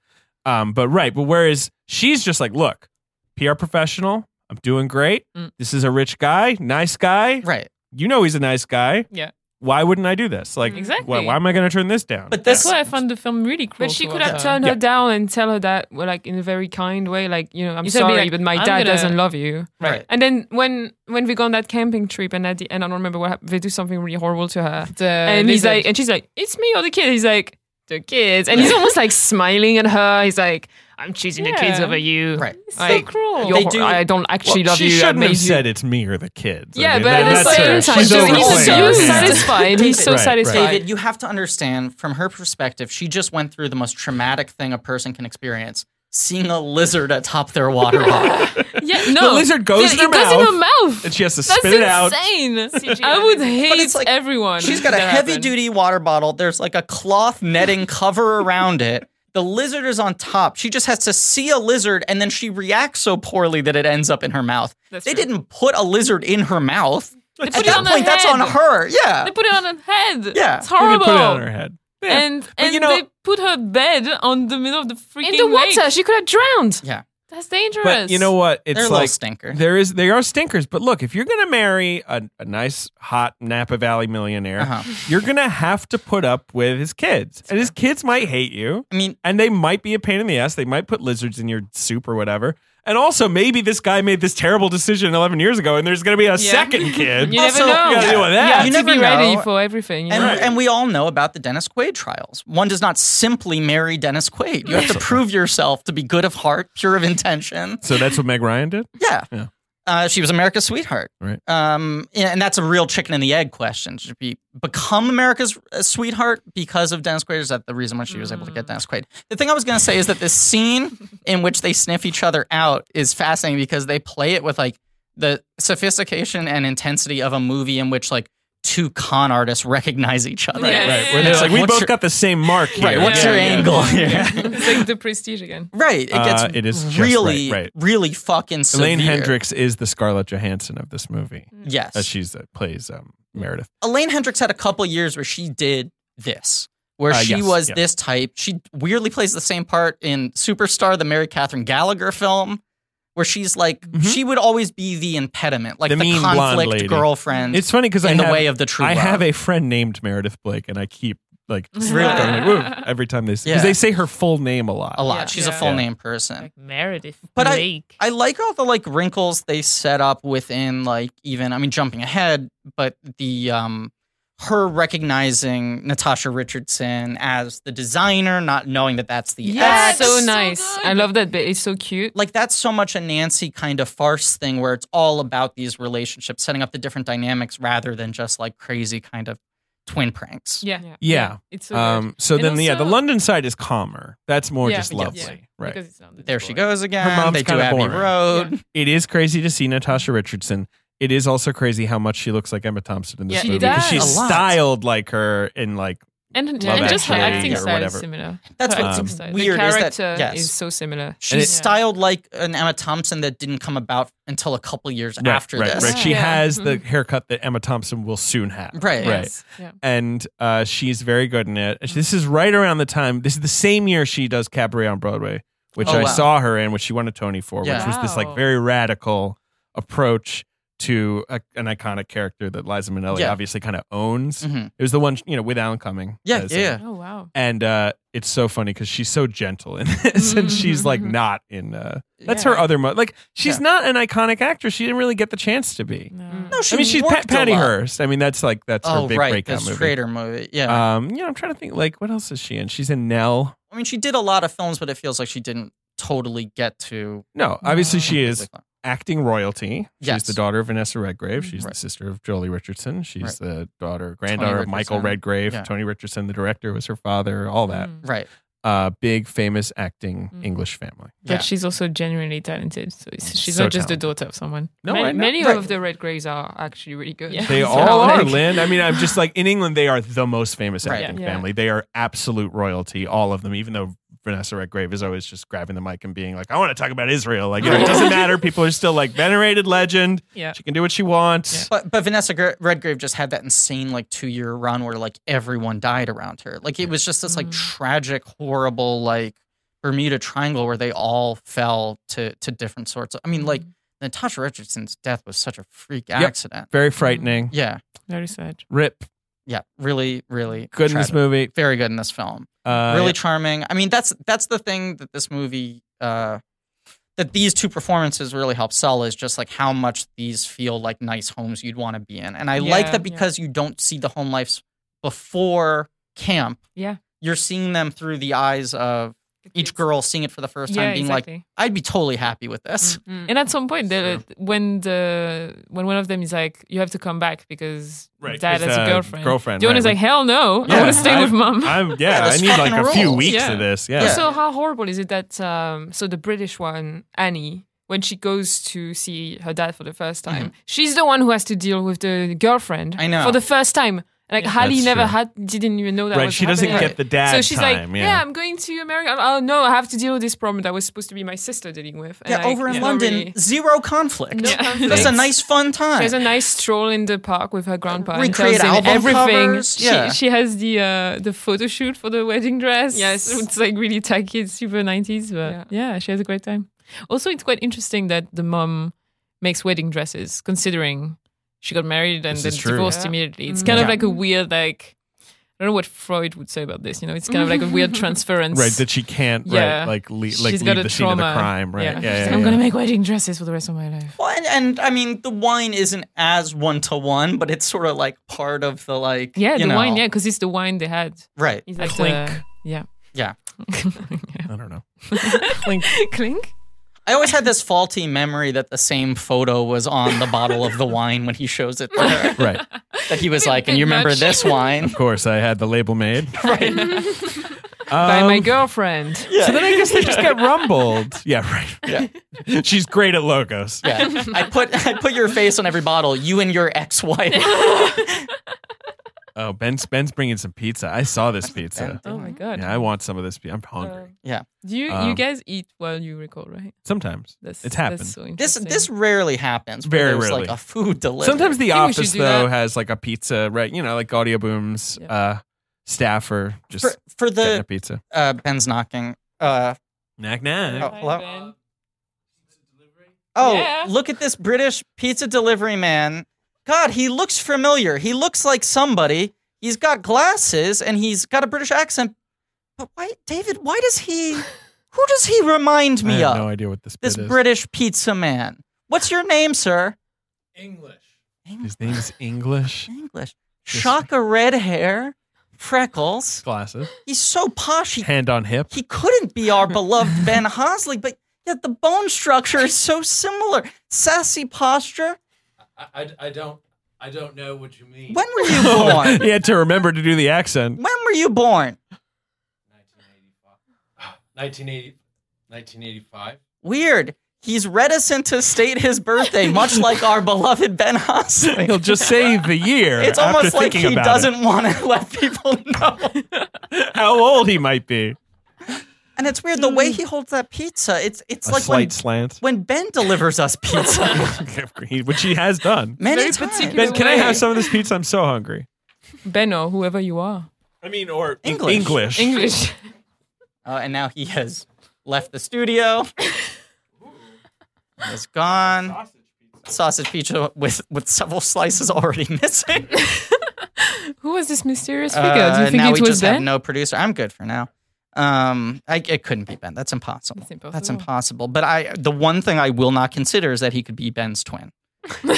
S3: Um, but right, but whereas she's just like, look, PR professional, I'm doing great.
S4: Mm.
S3: This is a rich guy, nice guy.
S2: (laughs) Right,
S3: You know he's a nice guy.
S4: Yeah.
S3: Why wouldn't I do this? Like,
S4: Exactly.
S3: why, why am I going to turn this down?
S2: but
S4: That's
S2: this
S4: why I found the film really cool.
S5: But she could
S4: towards
S5: have
S4: her.
S5: turned
S3: Yeah.
S5: her down and tell her that, well, like in a very kind way, like you know, I'm
S4: You said be
S5: sorry,
S4: like,
S5: but my
S4: "I'm
S5: dad
S4: gonna-
S5: doesn't love you.
S2: right.
S5: And then when when we go on that camping trip, and at the end, I don't remember what hap- they do something really horrible to her, Uh,
S4: The
S5: and he's
S4: uh, lizard.
S5: like, and she's like, it's me or the kid. He's like, the kids, and he's almost like smiling at her. He's like, I'm choosing the kids
S4: Yeah.
S5: over you.
S2: Right.
S5: Like,
S4: so cruel.
S5: You're
S2: They
S5: hor-
S2: do-
S5: I don't actually
S3: Oh. Well,
S5: love
S3: she
S5: you. I
S3: shouldn't
S5: made
S3: have
S5: you.
S3: said it's me or the (laughs) kids. I
S5: Yeah,
S3: mean,
S5: but
S3: that-
S5: at the
S3: that's her.
S5: same
S4: her.
S5: time,
S3: She's
S5: he's so,
S3: overplaying
S5: he's so
S3: it.
S2: Yeah.
S5: satisfied. He's so
S3: Right, right.
S5: satisfied.
S2: David, you have to understand from her perspective, she just went through the most traumatic thing a person can experience seeing a lizard atop their
S4: (laughs)
S2: water bottle.
S4: yeah, no.
S3: The lizard goes in her
S4: it goes in her
S3: mouth,
S4: mouth.
S3: and she has to
S4: That's
S3: spit it out.
S5: (laughs)
S4: insane. I would hate
S2: it's like-
S4: everyone.
S2: She's got a
S4: that
S2: heavy
S4: happened.
S2: duty water bottle. There's like a cloth netting cover around it. The lizard is on top. She just has to see a lizard and then she reacts so poorly that it ends up in her mouth.
S4: That's
S2: they
S4: true.
S2: didn't put a lizard in her mouth.
S4: They
S2: At
S4: put it
S2: that
S4: on her
S2: point, that's on
S4: head.
S2: her. Yeah.
S4: They put it on her head.
S2: Yeah.
S4: it's
S2: They
S3: They could
S4: horrible.
S3: put it on her head.
S4: And and
S3: you know-
S4: they put her bed on the middle of the freaking
S5: in the water.
S4: lake.
S5: She could have drowned.
S2: Yeah.
S4: That's dangerous.
S3: But you know what? It's
S2: They're a little
S3: like
S2: stinker.
S3: there is they are stinkers. But look, if you're gonna marry a, a nice hot Napa Valley millionaire,
S2: Uh-huh.
S3: (laughs) you're gonna have to put up with his kids, and his kids might hate you,
S2: I mean,
S3: and they might be a pain in the ass. They might put lizards in your soup or whatever. And also, maybe this guy made this terrible decision 11 years ago, and there's gonna be a second kid.
S4: You
S3: you
S4: never
S2: also-
S4: know.
S3: gotta deal with
S4: You
S3: that.
S4: have
S2: You
S4: to
S2: never
S4: be ready
S2: know.
S4: for everything. you
S2: And,
S4: know?
S2: and we all know about the Dennis Quaid trials. One does not simply marry Dennis Quaid. You have to prove yourself to be good of heart, pure of intention.
S3: So that's what Meg Ryan did.
S2: Yeah.
S3: Yeah.
S2: Uh, she was America's sweetheart.
S3: Right.
S2: Um, yeah, and that's a real chicken and the egg question. Should be become America's uh, sweetheart because of Dennis Quaid? or Is that the reason why she was able to
S4: Mm.
S2: get Dennis Quaid? The thing I was going to say is that this scene in which they sniff each other out is fascinating because they play it with like the sophistication and intensity of a movie in which like two con artists recognize each other.
S4: Right, right.
S3: Where it's
S2: Yeah.
S3: like, we
S2: What's
S3: both
S2: your-
S3: got the same mark here.
S2: Right, what's
S4: Yeah,
S2: your
S4: yeah.
S3: (laughs)
S2: angle here?
S4: (laughs) it's like the prestige again.
S2: Right. It
S3: Uh,
S2: gets
S3: it is just
S2: really,
S3: right, right.
S2: really fucking severe.
S3: Elaine Hendricks is the Scarlett Johansson of this movie.
S4: Mm.
S2: Yes.
S3: Uh, she's uh, plays um,
S2: Mm.
S3: Meredith.
S2: Elaine Hendricks had a couple years where she did this, where
S3: Uh,
S2: she
S3: yes,
S2: was
S3: yeah.
S2: this type. She weirdly plays the same part in Superstar, the Mary Catherine Gallagher film, where she's like, she would always be the impediment, like
S3: Mm-hmm. The
S2: the,
S3: mean blonde lady.
S2: conflict girlfriend
S3: It's funny because I
S2: in the
S3: have-
S2: way of the true
S3: I
S2: love.
S3: have a friend named Meredith Blake, and I keep like
S4: Really?
S3: going like, "Woo," every time they because
S2: Yeah.
S3: they say her full name a lot.
S2: a lot.
S4: Yeah.
S2: she's a
S4: Yeah.
S2: full
S3: Yeah.
S2: name person.
S4: Meredith
S2: But I- I like all the like wrinkles they set up within like even I mean jumping ahead, but the um her recognizing Natasha Richardson as the designer, not knowing that that's the
S4: Yeah,
S2: ex.
S4: That's
S5: so
S4: so
S5: nice.
S4: good.
S5: I love that bit. It's so cute.
S2: like that's so much a Nancy kind of farce thing where it's all about these relationships, setting up the different dynamics rather than just like crazy kind of twin pranks.
S4: yeah.
S3: Yeah.
S4: It's so good.
S3: Um, so
S4: And
S3: then, yeah, the
S4: also-
S3: London side is calmer. That's more
S4: Yeah,
S3: just
S4: yes,
S3: lovely,
S4: yeah.
S3: right?
S4: Because it's not the
S2: There she
S4: boy.
S2: goes again.
S3: mom's
S2: they do
S3: kinda
S2: Abbey
S3: boring.
S2: Road.
S3: it is crazy to see Natasha Richardson. It is also crazy how much she looks like Emma Thompson in this
S4: Yeah, she
S3: movie.
S4: does.
S3: She's
S2: A lot.
S3: styled like her in like
S4: And, and
S3: Love
S4: just her
S3: Actually
S4: acting
S3: or
S4: style is
S3: whatever.
S4: similar.
S2: (laughs) That's
S4: Her
S3: Um,
S2: what's
S4: acting style.
S2: weird
S5: the
S2: is that-
S5: character is,
S2: yes.
S5: so similar.
S2: She's
S3: it-
S2: styled like an Emma Thompson that didn't come about until a couple years
S3: right,
S2: after
S3: right,
S2: this.
S3: right. She
S4: Yeah. Mm-hmm.
S3: has the haircut that Emma Thompson will soon have.
S2: Right.
S3: Right. and uh, she's very good in it. This is right around the time. This is the same year she does Cabaret on Broadway, which
S2: Oh,
S3: I
S2: wow.
S3: saw her in, which she won a Tony for,
S2: Yeah.
S3: which was this like
S4: Wow.
S3: very radical approach to a, an iconic character that Liza Minnelli
S2: Yeah.
S3: obviously kind of owns.
S2: Mhm.
S3: It was the one, you know, with Alan Cumming.
S2: Yeah,
S3: as, uh,
S2: yeah, yeah.
S4: Oh wow.
S3: And uh, it's so funny because she's so gentle in (laughs) this, and she's like not in. Uh, that's her
S4: Yeah.
S3: other mo Like she's
S2: Mm-hmm. Yeah.
S3: not an iconic actress. She didn't really get the chance to be.
S4: No.
S2: No, she
S3: I mean, she's
S2: worked
S3: Pat-
S2: a
S3: Patty
S2: lot.
S3: Hearst. I mean, that's like that's
S2: oh,
S3: her big
S2: right,
S3: breakout
S2: this
S3: movie.
S2: Traitor movie. Yeah.
S3: Um, yeah, I'm trying to think. Like, what else is she in? She's in Nell.
S2: I mean, she did a lot of films, but it feels like she didn't totally get to.
S3: No, obviously
S4: No.
S3: she is acting royalty. She's
S2: Yes.
S3: the daughter of Vanessa Redgrave. She's
S2: Right.
S3: the sister of Jolie Richardson. She's
S2: Right.
S3: the daughter, granddaughter of Michael
S2: Richardson.
S3: Redgrave.
S2: Yeah.
S3: Tony Richardson, the director, was her father. All that.
S4: Mm.
S2: right.
S3: Uh, big famous acting
S4: Mm.
S3: English family.
S4: But
S2: Yeah.
S4: she's also genuinely talented. So it's, she's
S3: So
S4: not just the daughter of someone.
S3: No,
S5: many
S3: I know.
S5: many
S3: Right.
S5: of the red graves are actually really
S4: (laughs)
S5: good.
S4: Yeah.
S3: They
S4: So,
S3: all are,
S4: like-
S3: Lynn. I mean, I'm just like in England, they are the most famous
S2: Right.
S3: acting
S4: Yeah.
S3: family. They are absolute royalty, all of them. Even though Vanessa Redgrave is always just grabbing the mic and being like, "I want to talk about Israel." Like you know, it doesn't matter. People are still like venerated legend.
S4: Yeah.
S3: She can do what she wants.
S2: But but Vanessa Gre- Redgrave just had that insane like two year run where like everyone died around her. Like it was just this like
S4: Mm.
S2: tragic, horrible like Bermuda Triangle where they all fell to to different sorts. Of, I mean, like
S5: Mm.
S2: Natasha Richardson's death was such a freak
S3: Yep.
S2: accident.
S3: Very frightening.
S2: Yeah,
S4: Very sad.
S3: Rip.
S2: yeah, really, really
S3: Good in this
S2: tragic.
S3: movie.
S2: Very good in this film.
S3: Uh,
S2: really charming. I mean, that's that's the thing that this movie uh, that these two performances really help sell is just like how much these feel like nice homes you'd want to be in. And I like
S4: Yeah,
S2: that
S4: yeah.
S2: because you don't see the home lives before camp.
S4: Yeah.
S2: You're seeing them through the eyes of each girl seeing it for the first time,
S4: Yeah,
S2: being
S4: exactly.
S2: like, I'd be totally happy with this.
S4: and at some point, the, when the when one of them is like, "You have to come back because
S3: Right,
S4: dad
S3: 'cause,
S4: has a
S3: uh,
S4: girlfriend."
S3: girlfriend,
S4: The one
S3: right,
S4: is
S3: we-
S4: like, "Hell no!
S3: Yeah.
S4: I want to stay
S3: I-
S4: with
S2: (laughs)
S4: mom."
S3: I'm, yeah, I
S2: let's
S3: need like
S2: fucking
S3: a few
S2: roll.
S3: weeks
S4: Yeah.
S3: of this. Yeah.
S2: Yeah.
S5: So how horrible is it that um, so the British one Annie when she goes to see her dad for the first time, she's the one who has to deal with the girlfriend
S2: Mm-hmm. I know.
S5: for the first time. Like Hallie
S3: That's
S5: never
S3: true.
S5: had didn't even know that
S3: Right,
S5: was
S3: she doesn't
S5: happening.
S3: get the dad
S5: So she's
S3: time,
S5: like,
S3: yeah.
S5: yeah. I'm going to America. Oh no, I have to deal with this problem that was supposed to be my sister dealing with. And
S2: Yeah,
S5: like,
S2: over in
S5: it's not
S2: London,
S5: really-
S2: zero conflict. (laughs)
S5: No
S2: That's
S5: conflict.
S2: a nice, fun time.
S5: She has a nice stroll in the park with her grandpa. and
S2: Recreate
S5: tells him
S2: album
S5: everything.
S2: covers. Yeah.
S4: She, she has the uh, the photo shoot for the wedding dress.
S5: Yes.
S4: it's like really tacky. It's super nineties, but yeah. she has a great time. Also, it's quite interesting that the mom makes wedding dresses, considering she got married and
S3: This
S4: then
S3: is true.
S4: divorced
S5: Yeah.
S4: immediately. It's
S5: Mm.
S4: kind of
S2: Yeah.
S4: like a weird like. I don't know what Freud would say about this. You know, it's kind of like a weird transference.
S3: Right. That she can't,
S4: Yeah.
S3: right, like, le- like
S4: She's
S3: leave
S4: got
S3: the
S4: a
S3: scene of the
S4: trauma.
S3: crime. Right.
S4: Yeah.
S3: Yeah.
S4: She's
S3: yeah,
S4: like,
S3: yeah,
S4: I'm gonna make wedding dresses for the rest of my life.
S2: Well, and, and I mean, the wine isn't as one to one, but it's sort of like part of the like.
S4: Yeah,
S2: you
S4: the
S2: know,
S4: wine. Yeah, because it's the wine they had.
S2: right.
S4: It's like
S3: Clink.
S4: the- yeah.
S2: Yeah.
S3: I don't know.
S4: Clink. (laughs) Clink.
S2: I always had this faulty memory that the same photo was on the bottle of the wine when he shows it to her.
S3: Right.
S2: That he was like, and you
S4: bit
S2: remember
S4: much."
S2: this wine?
S3: Of course, I had the label
S4: (laughs)
S3: made.
S2: right.
S5: by my
S3: Um,
S5: girlfriend.
S2: Yeah.
S3: So then I guess they just get rumbled. (laughs) Yeah, right. Yeah. (laughs) She's great at logos.
S2: yeah. (laughs) I put I put your face on every bottle, you and your ex (laughs)
S4: (laughs)
S2: wife.
S3: Oh, Ben's Ben's bringing some pizza. I saw this pizza.
S4: Oh my god.
S3: Yeah, I want some of this. pi- I'm hungry.
S4: Do you
S3: Um,
S4: you guys eat while you record, right?
S3: Sometimes
S4: That's
S3: it's happened.
S4: That's so
S2: This
S4: interesting.
S2: this rarely happens. where
S3: Very
S2: there's
S3: rarely.
S2: like a food delivery.
S3: Sometimes the
S4: think we should
S3: office
S4: do
S3: though
S4: that.
S3: has like a pizza, right? You know, like Audio Boom's
S4: Yeah.
S3: uh, staff are just
S2: for, for
S3: getting a
S2: the
S3: pizza.
S2: uh, Ben's knocking. Uh,
S3: Knack
S2: Oh,
S3: knack.
S2: hello? Oh,
S4: Yeah.
S2: look at this British pizza delivery man. God, he looks familiar. He looks like somebody. He's got glasses and he's got a British accent. But why, David, why does he, who does he remind
S3: I
S2: me
S3: have
S2: of?
S3: no idea what this
S2: this
S3: bit is.
S2: British pizza man. What's your name, sir?
S6: English.
S2: English.
S3: His name's
S2: (laughs)
S3: English.
S2: English.
S3: Yes, sir.
S2: Shock of red hair, freckles.
S3: Glasses.
S2: He's so posh. He,
S3: Hand on hip.
S2: he couldn't be our beloved Ben Hosley, but yet the bone structure is so similar. Sassy posture.
S6: I, I, I don't I don't know what you mean.
S2: When were you
S3: (laughs)
S2: born?
S3: he had to remember to do the accent.
S2: When were you born?
S6: 1980, 1985.
S2: Weird. He's reticent to state his birthday, much like our beloved Ben Hosley.
S3: He'll just say the year.
S2: It's
S3: after
S2: almost like
S3: thinking
S2: he
S3: about
S2: doesn't want to let people know.
S3: it. how old he might be.
S2: And it's weird the way he holds that pizza. It's it's
S3: a
S2: like
S3: slight
S2: when,
S3: slant,
S2: when Ben delivers us
S3: (laughs)
S2: pizza
S3: which (laughs) he
S2: (laughs)
S3: has done.
S2: many
S4: Very
S2: times.
S4: particular.
S3: Ben, can I
S4: way.
S3: have some of this pizza? I'm so hungry.
S4: Benno, whoever you are.
S3: I mean, or
S2: English.
S3: English.
S4: English.
S2: Uh, and now he has left the studio. He's gone. sausage pizza with with several slices already (laughs) missing.
S4: Who was this mysterious figure? Do
S2: Uh,
S4: you think
S2: now
S4: it
S2: we
S4: was
S2: just have
S4: Ben?
S2: no producer. I'm good for now. Um, I, it couldn't be Ben. That's impossible.
S4: It's impossible.
S2: That's impossible. But I, the one thing I will not consider is that he could be Ben's twin.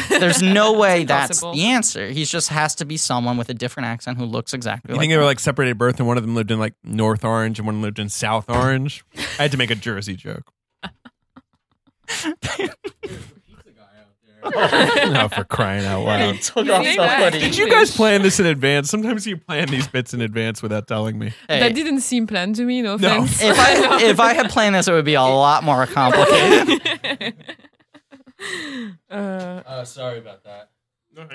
S2: There's
S4: (laughs)
S2: no way that's
S4: impossible.
S2: the answer. He just has to be someone with a different accent who looks exactly
S3: You
S2: like.
S3: think they were like separated at birth, and one of them lived in like North Orange, and one lived in South Orange. I had to make a Jersey joke. no, for crying out loud!
S2: took
S4: off the hoodie.
S3: Did you guys plan this in advance? Sometimes you plan these bits in advance without telling me.
S4: That didn't seem planned to me. No
S3: No.
S2: (laughs)
S4: offense.
S2: if I if I had planned this, it would be a lot more complicated.
S4: Uh,
S6: Uh, sorry about that.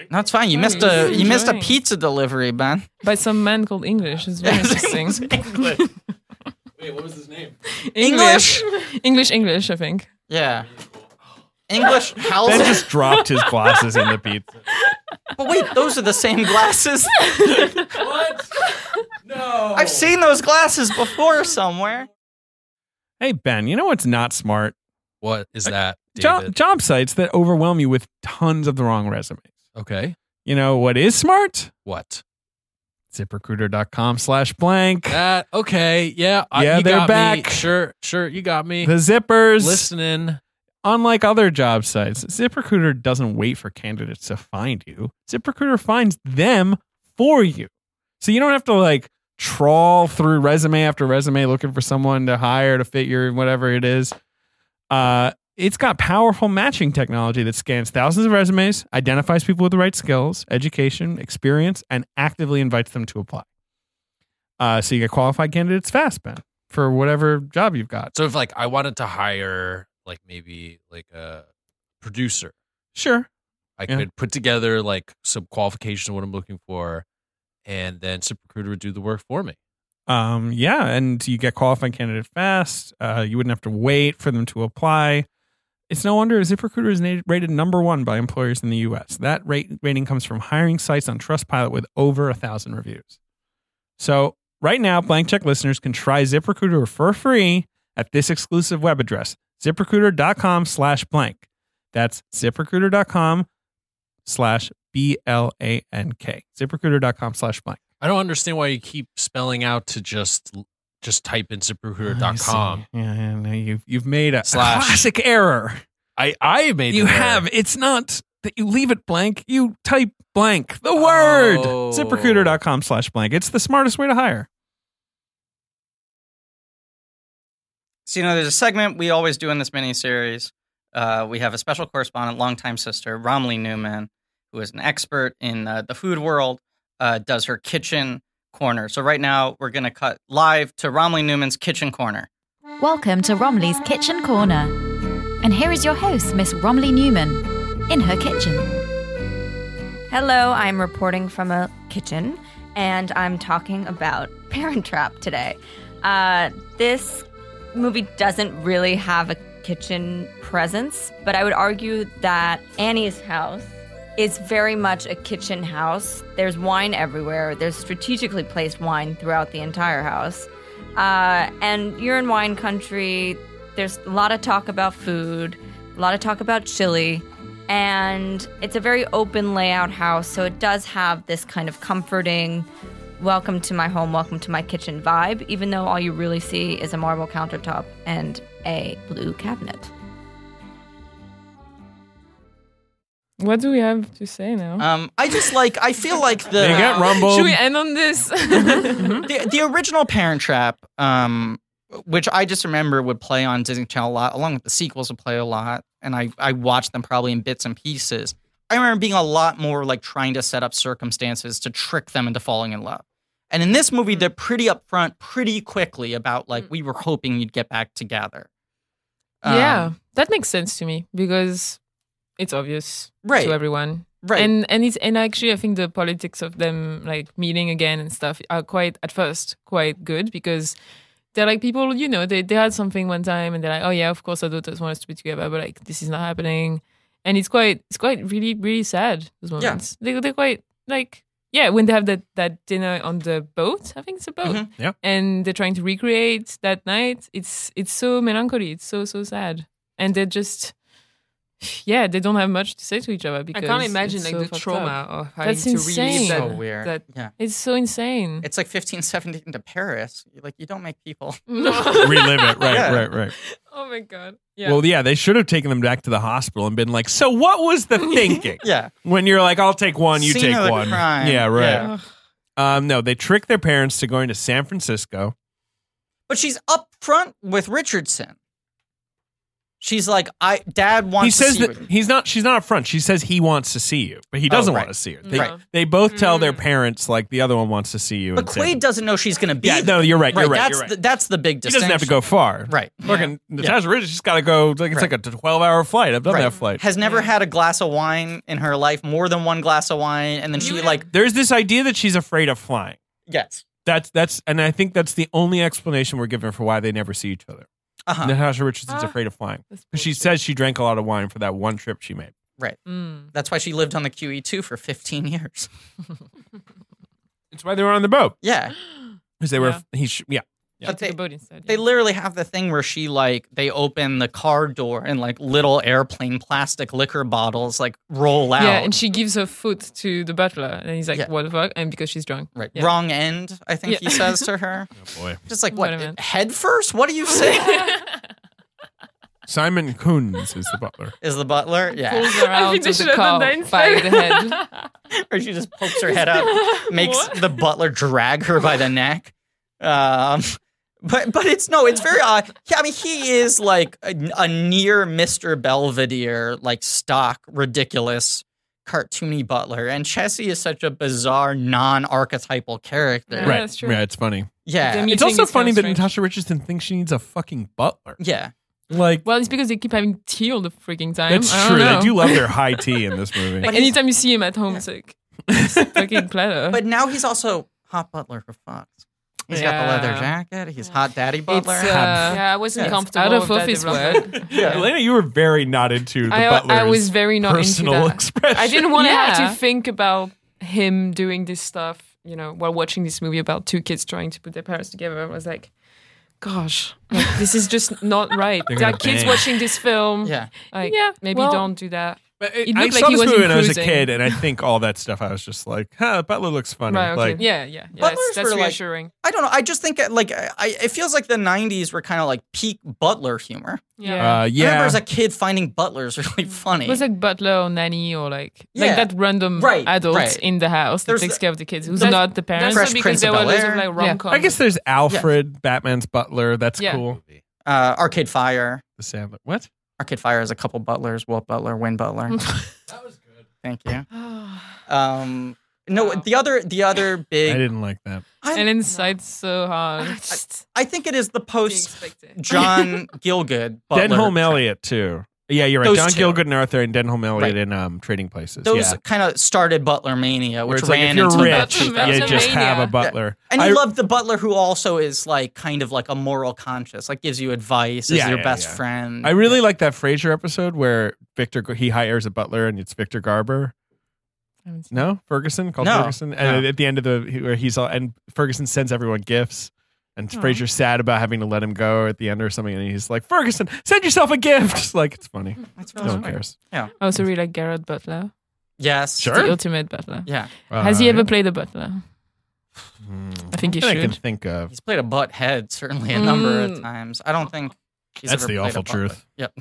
S2: No, it's fine. You missed a you missed a pizza delivery, Ben.
S4: (laughs) by some man called English. It's very interesting.
S6: Wait, what was his name?
S2: English?
S4: English, English, I think.
S2: Yeah. English house.
S3: Ben just dropped his glasses in the pizza.
S2: But wait, those are the same
S6: (laughs)
S2: glasses.
S6: (laughs) What? No.
S2: I've seen those glasses before somewhere.
S3: Hey Ben, you know what's not smart?
S6: What is that?
S3: Job,
S6: David?
S3: job sites that overwhelm you with tons of the wrong resumes.
S6: Okay.
S3: You know what is smart?
S6: What?
S3: ZipRecruiter.com slash blank.
S6: That. Okay. Yeah. I-
S3: Yeah,
S6: you
S3: they're
S6: got
S3: back.
S6: Me. Sure. Sure. You got me.
S3: The zippers.
S6: Listening.
S3: Unlike other job sites, ZipRecruiter doesn't wait for candidates to find you. ZipRecruiter finds them for you. So you don't have to like trawl through resume after resume looking for someone to hire to fit your whatever it is. Uh, it's got powerful matching technology that scans thousands of resumes, identifies people with the right skills, education, experience, and actively invites them to apply. Uh, so you get qualified candidates fast, Ben, for whatever job you've got.
S6: So if like I wanted to hire like maybe like a producer,
S3: Sure.
S6: I
S3: Yeah.
S6: could put together like some qualifications of what I'm looking for, and then ZipRecruiter would do the work for me.
S3: Um, yeah, and you get qualified candidate fast. Uh, you wouldn't have to wait for them to apply. It's no wonder ZipRecruiter is na- rated number one by employers in the U.S. That rate rating comes from hiring sites on Trustpilot with over a thousand reviews. So right now, Blank Check listeners can try ZipRecruiter for free at this exclusive web address, ZipRecruiter.com slash blank. That's ZipRecruiter.com slash B-L-A-N-K. ZipRecruiter.com slash blank.
S6: I don't understand why you keep spelling out to just just type in
S3: Oh, I
S6: ZipRecruiter.com.
S3: see. Yeah, yeah, no, you've you've made a
S6: Slash.
S3: classic error.
S6: I I made
S3: You
S6: an error.
S3: have. It's not that you leave it blank. You type blank the word
S6: Oh.
S3: ZipRecruiter.com slash blank. It's the smartest way to hire.
S2: So you know, there's a segment we always do in this mini series. Uh, we have a special correspondent, longtime sister Romley Newman, who is an expert in uh, the food world, uh, does her kitchen corner. So right now, we're gonna cut live to Romley Newman's kitchen corner.
S7: Welcome to Romley's Kitchen Corner. And here is your host, Miss Romley Newman, in her kitchen.
S8: Hello, I'm reporting from a kitchen and I'm talking about (laughs) Parent Trap today. Uh, this movie doesn't really have a kitchen presence, but I would argue that Annie's house is very much a kitchen house. There's wine everywhere, there's strategically placed wine throughout the entire house. Uh, and you're in wine country, there's a lot of talk about food, a lot of talk about chili. And it's a very open layout house, so it does have this kind of comforting, welcome to my home, welcome to my kitchen vibe, even though all you really see is a marble countertop and a blue cabinet.
S4: What do we have to say now?
S2: Um, I just like. I feel like the
S3: They get rumbled.
S4: Should we end on this? (laughs)
S2: the, the original Parent Trap, um, which I just remember would play on Disney Channel a lot, along with the sequels would play a lot, and I I watched them probably in bits and pieces. I remember being a lot more like trying to set up circumstances to trick them into falling in love. And in this
S3: Mm.
S2: movie, they're pretty upfront, pretty quickly about like we were hoping you'd get back together. Um,
S4: yeah, that makes sense to me because it's obvious
S2: Right.
S4: to everyone.
S2: right.
S4: And and it's and actually I think the politics of them like meeting again and stuff are quite at first quite good because they're like people you know they they had something one time and they're like oh yeah of course our daughters want us to be together but like this is not happening and it's quite it's quite really really sad those
S2: Yeah.
S4: moments they they're quite like yeah when they have that that dinner on the boat I think it's a boat
S2: Mhm.
S3: Yeah.
S4: and they're trying to recreate that night it's it's so melancholy it's so so sad and they're just yeah, they don't have much to say to each other
S5: I
S4: because
S5: can't imagine
S4: it's
S5: like
S4: so
S5: the
S4: fucked
S5: trauma
S4: up.
S5: of having
S4: That's
S5: to relive
S4: insane.
S5: that,
S2: So weird.
S5: that
S2: yeah.
S4: It's so insane. (laughs)
S2: It's like 1517 to Paris. You- Like, you don't make
S3: (laughs)
S2: people.
S3: (laughs)
S2: (laughs)
S4: Oh
S3: Relive it. Right,
S2: Yeah.
S3: right, right.
S5: Oh my god. Yeah.
S3: Well, yeah, they should have taken them back to the hospital and been like, so what was
S6: (laughs)
S3: the thinking?
S2: Yeah.
S3: When you're like, I'll take one,
S2: (laughs)
S3: you
S2: Scene
S3: take
S2: of the
S3: one.
S2: crime.
S3: Yeah,
S2: Yeah.
S3: right. Um, no, they tricked their parents to going to San Francisco.
S2: But she's up front with Richardson. She's like, I dad wants
S3: he says
S2: to see
S3: that
S2: you.
S3: he's not. She's not up front. She says he wants to see you, but he
S2: Oh,
S3: doesn't
S2: right.
S3: want to see her. They,
S4: Right.
S3: they both tell their parents like the other one wants to see you.
S2: Mm. But
S3: in San-
S2: Quaid doesn't know she's going to be
S3: yeah,
S2: there.
S3: no, you're right. You're right.
S2: that's,
S3: you're right.
S2: The, that's the big
S3: he
S2: distinction.
S3: doesn't have to go far.
S2: Right.
S3: Fucking Natasha Richards just got to go. Like it's
S2: Right.
S3: like a 12 hour flight. I've done
S2: Right.
S3: that flight.
S2: Has never had a glass of wine in her life, more than one glass of wine, and then she like
S3: There's this idea that she's afraid of flying.
S2: yes,
S3: That's that's and I think that's the only explanation we're given for why they never see each other.
S2: uh huh,
S3: Natasha Richardson's
S4: Ah.
S3: afraid of flying.
S4: That's
S3: She
S4: bullshit.
S3: says she drank a lot of wine for that one trip she made.
S2: right.
S4: Mm.
S2: That's why she lived on the QE two for fifteen years. (laughs)
S3: It's why they were on the boat
S2: Yeah,
S3: because they were.
S4: Yeah.
S3: He sh- yeah.
S4: She
S2: but
S4: took
S2: they
S4: a boat instead.
S2: they
S4: yeah.
S2: literally have the thing where she like they open the car door and like little airplane plastic liquor bottles like roll out.
S4: Yeah, and she gives her food to the butler, and he's like,
S2: Yeah.
S4: "What the fuck?" And because she's drunk,
S2: Right,
S4: Yeah.
S2: wrong end. I think
S4: Yeah.
S2: he says to her,
S3: (laughs) Oh boy.
S2: just like
S4: Wait a
S2: what
S4: minute.
S2: head first. What do you
S4: (laughs)
S2: say?
S3: Simon Coons is the butler.
S2: Is the butler? Yeah,
S4: pulls
S5: (laughs)
S4: her out
S5: think
S4: of
S5: they
S4: the
S5: should have done
S4: car
S5: that
S4: by
S5: instead.
S4: the (laughs)
S5: (laughs)
S4: head.
S2: or she just pokes her head
S4: (laughs)
S2: up, makes the butler drag her by the neck. Um, but but it's no, it's very odd. Yeah, I mean, he is like a, a near Mister Belvedere, like stock, ridiculous, cartoony butler, and Chessie is such a bizarre, non-archetypal character.
S4: Yeah,
S3: right.
S4: that's true.
S3: Yeah, it's funny.
S2: Yeah.
S4: Them- You
S3: it's
S4: think
S3: also
S4: it's
S3: funny
S4: kinda
S3: that
S4: strange.
S3: Natasha Richardson thinks she needs a fucking butler.
S2: Yeah.
S3: Like
S4: Well, it's because they keep having tea all the freaking time.
S3: that's
S4: I don't
S3: true.
S4: Know.
S3: They do love their high tea in this movie.
S4: Like, anytime you see him at home, it's like it's a fucking
S2: (laughs)
S4: platter.
S2: But now he's also hot butler for Fox. He's got the leather
S4: Yeah.
S2: jacket. He's hot daddy
S4: it's
S2: butler.
S4: uh,
S5: yeah, I wasn't
S2: Yeah.
S5: comfortable.
S4: out of
S5: with that
S4: office
S5: development.
S4: word.
S3: Elena, you were very not into the
S5: I,
S3: butler's
S5: I was very not into
S3: personal
S5: that.
S3: expression.
S5: I didn't want to have
S4: Yeah.
S5: to think about him doing this stuff, you know, while watching this movie about two kids trying to put their parents together. I was like, gosh, like, this is just not right.
S3: They're
S5: there are
S3: gonna
S5: kids
S3: bang.
S5: watching this film.
S2: yeah.
S5: Like,
S4: Yeah,
S5: Maybe
S4: well-
S5: don't do that.
S3: But
S4: It
S3: I
S4: looked
S3: saw
S4: like he
S3: this
S4: was
S3: movie when I was a
S4: cruising.
S3: kid, and I think all that stuff. I was just like, "Huh, the butler looks funny."
S5: Right, Ah, okay.
S3: Like,
S4: yeah, yeah, yeah.
S5: Yes,
S2: Butlers
S5: that's
S2: were, like-
S5: reassuring.
S2: I don't know. I just think uh, like I, I- it feels like the '90s were kind of like peak Butler humor.
S4: Yeah.
S3: uh,
S2: I remember
S3: yeah.
S2: as a kid finding butlers (laughs) really funny.
S4: It was like butler or nanny or like
S2: Yeah.
S4: like that random
S2: Right,
S4: adult
S2: right.
S4: in the house that
S2: There's
S4: takes
S2: the-
S4: care of the kids who's
S5: That's-
S4: not the
S5: That's
S4: parents.
S2: Fresh
S5: not
S2: Prince
S5: because there
S2: of
S5: were loads
S2: Bel-Air.
S5: of like rom com.
S3: I guess there's Alfred, Batman's butler. That's
S4: Yeah.
S3: cool.
S2: uh, Arcade Fire.
S3: The Sandler. What?
S2: Arcade Fire has a couple butlers: Walt Butler, Win
S4: (laughs)
S2: Butler. that was good. Thank
S4: (sighs)
S2: you. Um, no,
S5: Wow.
S2: the other the
S4: (laughs)
S2: other
S3: I
S2: big.
S3: didn't like that.
S4: and inside so hard.
S2: I think it is the
S5: Didn't
S2: post
S5: expect
S4: (laughs)
S5: it.
S2: John Gilgood. Butler
S3: Denholm
S2: tra-
S3: Elliott too. Yeah, you're right.
S2: Those
S3: John
S2: two.
S3: Gielgud and Arthur and Denholm Elliott
S2: Right.
S3: in um, Trading Places.
S2: Those
S3: yeah.
S2: kind of started Butler mania,
S3: Where
S2: which
S3: it's like if
S2: ran
S3: you're
S2: into the
S3: rich,
S4: Butler
S3: you just
S4: Mania.
S3: have a butler.
S2: And you
S3: I-
S2: love the butler who also is like kind of like a moral conscience, like gives you advice, is
S3: Yeah,
S2: your
S3: yeah,
S2: best
S3: yeah.
S2: friend.
S3: I really like that Frasier episode where Victor he hires a butler and it's Victor Garber. No, Ferguson called
S2: No,
S3: Ferguson, and
S2: no.
S3: at the end of the where he's all and Ferguson sends everyone gifts, and Frasier's sad about having to let him go at the end or something, and he's like, "Ferguson, send yourself a gift." (laughs) Like it's funny.
S2: That's
S3: No one cares.
S4: I also really Oh, like Garrett Butler,
S2: Yes.
S3: Sure.
S4: the ultimate butler.
S2: Yeah.
S4: Has he
S3: Uh,
S4: ever played a butler? I think he
S3: I can
S4: should.
S2: (laughs)
S3: think of.
S2: He's played a butt head certainly a number of
S4: Mm.
S2: times. I don't think he's
S3: That's
S2: ever
S3: the
S2: played a
S3: awful
S2: butler.
S3: truth. (laughs)
S2: Yep.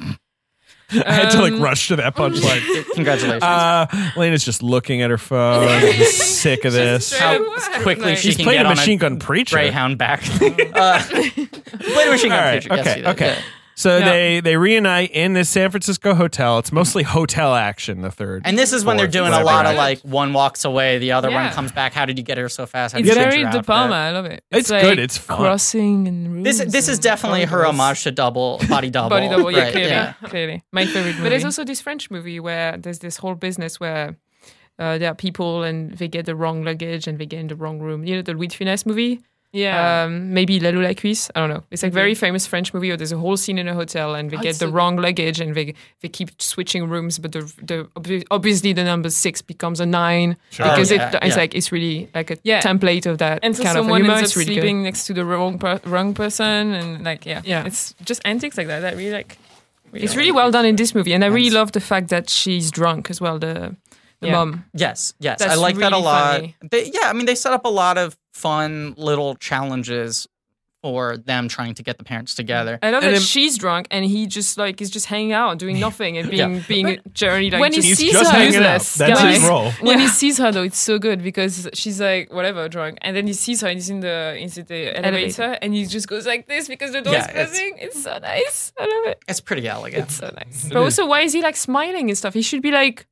S3: I had to like
S4: Um,
S3: rush to that
S2: (laughs)
S3: punchline.
S2: Congratulations.
S3: Uh, Lena's just looking at her phone. She's sick of this.
S2: How
S5: What?
S2: quickly
S5: Like-
S2: she
S3: She's
S2: can
S3: played
S2: get
S3: a
S2: on
S3: machine gun preacher.
S2: Greyhound back. (laughs) uh, played a machine gun
S3: All right,
S2: preacher. Yes,
S3: okay,
S2: he did.
S3: okay.
S2: Yeah.
S3: So
S4: Yeah.
S3: they they reunite in this San Francisco hotel. It's mostly hotel action. The third,
S2: And this is when they're
S3: Fourth,
S2: doing a
S3: whatever,
S2: lot of
S3: right?
S2: like one walks away, the other one
S4: Yeah.
S2: comes back. How did you get here so fast? How did
S4: It's
S2: you
S4: very
S2: get
S4: De
S2: your
S4: Palma.
S2: outfit?
S4: I love it.
S3: It's
S4: like
S3: good, it's fun.
S4: crossing and
S2: This
S4: rooms
S2: this is
S4: and
S2: definitely her
S4: corridors.
S2: homage to double body double.
S4: Body double, yeah,
S2: right,
S4: clearly, clearly, my favorite movie.
S5: But there's also this French movie where there's this whole business where uh, there are people and they get the wrong luggage and they get in the wrong room. You know the Louis de Funès movie?
S4: yeah,
S5: Um, maybe La Lula Cuisse? I don't know. It's like very famous French movie where there's a whole scene in a hotel and they get
S4: it's
S5: the
S4: so-
S5: wrong luggage and they they keep switching rooms, but the the obvi- obviously the number six becomes a nine
S3: Sure.
S5: because
S2: Oh, yeah,
S5: it,
S2: yeah.
S5: it's like it's really like a
S4: Yeah.
S5: template of that
S4: and so
S5: kind of
S4: someone
S5: humor.
S4: ends up
S5: It's really good.
S4: sleeping next to the wrong per- wrong person, and like yeah,
S5: Yeah.
S4: it's just antics like that that really like
S5: It's really well done in this movie, and I really love the fact that she's drunk as well. The the
S4: Yeah.
S5: mom.
S2: Yes, yes, I
S5: That's
S2: like that a
S5: really
S2: lot.
S5: funny.
S2: They, yeah, I mean, they set up a lot of fun little challenges for them trying to get the parents together.
S5: I love
S4: And
S5: that
S4: then-
S5: she's drunk and he just like is just hanging out, doing nothing, and being being generally like
S4: when he
S5: just,
S4: sees
S3: just
S4: her,
S3: hanging out.
S4: useless.
S3: That's
S4: Yeah.
S3: his role.
S4: When he sees her though, it's so good because she's like whatever drunk, and then he sees her and he's in the in the elevator, and he just goes like this because the door
S2: Yeah,
S4: is
S2: it's-
S4: closing. It's, so nice. I love it.
S2: It's pretty elegant.
S4: It's so nice.
S5: But also, why is he like smiling and stuff? He should be like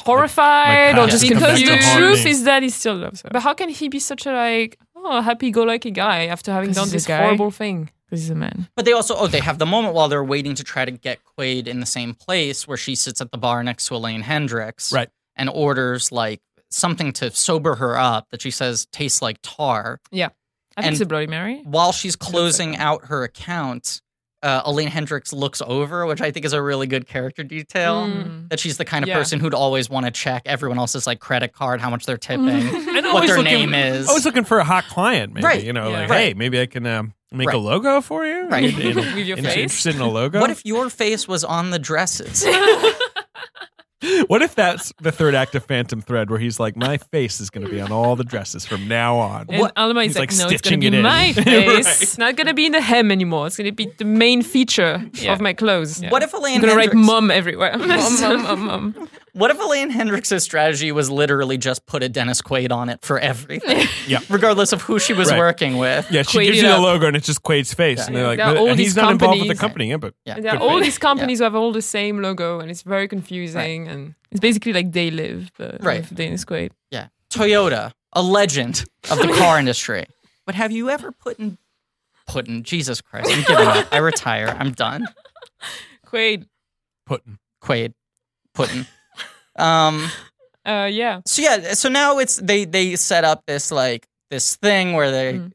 S5: horrified
S3: my
S5: or
S3: past
S5: just
S3: has come
S5: confused.
S4: because
S3: back
S4: the
S3: to haunt
S4: truth
S3: me.
S4: is that he still loves her.
S5: But how can he be such a like oh happy-go-lucky guy after having
S4: 'Cause
S5: done
S4: he's a
S5: this
S4: guy.
S5: horrible thing?
S4: This is a man.
S2: But they also, oh, they have the moment while they're waiting to try to get Quaid in the same place where she sits at the bar next to Elaine Hendricks.
S3: Right.
S2: And orders like something to sober her up that she says tastes like tar.
S4: I think
S2: And-
S4: it's a Bloody Mary.
S2: While she's closing out her account, uh, Elaine Hendricks looks over, which I think is a really good character detail.
S4: Mm.
S2: That she's the kind of
S5: Yeah.
S2: person who'd always want to check everyone else's like credit card, how much
S4: (laughs)
S2: they're tipping,
S3: And
S2: what
S3: always
S2: their
S3: looking-
S2: name is.
S3: I was looking for a hot client, maybe.
S2: Right.
S3: You know,
S4: Yeah.
S3: like,
S2: Right.
S3: hey, maybe I can um, make
S2: Right.
S3: a logo for you.
S2: Right.
S3: And, and,
S4: With your
S3: and she's
S4: face.
S3: interested in a logo.
S2: What if your face was on the dresses?
S4: (laughs)
S3: What if that's the third act of Phantom Thread, where he's like, "My face is going to be on all the dresses from now on."
S5: And Alma is
S3: He's,
S5: like,
S3: like,
S5: no, it's gonna
S3: stitching
S5: be
S3: it in." (laughs)
S5: my
S3: Right.
S5: face. It's not gonna be in the hem anymore. It's gonna be the main feature
S4: Yeah.
S5: of my clothes.
S2: What if Elaine
S4: I'm gonna write
S2: Hendricks?
S4: mom
S5: (laughs)
S4: everywhere. mom, mom, mom, mom.
S2: What if Elaine Hendricks' strategy was literally just put a Dennis Quaid on it for everything?
S3: (laughs) Yeah.
S2: Regardless of who she was
S3: Right.
S2: working with.
S3: Yeah, she
S4: Quaid
S3: gives
S4: it
S3: you the
S4: up.
S3: logo, and it's just Quaid's face, and they're like,
S4: Yeah,
S3: "But-
S4: all
S3: and he's
S4: these
S3: not involved with the company."
S4: companies-
S3: Yeah, but
S2: Yeah.
S5: There are
S3: Good
S5: all
S3: face.
S5: these companies who have all the same logo, and it's very confusing. And
S4: It's basically like they live, but
S2: Right.
S4: with Dennis Quaid.
S2: Yeah. Toyota, a legend of the car industry. But have you ever put in put in Jesus Christ, I'm giving up. I retire. I'm done.
S4: Quaid.
S3: Putin.
S2: Quaid. Putin. Um
S4: Uh, yeah.
S2: so yeah, so now it's they they set up this like this thing where they
S4: Mm.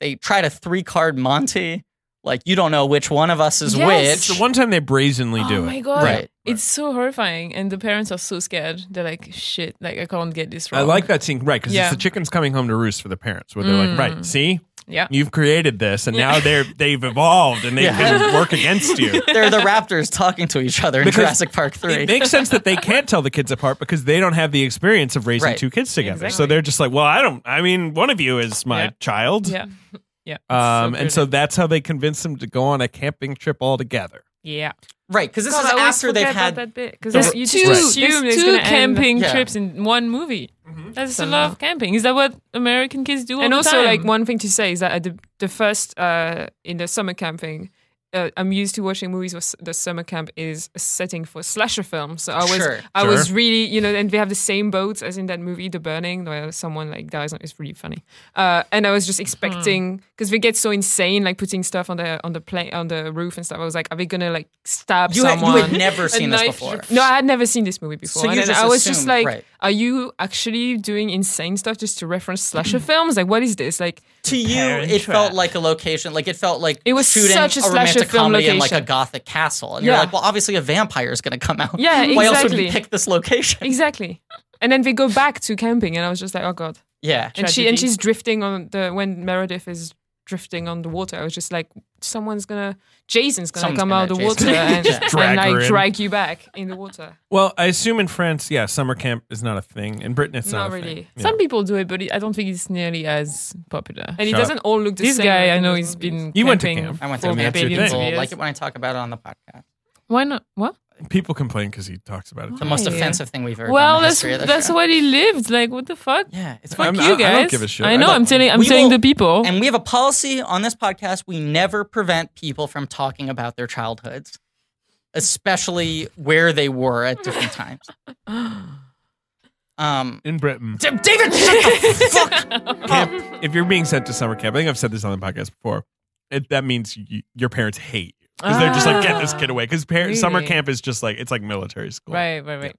S2: they try to three card Monty. Like you don't know which one of us is
S4: Yes.
S2: which.
S3: The one time they brazenly
S4: oh
S3: do
S4: my
S3: it.
S4: god.
S2: Right.
S4: It's so horrifying, and the parents are so scared. They're like, "Shit! Like I can't get this wrong."
S3: I like that scene, right? Because
S4: Yeah.
S3: it's the chickens coming home to roost for the parents, where they're like,
S4: Mm.
S3: "Right, see,
S4: Yeah.
S3: you've created this, and now they're they've evolved and they
S2: Yeah.
S3: can work against
S4: (laughs)
S3: you."
S2: They're the raptors talking to each other in
S3: Because
S2: Jurassic Park 3.
S3: It makes sense that they can't tell the kids apart because they don't have the experience of raising
S2: Right.
S3: two kids together. So they're just like, well, I don't. I mean, one of you is my
S4: Yeah.
S3: child.
S4: Yeah. (laughs) Yeah.
S3: Um,
S4: So
S3: and so that's how they convince them to go on a camping trip all together.
S4: (laughs) yeah.
S2: right, because this
S5: God,
S2: is
S5: I always
S2: after they've
S5: forget about
S2: had.
S5: that bit because
S4: There's
S5: you
S4: two,
S5: just
S3: Right.
S5: assume
S4: there's
S5: it's
S4: two
S5: gonna end.
S4: camping
S2: Yeah.
S4: trips in one movie.
S3: Mm-hmm.
S4: That's a
S5: So-
S4: lot of camping. Is that what American kids do? all
S5: and
S4: the
S5: also
S4: time?
S5: like one thing to say is that at the, the first uh, in the summer camp thing uh, i'm used to watching movies where s- the summer camp is a setting for slasher films so i was
S2: Sure.
S5: i was
S3: Sure.
S5: really you know and they have the same boats as in that movie the burning where someone like dies on it's really funny uh, and i was just expecting because they get so insane like putting stuff on the on the plane on the roof and stuff i was like are they gonna like stab
S2: You had, you
S5: someone
S2: had never seen this
S4: knife
S2: before.
S5: no, I had never seen this movie before.
S2: So you
S5: and then
S2: just
S5: I was just
S2: assumed-
S5: like,
S2: right.
S5: are you actually doing insane stuff just to reference slasher films? Like, what is this? Like,
S2: to you,
S3: Parent
S2: it
S3: trap.
S2: felt like a location. Like it felt like
S5: It was
S2: shooting
S5: such a slasher
S2: romantic
S5: film
S2: comedy in like a
S5: location.
S2: gothic castle, and
S5: Yeah.
S2: you're like, well, obviously a vampire is going to come out.
S5: Yeah,
S2: (laughs) Why else would you
S5: exactly.
S2: pick this location?
S5: exactly. And then they go back to camping, and I was just like, oh god.
S2: Yeah,
S5: And she
S4: Tragedy.
S5: and she's drifting on the when Meredith is drifting on the water. I was just like, someone's gonna, Jason's gonna
S2: Someone's
S5: come
S2: gonna
S5: out of the
S2: Jason.
S5: (laughs) water
S2: (laughs)
S5: and,
S2: Just
S5: and
S3: drag her
S5: like
S3: in.
S5: drag you back in the water.
S3: Well, I assume in France, yeah, summer camp is not a thing. In Britain, it's not,
S5: Not
S3: a thing.
S5: really.
S3: Yeah.
S4: Some people do it, but it- I don't think it's nearly as popular.
S5: And it
S3: Shut up.
S5: doesn't all look the
S4: this
S5: same.
S4: guy,
S5: like
S4: I
S5: in
S4: know,
S5: those
S4: he's
S5: movies.
S4: been.
S3: You went to
S4: camping
S3: camp.
S2: I went
S4: for
S2: to
S3: mean,
S2: camp.
S3: that's your
S4: billions of
S3: thing.
S2: People
S4: years.
S2: like it when I talk about it on the podcast.
S4: Why not? What?
S3: people complain because he talks about it.
S2: The most
S4: Why?
S2: offensive thing we've ever done
S4: well,
S2: in the
S4: that's
S2: history of the
S4: that's
S2: show.
S4: what he lived. Like, what the fuck?
S2: Yeah, it's
S4: Fuck
S2: fine.
S3: I'm-
S4: you
S3: I- I don't
S4: guys.
S3: give a shit.
S4: I know.
S3: Look,
S4: I'm telling. I'm
S2: we
S4: telling
S2: will-
S4: the people.
S2: And we have a policy on this podcast: we never prevent people from talking about their childhoods, especially where they were at
S4: (laughs)
S2: different times. Um,
S3: In
S4: (laughs)
S3: Britain,
S2: D- David, shut the fuck.
S3: camp, if you're being sent to summer camp, I think I've said this on the podcast before. It, that means y your parents hate you because they're just like, get this kid away. Because summer
S4: Really?
S3: camp is just like it's like military school.
S4: Ah. Right, right, right.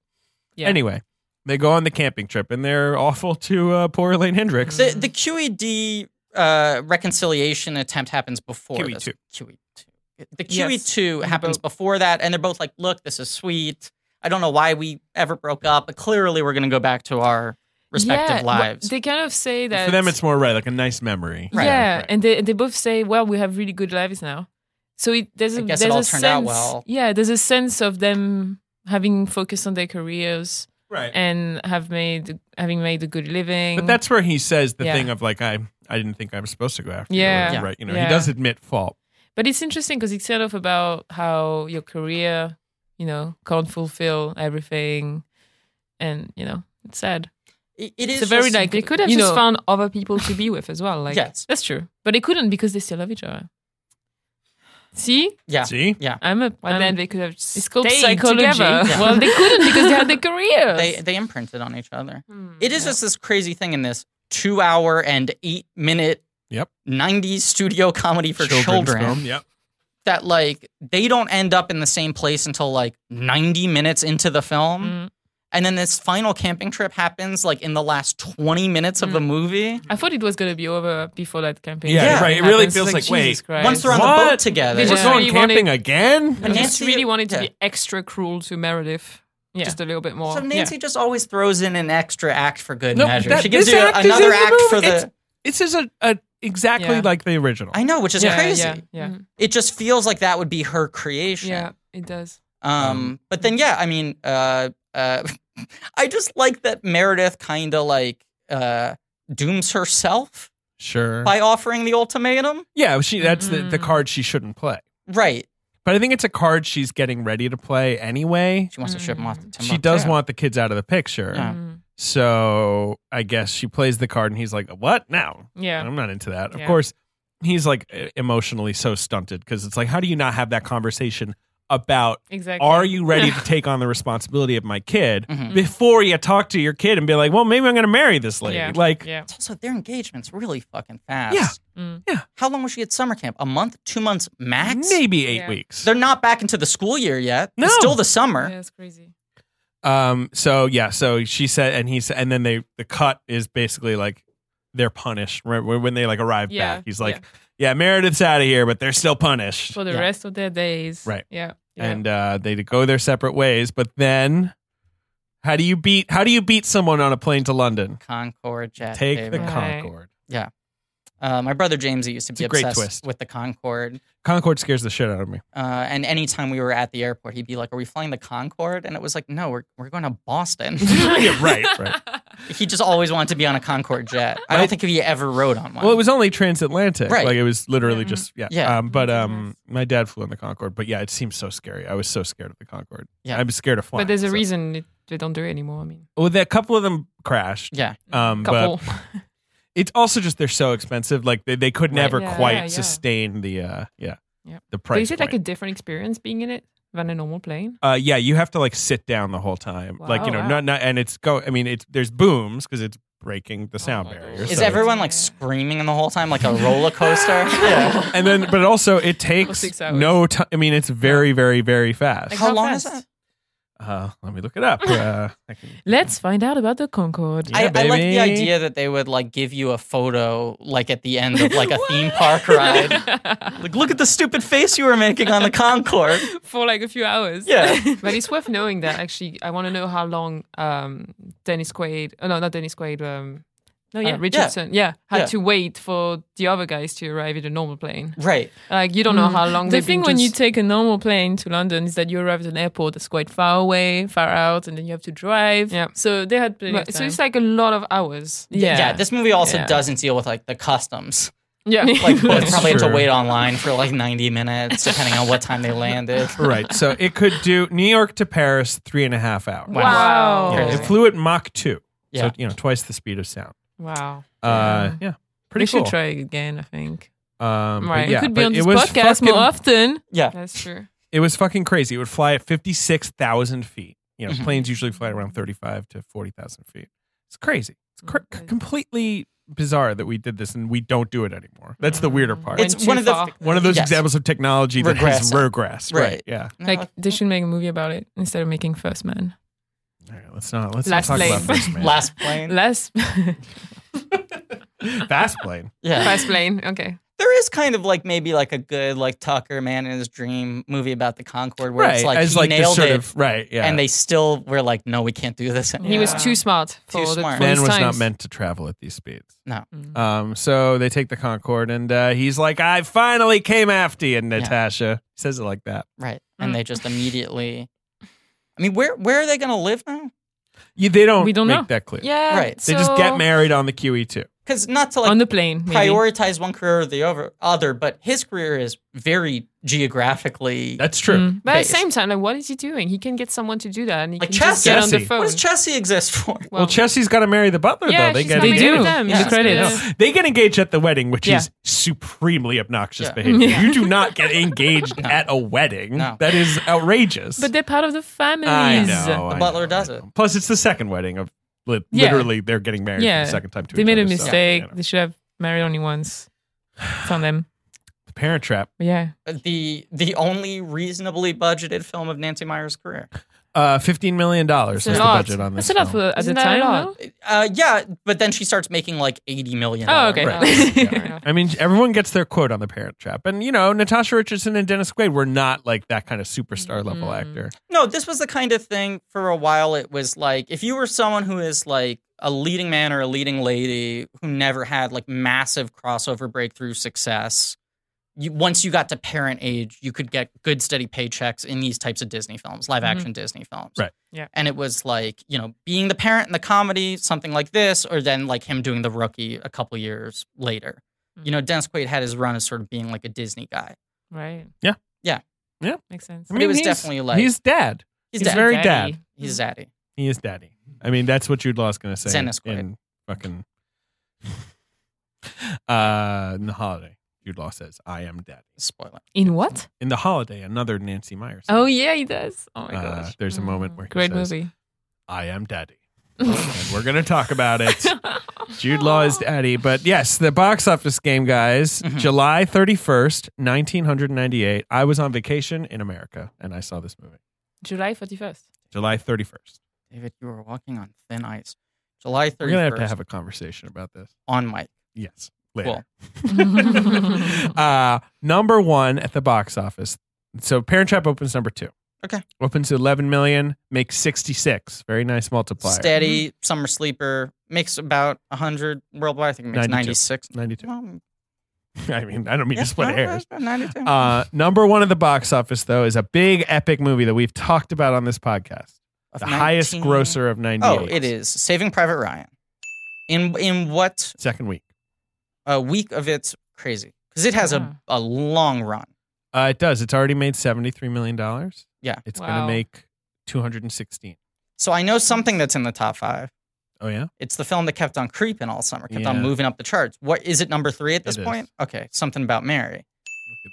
S4: Yeah.
S3: Anyway, they go on the camping trip and they're awful to uh, poor Elaine Hendricks.
S2: The the QED uh, reconciliation attempt happens before
S4: E
S3: QE2.
S2: this. QE2. The
S5: Yes.
S2: QE2
S4: Mm-hmm.
S5: They're
S2: happens
S5: both-
S2: before that, and they're both like, "Look, this is sweet. I don't know why we ever broke up, but clearly we're going to go back to our respective
S4: Yeah, wha-
S2: lives."
S4: They kind of say that
S3: For them, it's more right, like a nice memory.
S2: Right.
S4: yeah,
S3: Right.
S4: and they they both say, "Well, we have really good lives now," so it, there's
S2: I
S4: a
S2: guess it
S4: there's
S2: all
S4: a
S2: turned out
S4: sense,
S2: well.
S4: yeah, there's a sense of them having focused on their careers
S3: Right.
S4: and have made having made a good living.
S3: But that's where he says the
S4: Yeah.
S3: thing of like I I didn't think I was supposed to go after
S4: Yeah.
S3: you.
S4: Yeah.
S3: Right. You know,
S4: Yeah.
S3: he does admit fault.
S4: But it's interesting because it set off about how your career, you know, can't fulfill everything, and you know, it's sad.
S2: It, it is
S4: It's a very
S2: just-
S4: like
S5: They could have
S4: you
S5: just
S4: know,
S5: found other people to be with as well. Like,
S2: yes,
S4: That's true, but they couldn't because they still love each other. See,
S2: yeah,
S3: See?
S4: I'm a.
S5: but
S4: I'm-
S5: then they could have just
S4: it's called
S5: stayed
S4: psychology. (laughs)
S5: together.
S2: Yeah.
S4: Well, they couldn't because they had their careers.
S2: they they imprinted on each other. It is just this crazy thing in this two hour and eight minute
S3: Yep.
S2: 90s studio comedy for
S3: Children's
S2: children
S3: Film. Yep.
S2: that like they don't end up in the same place until like 90 minutes into the film
S4: Mm.
S2: and then this final camping trip happens like in the last 20 minutes of the movie
S4: I thought it was gonna be over before that campaign.
S3: Yeah,
S2: Yeah.
S3: right. It really feels like,
S4: Jesus
S3: wait,
S4: Christ.
S2: once they're on the boat
S3: What?
S2: together
S4: They
S3: We're
S4: just
S3: going
S4: really
S3: camping
S4: wanted-
S3: again?
S4: And
S5: I just
S2: Nancy-
S5: really wanted to
S2: yeah.
S5: be extra cruel to Meredith,
S4: Yeah.
S5: just a little bit more.
S2: so Nancy just always throws in an extra act for good
S3: No,
S2: measure.
S3: that-
S2: she gives
S3: this
S2: you
S3: act is in
S2: another
S3: the
S2: act
S3: movie.
S2: for the.
S3: It's- This is a, a exactly
S4: Yeah.
S3: like the original.
S2: I know, which is
S4: yeah,
S2: crazy.
S4: Yeah, yeah.
S2: It just feels like that would be her creation.
S5: yeah, it does.
S2: Um, but then, yeah, I mean, uh, uh, (laughs) I just like that Meredith kind of like uh, dooms herself
S3: Sure.
S2: by offering the ultimatum.
S3: yeah, she that's the,
S2: Mm.
S3: the card she shouldn't play.
S2: Right.
S3: But I think it's a card she's getting ready to play anyway.
S2: She wants to ship him off to Timbuktu.
S3: She does want the kids out of the picture.
S2: Yeah.
S4: Mm.
S3: So I guess she plays the card and he's like, What now?
S4: Yeah.
S3: I'm not into that. Of
S4: Yeah.
S3: course, he's like e- emotionally so stunted because it's like, how do you not have that conversation about
S4: Exactly.
S3: are you
S5: (laughs)
S2: (laughs)
S3: ready to take on the responsibility of my kid
S2: Mhm.
S4: Mm-hmm.
S3: before you talk to your kid and be like, well, maybe I'm going to marry this lady?
S4: Yeah.
S3: Like,
S4: yeah.
S2: It's also their engagement's really fucking fast.
S3: Yeah.
S4: Mm.
S3: Yeah.
S2: How long was she at summer camp? A month? Two months max?
S3: maybe eight
S4: Yeah.
S3: weeks.
S2: They're not back into the school year yet.
S3: No.
S2: It's still the summer.
S4: Yeah, it's crazy.
S3: Um. So yeah. So she said, and he said, and then they the cut is basically like they're punished right, when when they like arrive
S4: Yeah,
S3: back. He's like, yeah, Meredith's out of here, but they're still punished.
S4: For the
S2: Yeah.
S4: rest of their days.
S3: Right.
S4: Yeah. yeah.
S5: (coughs)
S3: And uh, they go their separate ways. But then, how do you beat? How do you beat someone on a plane to London?
S2: Concord jet.
S3: Take
S2: baby.
S3: the
S4: Right.
S3: Concorde.
S2: Uh, my brother James he used to
S3: It's
S2: be
S3: a great
S2: obsessed
S3: twist.
S2: with the Concorde.
S3: Concorde scares the shit out of me.
S2: Uh, and anytime we were at the airport, he'd be like, Are we flying the Concorde? And it was like, No, we're, we're going to
S3: (laughs)
S2: Boston.
S3: yeah, (laughs) right. Right.
S2: he just always wanted to be on a Concorde jet. I don't
S3: Right.
S2: think he ever rode on one.
S3: Well, it was only transatlantic.
S2: Right.
S3: Like it was literally just yeah.
S2: Yeah.
S3: Um, but um, my dad flew in the Concorde. But yeah, it seems so scary. I was so scared of the Concorde.
S2: Yeah.
S3: I was scared of flying.
S5: But there's a
S3: so.
S5: reason it, they don't do it anymore. I mean,
S3: Well, a couple of them crashed.
S2: yeah.
S3: Um,
S5: couple.
S3: but it's also just they're so expensive. Like they, they could
S2: Right.
S3: never
S5: Yeah,
S3: quite
S5: yeah, yeah.
S3: sustain the uh, yeah,
S4: Yep.
S3: the
S5: But
S3: price.
S5: is it like a
S3: point.
S5: different experience being in it than a normal plane?
S3: uh, yeah, you have to like sit down the whole time.
S5: Wow.
S3: Like you know,
S5: Oh, wow.
S3: not not and it's go. I mean, it's there's booms because it's breaking
S5: Oh
S3: the sound
S6: my
S3: barrier.
S6: God.
S2: Is
S3: so-
S2: everyone like screaming the whole time like a roller coaster?
S3: (laughs)
S2: yeah.
S3: And then, but
S5: (laughs)
S3: also it takes
S4: six hours.
S3: no time. I mean, it's very, very, very fast.
S2: How,
S4: How
S2: long is
S4: fast?
S2: that?
S3: Uh, let me look it up. Uh, I can,
S4: Let's find out about the Concorde.
S3: Yeah,
S2: I, I like the
S3: baby.
S2: idea that they would like give you a photo like at the end of like
S3: (laughs)
S2: a theme park ride. Like, look at the stupid face you were making on the
S3: (laughs)
S2: Concorde.
S4: For like a few hours.
S2: Yeah.
S5: (laughs) but it's worth knowing that actually, I want to know how long um, Dennis Quaid, oh no, not Dennis Quaid, um,
S4: No,
S5: uh,
S4: Oh, yeah.
S5: Richardson, yeah, had
S2: Yeah.
S5: to wait for the other guys to arrive in a normal plane.
S2: Right.
S5: Like, you don't know how long
S4: Mm. the
S5: they've
S4: thing
S5: been
S4: when you
S5: just-
S4: take a normal plane to London is that you arrive at an airport that's quite far away, far out, and then you have to drive.
S5: Yeah.
S4: So they had plenty
S5: But-
S4: of
S5: so
S4: time.
S5: it's like a lot of hours.
S2: Yeah. this movie also
S4: Yeah.
S2: doesn't deal with like the customs.
S3: (laughs)
S5: Yeah.
S2: Like both
S4: (laughs)
S2: probably have
S3: true.
S2: to wait online for like 90 minutes depending on what time they
S3: (laughs)
S2: landed.
S3: right. So it could do New York to Paris three and a half hours.
S5: Wow.
S2: Yeah,
S3: Yeah,
S2: Crazy.
S3: it flew at Mach 2.
S2: Yeah.
S3: So, you know, twice the speed of sound.
S5: Wow.
S3: Uh, yeah. Pretty cool.
S4: we should try it again, I think.
S3: Um, but
S5: Right. It
S3: yeah,
S4: Could be
S3: but
S4: on
S3: it
S4: this
S3: was
S4: podcast
S3: fucking,
S4: more often.
S2: Yeah.
S5: That's true.
S3: It was fucking crazy. It would fly at 56,000 feet. You know,
S2: Mhm.
S3: planes usually fly around 35 to 40,000 feet. It's crazy. It's cr-
S5: Mhm.
S3: completely bizarre that we did this and we don't do it anymore. That's the weirder part.
S2: It's
S5: Went
S2: one
S5: too
S2: of the
S5: far.
S3: one of those
S2: yes.
S3: examples of technology that has
S2: Regressing.
S3: regressed.
S2: Right.
S3: Yeah.
S2: No,
S4: Like they should make a movie about it instead of making First Man.
S3: (laughs) All right. Let's not, let's
S4: Last
S3: not talk about
S4: plane.
S3: first man. (laughs)
S2: last plane.
S4: Less (laughs)
S3: Fast plane.
S2: Yeah.
S5: Fast plane. Okay.
S2: there is kind of like maybe like a good like Tucker Man in his dream movie about the Concord where
S3: right.
S2: it's like
S3: as
S2: he
S3: like this
S2: nailed
S3: sort
S2: it
S3: of right. Yeah,
S2: and they still were like, no, we can't do this. Anymore.
S4: He was too smart for
S2: Too
S4: the
S2: smart.
S4: for
S3: man
S4: his
S3: was not
S4: times. Mm-hmm.
S3: meant to travel at these speeds.
S2: no.
S3: Um, so they take the Concorde, and uh, he's like, "I finally came after you, Natasha." He says it like that.
S2: Right. And
S4: Mm.
S2: they just immediately. I mean, where where are they going to live now?
S3: You, they don't.
S4: We don't
S3: make
S4: know.
S3: that clear.
S4: Yeah,
S2: Right.
S3: They just
S4: so-
S3: get married on the QE two.
S2: Because not to like
S4: on the plane. Maybe.
S2: prioritize one career or the over, other, but his career is very geographically.
S3: That's true.
S4: Mm.
S5: But at the
S2: Based.
S5: same time, like, what is he doing? He can get someone to do that, and he
S2: Like
S5: can just
S2: chess.
S5: get on the
S3: Chessy.
S5: phone.
S2: what does Chessie exist for? (laughs)
S3: Well, Chessie's got to marry the butler,
S5: yeah,
S3: though. They
S5: she's
S3: get
S5: not
S4: They
S5: married
S3: engaged.
S5: to
S4: do.
S5: Them.
S4: Yeah.
S5: She's
S4: The credits.
S5: gonna-
S4: Yeah.
S3: They get engaged at the wedding, which
S4: Yeah.
S3: is supremely obnoxious
S2: Yeah.
S3: behavior.
S4: (laughs) Yeah.
S3: You do not get (laughs) engaged at a wedding.
S2: No.
S3: That is outrageous.
S4: But they're part of the family.
S3: I know.
S2: The
S3: I
S2: butler
S3: know,
S2: does
S3: I
S2: it.
S3: know. Plus, it's the second wedding of li-
S4: Yeah.
S3: literally they're getting married
S4: Yeah.
S3: for the second time. To
S4: They
S3: each
S4: made a
S3: other, so,
S4: mistake.
S3: you know.
S4: They should have married only
S3: (sighs)
S4: once. It's on them.
S3: The Parent Trap.
S4: But yeah.
S2: The the only reasonably budgeted film of Nancy Meyer's career.
S3: Uh, Fifteen million dollars
S4: It's a
S3: was the
S4: lot.
S3: budget on this.
S4: That's enough
S3: film.
S4: at the
S5: Isn't that a
S4: time.
S5: lot?
S4: no?
S2: Uh, yeah, but then she starts making like eighty million.
S4: Oh, okay.
S3: Right.
S4: (laughs) Yeah.
S3: I mean, everyone gets their quote on the Parent Trap, and you know, Natasha Richardson and Dennis Quaid were not like that kind of superstar level
S4: Mm.
S3: actor.
S2: No, this was the kind of thing for a while. It was like if you were someone who is like a leading man or a leading lady who never had like massive crossover breakthrough success, you, once you got to parent age, you could get good steady paychecks in these types of Disney films, live action Disney films.
S3: Right.
S4: Yeah.
S2: And it was like, you know, being the parent in the comedy, something like this, or then like him doing the rookie a couple years later.
S3: Mm-hmm.
S2: You know, Dennis Quaid had his run as sort of being like a Disney guy.
S4: Right.
S3: Yeah.
S2: Yeah.
S3: Yeah.
S4: Makes sense.
S3: I
S2: it
S3: mean,
S2: was
S3: he's-
S2: definitely like-
S3: he's dad.
S2: He's,
S3: He's
S2: daddy.
S3: very Mm-hmm.
S4: Daddy.
S3: dad.
S2: He's daddy.
S3: He is daddy. I mean, that's what Jude Law's gonna say
S2: Dennis Quaid.
S3: in fucking (laughs) uh, in the holiday. Jude Law says, "I am daddy."
S2: Spoiler.
S4: In what?
S3: In the holiday, another Nancy Myers.
S4: Oh yeah, he does. Oh my
S3: Uh,
S4: gosh.
S3: there's a moment where he
S4: Great
S3: says, (laughs)
S4: movie.
S3: I am daddy. and we're going to talk about
S2: (laughs)
S3: it. Jude Law is daddy. But yes, the box office game, guys,
S2: Mhm.
S3: July 31st, 1998. I was on vacation in America and I saw this movie.
S4: July forty first.
S3: July 31st.
S2: David, you are walking on thin ice. July 31st
S3: We're going to have to have a conversation about this.
S2: on mic.
S3: Yes. Later. (laughs) uh, number one at the box office. So Parent Trap opens number two.
S2: Okay.
S3: Opens to 11 million, makes 66. Very nice multiplier.
S2: Steady summer sleeper makes about 100 worldwide. I think it makes
S3: 92.
S2: 96.
S3: 92.
S2: Well,
S3: (laughs) I mean, I don't mean
S2: yeah,
S3: to split
S2: no,
S3: hairs.
S2: it's about 92.
S3: Uh, number one at the box office, though, is a big epic movie that we've talked about on this podcast.
S2: Of
S3: The highest
S2: 19
S3: grosser of 98.
S2: Oh, it is Saving Private Ryan. In in what
S3: Second week.
S2: a week of its crazy because it has
S4: Yeah.
S2: a, a long run.
S3: Uh, it does. It's already made $73 million.
S2: Yeah.
S3: It's going to
S4: Wow.
S3: make 216.
S2: So I know something that's in the top five.
S3: Oh, yeah?
S2: It's the film that kept on creeping all summer, kept
S3: Yeah.
S2: on moving up the charts. What is it number three at this
S3: It is.
S2: point? Okay, something about Mary.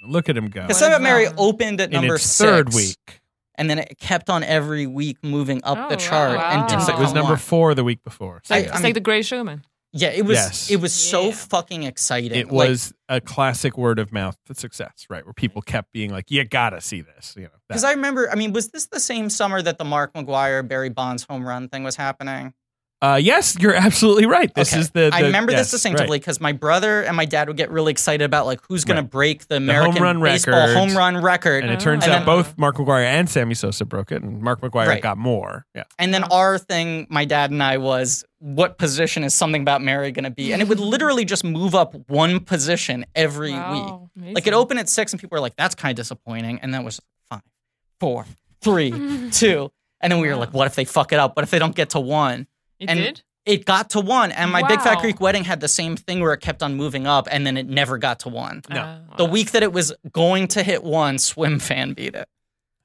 S3: Look at him go.
S2: Because
S4: What
S2: Something About
S4: is
S2: Mary
S4: that?
S2: opened at
S3: Oh. In
S2: number
S3: its
S2: six,
S3: third week.
S2: and then it kept on every week moving up
S4: Oh,
S2: the
S4: wow.
S2: chart and
S4: Wow.
S2: didn't
S3: It's- It was
S2: come
S3: number
S2: on.
S3: four the week before.
S4: It's like,
S2: I
S4: it's
S2: mean-
S4: like the Grey Showman.
S2: Yeah, it was.
S3: Yes.
S2: It was so
S4: Yeah.
S2: fucking exciting.
S3: It
S2: Like,
S3: was a classic word of mouth success, right? Where people kept being like, you got to see this. You know, that-
S2: Because I remember, I mean, was this the same summer that the Mark McGuire Barry Bonds home run thing was happening?
S3: Uh, yes, you're absolutely right. This
S2: Okay.
S3: is the,
S2: I
S3: the-
S2: remember
S3: yes,
S2: this distinctively
S3: right.
S2: because my brother and my dad would get really excited about like who's going
S3: Right.
S2: to break the American
S3: run
S2: baseball
S3: record.
S2: home run record,
S3: And it
S2: Oh.
S3: turns
S2: And
S3: out
S2: then-
S3: both Mark McGuire and Sammy Sosa broke it, and Mark McGuire
S2: Right.
S3: got more. Yeah,
S2: And then our thing, my dad and I, was what position is something about Mary going to be? And it
S4: (laughs)
S2: would literally just move up one position every week. Like it opened at six, and people were like, "That's kind of disappointing." And then it was five, four,
S4: (laughs)
S2: three, two, and then we were like, "What if they fuck it up? What if they don't get to one?"
S4: It
S2: and
S4: did.
S2: It got to one, and my Big Fat
S4: Wow.
S2: Greek Wedding had the same thing where it kept on moving up, and then it never got to one.
S4: Ah,
S2: The
S4: wow.
S2: week that it was going to hit one, Swim Fan beat it.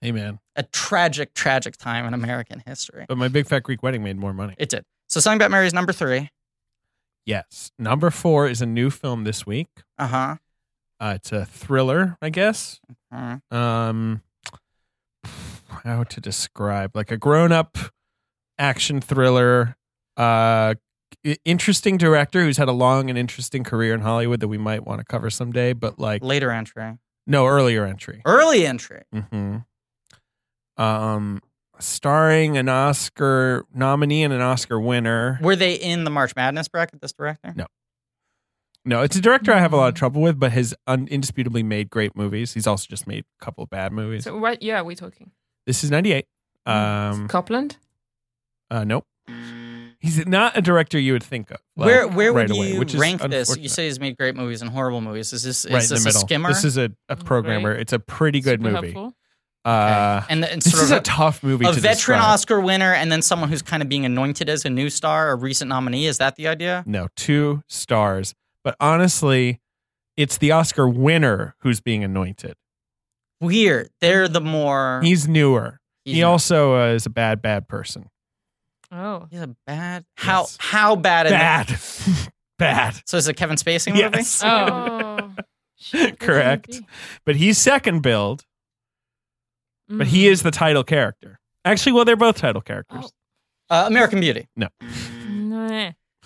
S3: amen.
S2: A tragic, tragic time in American history.
S3: But my Big Fat Greek Wedding made more money.
S2: It did. So something about Mary is number three.
S3: Yes, number four is a new film this week.
S2: Uh huh.
S3: Uh, it's a thriller, I guess.
S2: Mm-hmm.
S3: Um, how to describe like a grown-up action thriller. Uh, i- interesting director who's had a long and interesting career in Hollywood that we might want to cover someday. But like,
S2: Later entry.
S3: no earlier entry.
S2: Early entry.
S3: hmm Um, starring an Oscar nominee and an Oscar winner.
S2: Were they in the March Madness bracket, this director?
S3: No. No, it's a director I have a lot of trouble with, but has un- indisputably made great movies. He's also just made a couple of bad movies.
S5: So what year are we talking?
S3: this is 98.
S4: Hmm.
S3: Um,
S5: Copland?
S3: uh, nope. He's not a director you would think of. like,
S2: where where would
S3: right away,
S2: you
S3: which is
S2: rank this? You
S3: unfortunate.
S2: say he's made great movies and horrible movies. Is this is
S3: right
S2: this
S3: in the middle.
S2: a skimmer?
S3: This is a, a programmer. It's a pretty good
S4: Oh, Super
S3: movie.
S4: helpful.
S3: Uh,
S2: and, the, and
S3: (laughs) this
S2: sort
S3: is
S2: of
S3: a tough movie.
S2: a
S3: to
S2: veteran
S3: describe.
S2: Oscar winner and then someone who's kind of being anointed as a new star, a recent nominee. Is that the idea?
S3: No, two stars. But honestly, it's the Oscar winner who's being anointed.
S2: Weird. They're the more.
S3: He's newer.
S2: he's
S3: he
S2: not-
S3: also uh, is a bad, bad person.
S5: Oh.
S2: He's a bad. How
S3: Yes.
S2: how bad? in the-
S3: Bad, bad. (laughs)
S2: so is it a Kevin Spacey movie?
S3: Yes,
S4: (laughs)
S5: Oh.
S3: correct. But he's second build. But he
S2: Mm-hmm.
S3: is the title character. Actually, well, they're both title characters.
S2: Uh, American Beauty.
S3: Mm.
S4: Nah.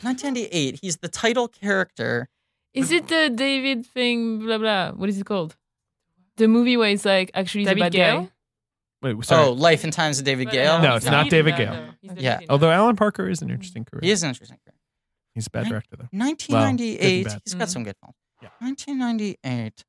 S2: 1998. He's the title character.
S4: Is
S3: Mm.
S4: it the David thing? Blah blah. What is it called? The movie where it's like actually the
S5: David
S4: bad
S5: Gale?
S4: guy.
S3: Wait, sorry.
S2: Oh, Life and Times of David Gale.
S3: No, it's
S4: he's
S3: not
S4: the
S3: David
S4: lead in that,
S3: Gale.
S4: though. He's the
S2: Yeah.
S4: lead in
S3: Although
S4: that.
S3: Alan Parker is an interesting career.
S2: He is an interesting character.
S3: He's a bad director though.
S2: 1998.
S3: Well, good and bad.
S2: he's got
S4: Mhm.
S2: some good films.
S3: Mm-hmm. Yeah.
S2: 1998.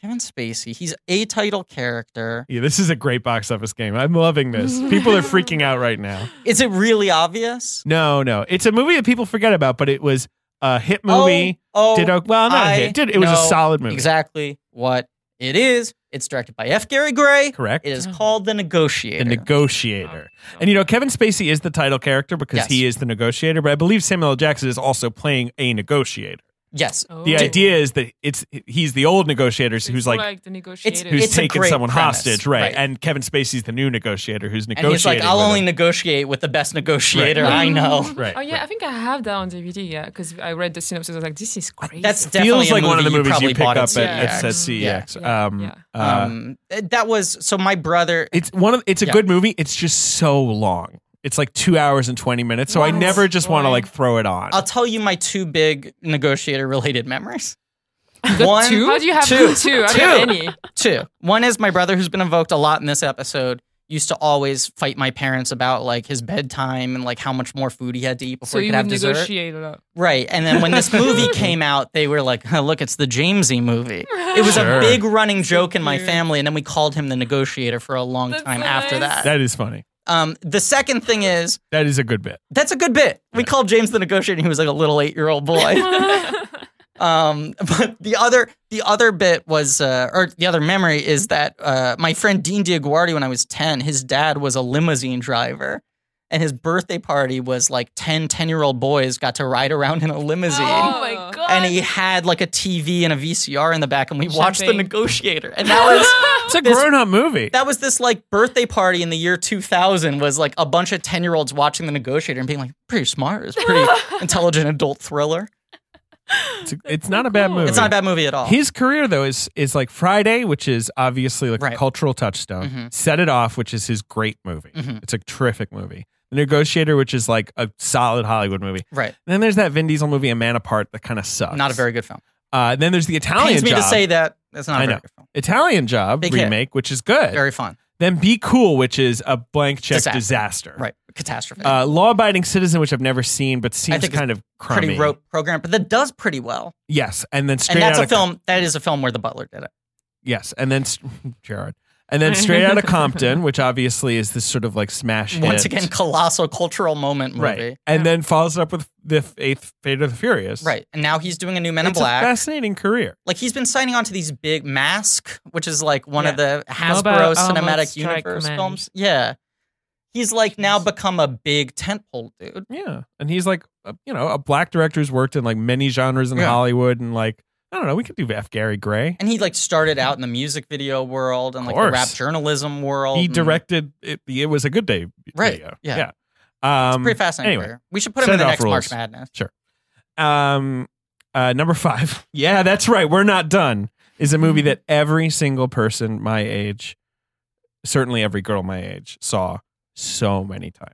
S2: Kevin Spacey. He's a title character.
S3: Yeah, this is a great box office game. I'm
S2: (laughs)
S3: loving this. People are freaking out right now.
S2: Is it really obvious?
S3: No, no, it's a movie that people forget about, but it was a hit movie.
S2: Oh, oh,
S3: did o- well, not a
S2: I
S3: hit. Did it was a
S2: know
S3: solid movie.
S2: exactly what it is. It's directed by F. Gary Gray.
S3: Correct.
S2: It is called The Negotiator.
S3: the negotiator. And you know, Kevin Spacey is the title character because
S2: Yes.
S3: he is the negotiator, but I believe Samuel L. Jackson is also playing a negotiator.
S2: yes.
S4: Oh.
S3: The idea is that it's he's the old negotiator
S4: It's
S3: who's
S4: more
S3: like,
S4: the negotiator.
S3: who's
S2: It's a
S3: taking
S2: great
S3: someone
S2: premise,
S3: hostage, right.
S2: right.
S3: And Kevin Spacey's the new negotiator who's
S2: And
S3: negotiating.
S2: he's like, I'll
S3: with
S2: only
S3: him."
S2: negotiate with the best negotiator
S3: right. Mm-hmm.
S2: I know.
S3: right.
S5: Oh, yeah, I think I have that on DVD, yeah, because I read the synopsis. I was like, this is crazy.
S2: Uh, That's
S3: right.
S2: definitely
S3: Feels
S2: a
S3: like one of the
S2: movie
S3: movies
S2: probably
S3: you pick
S2: bought
S3: up at,
S2: at
S3: at, at
S2: CX.
S3: CX.
S5: Yeah.
S3: Um,
S5: Yeah.
S3: uh,
S2: um, that was so. My brother
S3: it's one of it's a
S2: Yeah.
S3: good movie. It's just so long. It's like two hours and twenty minutes. So I
S4: What?
S3: never just want to
S4: Why?
S3: like throw it on.
S2: I'll tell you my two big negotiator related memories.
S4: The
S2: One,
S4: two? How do you have
S2: two?
S4: two? (laughs) two? I don't have
S2: Two.
S4: any.
S2: Two. One is my brother, who's been invoked a lot in this episode, used to always fight my parents about like his bedtime and like how much more food he had to eat
S4: So
S2: before he
S4: you
S2: could have
S4: would
S2: dessert.
S4: negotiate a lot.
S2: Right. And then when this
S4: (laughs)
S2: movie came out, they were like, "Huh, look, it's the Jamesy movie. It was
S3: Sure.
S2: a big running joke in my family. And then we called him the negotiator for a long
S4: That's
S2: time
S4: nice.
S2: after that.
S3: that is funny.
S2: um, the second thing is,
S3: That is a good bit.
S2: that's a good bit. We called James the negotiator. and He was like a little eight year old
S4: (laughs)
S2: boy. Um, (laughs) but the other the other bit was, uh, or the other memory is that uh, my friend Dean DiGuardi, when I was ten, his dad was a limousine driver, and his birthday party was like 10 10 year old boys got to ride around in a limousine.
S4: Oh my god.
S2: (laughs) And he had like a TV and a VCR in the back, and we watched The
S4: Champagne.
S2: Negotiator. And that was
S4: (laughs)
S3: It's a
S2: This-
S3: grown up movie.
S2: that was this like birthday party in the year 2000 was like a bunch of 10 year olds watching The Negotiator and being like, pretty smart. It's
S4: (laughs)
S2: pretty intelligent adult thriller.
S3: It's, a- it's not a bad movie.
S2: It's not a bad movie at all.
S3: His career though is is like Friday, which is obviously like a
S2: Right.
S3: cultural touchstone.
S2: Mhm.
S3: Set It Off, which is his great movie.
S2: Mhm.
S3: It's a terrific movie. The Negotiator, which is like a solid Hollywood movie.
S2: right.
S3: And then there's that Vin Diesel movie, A Man Apart, that kind of sucks.
S2: Not a very good film.
S3: Uh, and then there's the Italian
S2: pains me
S3: Job,
S2: to say that. That's not
S3: I
S2: a very
S3: know.
S2: good film.
S3: Italian Job
S2: Big hit.
S3: remake, which is good.
S2: Very fun.
S3: then Be Cool, which is a blank check disaster.
S2: Disaster. Right. Catastrophe.
S3: Uh, Law Abiding Citizen, which I've never seen, but seems
S2: think it's
S3: kind of crummy.
S2: pretty rote program, but that does pretty well.
S3: Yes, and then straight
S2: and that's
S3: out
S2: a film that is a film where the butler did it.
S3: Yes, and then st- (laughs) Gerard, and then straight out of Compton, which obviously is this sort of like smash
S2: Once
S3: hit.
S2: again, colossal cultural moment movie.
S3: right? And then follows it up with the f- eighth Fate of the Furious,
S2: Right. And now he's doing a new Men in
S3: It's a
S2: Black.
S3: fascinating career.
S2: like he's been signing on to these big Mask, which is like one of the Hasbro
S4: Mobile Armored
S2: Cinematic
S4: Strike
S2: Universe
S4: Command.
S2: films. Yeah. He's like now become a big tentpole dude.
S3: Yeah, and he's like, a, you know, a black director who's worked in like many genres in
S2: Yeah.
S3: Hollywood, and like, I don't know, we could do F. Gary Gray.
S2: And he like started out in the music video world and like the
S3: Course.
S2: rap journalism world.
S3: He
S2: and-
S3: directed it. It was a good day,
S2: Right,
S3: video.
S2: yeah.
S3: yeah. Um,
S2: Pretty fascinating.
S3: Anyway,
S2: career. we should put him
S3: Set
S2: in the
S3: It Off
S2: next March
S3: rules.
S2: Madness.
S3: Um, uh, number five. (laughs) Yeah, that's right. We're not done. Is a
S2: Mm-hmm.
S3: movie that every single person my age, certainly every girl my age, saw so many times.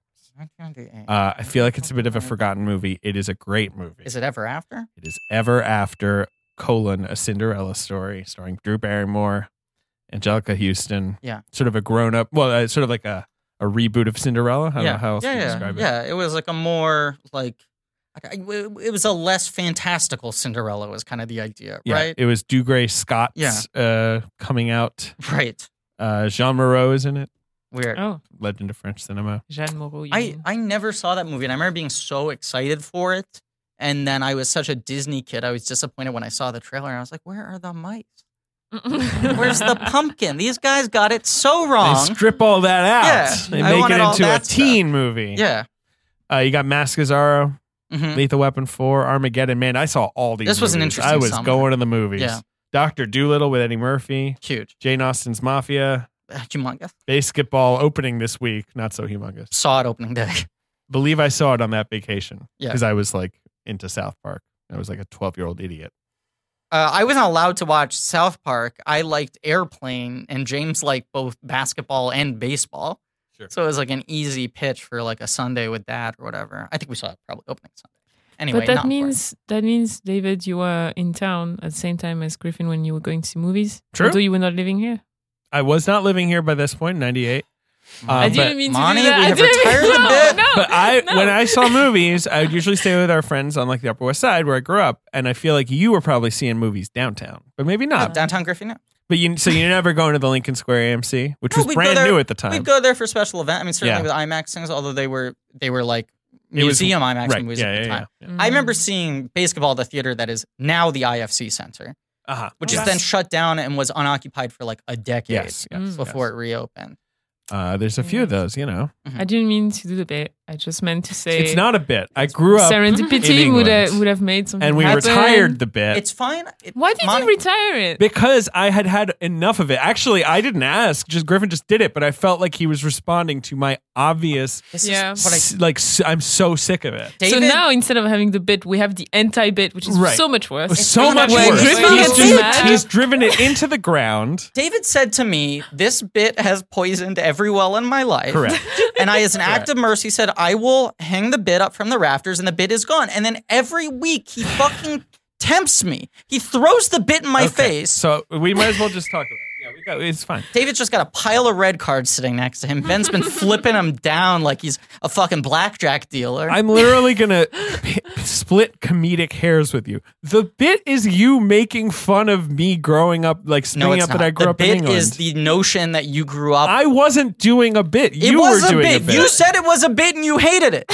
S3: Uh, I feel like it's a bit of a forgotten movie. It is a great movie.
S2: Is it ever after?
S3: It is Ever After colon a Cinderella story starring Drew Barrymore, Angelica Houston.
S2: Yeah.
S3: sort of a grown up. Well, uh, sort of like a a reboot of Cinderella. I don't
S2: yeah.
S3: know how else
S2: yeah,
S3: to
S2: yeah.
S3: describe it.
S2: Yeah, it was like a more like Okay, it it was a less fantastical Cinderella was kind of the idea,
S3: Yeah,
S2: right?
S3: It was Dougray Scott's
S2: Yeah.
S3: uh, coming out.
S2: (laughs) right.
S3: Uh, Jean Moreau is in it.
S2: Weird.
S4: Oh,
S3: Legend of French cinema.
S4: Jeanne Moreau. you
S2: I
S4: mean.
S2: I never saw that movie, and I remember being so excited for it. And then I was such a Disney kid. I was disappointed when I saw the trailer. And I was like, "Where are the mice? Where's
S3: (laughs)
S2: the
S4: (laughs)
S2: pumpkin? These guys got it so wrong."
S3: They strip all that out.
S2: Yeah,
S3: They
S2: I
S3: make
S2: wanted
S3: it
S2: all
S3: into a
S2: that stuff.
S3: teen movie.
S2: yeah.
S3: Uh, you got Mask Azaro,
S2: Mhm.
S3: Lethal Weapon 4, Armageddon. Man, I saw all these
S2: This was an
S3: movies.
S2: interesting
S3: I was
S2: summer.
S3: going to the movies.
S2: Yeah.
S3: Dr. Doolittle with Eddie Murphy,
S2: Huge.
S3: Jane Austen's Mafia,
S2: Uh, Humongous.
S3: Basketball opening this week. Not so humongous.
S2: Saw it opening day.
S3: believe I saw it on that vacation
S2: Yeah.
S3: because I was like into South Park. I was like a 12 year old idiot.
S2: Uh, I wasn't allowed to watch South Park. I liked Airplane, and James liked both basketball and baseball.
S6: Sure.
S2: So it was like an easy pitch for like a Sunday with that or whatever. I think we saw it probably opening Sunday. Anyway,
S4: but that
S2: not important.
S4: means that means David, you were in town at the same time as Griffin when you were going to see movies.
S3: True.
S4: Although you were not living here.
S3: I was not living here by this point, 98.
S4: I
S3: Uh,
S4: didn't
S3: but,
S4: mean to
S2: Monty,
S4: do that.
S2: we
S4: I
S2: have
S4: didn't
S2: retired the
S4: mean,
S2: bit.
S4: No, no,
S3: but
S2: (laughs)
S3: I,
S4: no.
S3: when I saw movies, I would usually stay with our friends on like the Upper West Side where I grew up. And I feel like you were probably seeing movies downtown, but maybe
S2: Uh,
S3: not.
S2: downtown Griffin. No.
S3: But you, so you never going to the Lincoln Square AMC, which
S2: No,
S3: was
S2: we'd go
S3: brand
S2: there-
S3: new at the time.
S2: We'd go there for special event. I mean, certainly
S3: Yeah.
S2: with IMAX things, although they were they were like
S3: It was-
S2: museum IMAX
S3: right.
S2: movies
S3: Yeah,
S2: at the
S3: yeah,
S2: time.
S3: yeah.
S4: Mm.
S2: I remember seeing basketball at the theater that is now the IFC Center,
S3: Uh-huh.
S2: which
S3: Yes.
S2: is then shut down and was unoccupied for like a decade
S3: Yes. yes, yes.
S2: before it reopened.
S3: Uh, there's a few of those, you know.
S4: I didn't mean to do the bit. I just meant to say
S3: It's not a bit. I grew up
S4: serendipity
S3: in
S4: would have,
S3: England.
S4: would have made something
S3: and we
S4: happen.
S3: retired the bit.
S2: It's fine. It-
S4: Why did
S2: Monty-
S4: you retire it?
S3: Because I had had enough of it. Actually, I didn't ask. Just Griffin just did it, but I felt like he was responding to my obvious.
S2: This is
S4: Yeah.
S2: what I-
S3: s- like s- I'm so sick of it.
S2: David,
S4: so now instead of having the bit, we have the anti bit, which is
S3: Right.
S4: so much
S3: It
S4: worse.
S3: was so
S2: been
S3: much
S2: that way
S3: worse.
S2: since Griffin
S3: He's,
S2: gets
S3: just-
S4: mad.
S3: he's driven it into the ground.
S2: David said to me, "This bit has poisoned every well in my life."
S3: Correct.
S2: (laughs) And I, as an act of mercy, said, "I will hang the bit up from the rafters, and the bit is gone." And then every week
S3: (sighs)
S2: he fucking tempts me. He throws the bit in my face.
S3: So we might as well just talk about. It. Yeah, we got. It's fine.
S2: David's just got a pile of red cards sitting next to him. Ben's
S4: (laughs)
S2: been flipping him down like he's a fucking blackjack dealer.
S3: I'm literally gonna p- split comedic hairs with you. The bit is you making fun of me growing up, like
S2: no,
S3: springing
S2: it's
S3: up
S2: not.
S3: that I grew
S2: the
S3: up
S2: bit
S3: in England.
S2: is the notion that you grew up.
S3: I wasn't doing a bit.
S2: it
S3: You
S2: was
S3: were doing
S2: a, bit. You said it was a bit, and you hated it.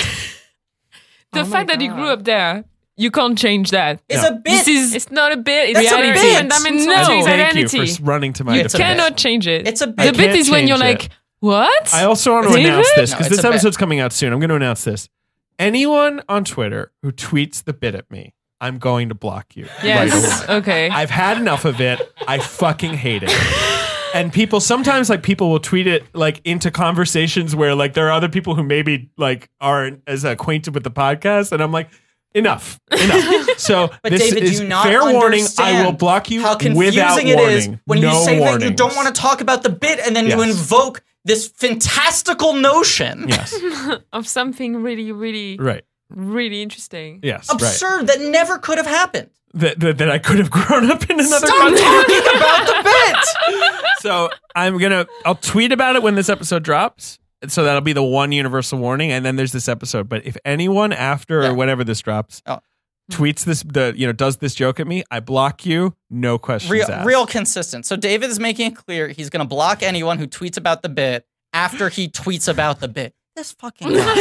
S4: the fact that you grew up there, you can't change that.
S2: It's
S3: No.
S2: a bit.
S4: This is
S5: It's not a bit. It's
S2: That's a
S5: reality.
S2: bit.
S5: Fundamental
S4: No.
S5: to
S4: And
S5: his
S4: thank
S3: Thank
S5: identity.
S3: you for s- running to my
S2: You
S3: defense.
S2: a bit.
S4: cannot change it.
S2: It's a
S4: The
S2: bit.
S4: bit
S3: can't
S4: is when
S3: change
S4: you're
S3: it.
S4: like, what?
S3: I also want to
S4: David?
S3: announce this
S2: No,
S3: because
S2: it's
S3: this
S2: a bit.
S3: episode's coming out soon. I'm going to announce this. Anyone on Twitter who tweets the bit at me, I'm going to block you.
S4: (laughs) yes. okay.
S3: I've had enough of it. I fucking hate it. And people sometimes like people will tweet it like into conversations where like there are other people who maybe like aren't as acquainted with the podcast, and I'm like, enough,
S2: (laughs)
S3: enough. So
S2: But
S3: this
S2: David,
S3: is
S2: do you not
S3: fair warning. I
S2: understand
S3: will block you
S2: How confusing
S3: without
S2: it
S3: warning.
S2: is when
S3: No
S2: you say that you
S3: warnings.
S2: don't want to talk about the bit, and then you
S3: Yes.
S2: invoke this fantastical notion,
S3: Yes,
S4: of something really, really,
S3: right.
S4: really interesting.
S3: Yes, right.
S2: absurd that never could have happened.
S3: that, that, that I could have (laughs) grown up in another
S2: Stop
S3: country.
S2: talking about the bit. (laughs)
S3: So I'm gonna I'll tweet about it when this episode drops. So that'll be the one universal warning, and then there's this episode. But if anyone after
S2: Yeah.
S3: or whenever this drops
S2: Oh.
S3: tweets this the you know does this joke at me, I block you. No questions
S2: real,
S3: asked.
S2: real consistent. So David is making it clear he's going to block anyone who tweets about the bit after he tweets about the bit. This fucking guy.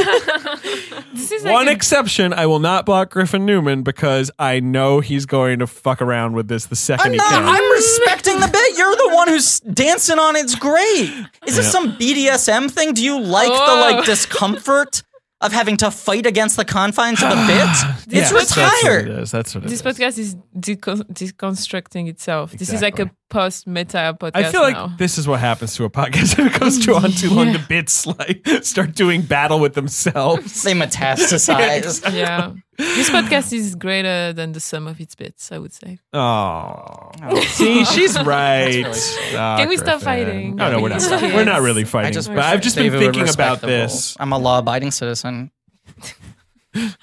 S4: This is
S3: One
S4: like a-
S3: exception, I will not block Griffin Newman because I know he's going to fuck around with this the 2nd
S2: I'm
S3: he
S2: not.
S3: can.
S2: I'm respecting the bit. You're the one who's dancing on its grave. Is this
S3: Yeah.
S2: some BDSM thing? Do you like
S4: Whoa.
S2: the like discomfort of having to fight against the confines of the bit?
S3: (sighs) Yes,
S2: It's
S3: That's what it
S2: retired.
S3: is. That's what it is.
S4: this podcast is decon- deconstructing itself. This is like a
S3: Exactly.
S4: post meta podcast.
S3: I feel like
S4: now.
S3: this is what happens to a podcast (laughs) if it goes too on
S4: (laughs)
S3: too long. The bits like start doing battle with
S4: (laughs)
S3: themselves.
S2: They metastasize.
S3: (laughs)
S4: yeah. This podcast is greater than the sum of its bits, I would say.
S3: Oh, (laughs) see, she's right. Ah,
S4: Can we stop
S3: Griffin.
S4: fighting?
S3: No, no, we're not.
S4: Please,
S3: Fighting.
S4: kids.
S3: We're not really fighting.
S2: I just
S3: but I've just been
S2: David would
S3: thinking
S2: respect
S3: about
S2: the rules.
S3: this.
S2: I'm a law-abiding
S3: (laughs)
S2: citizen.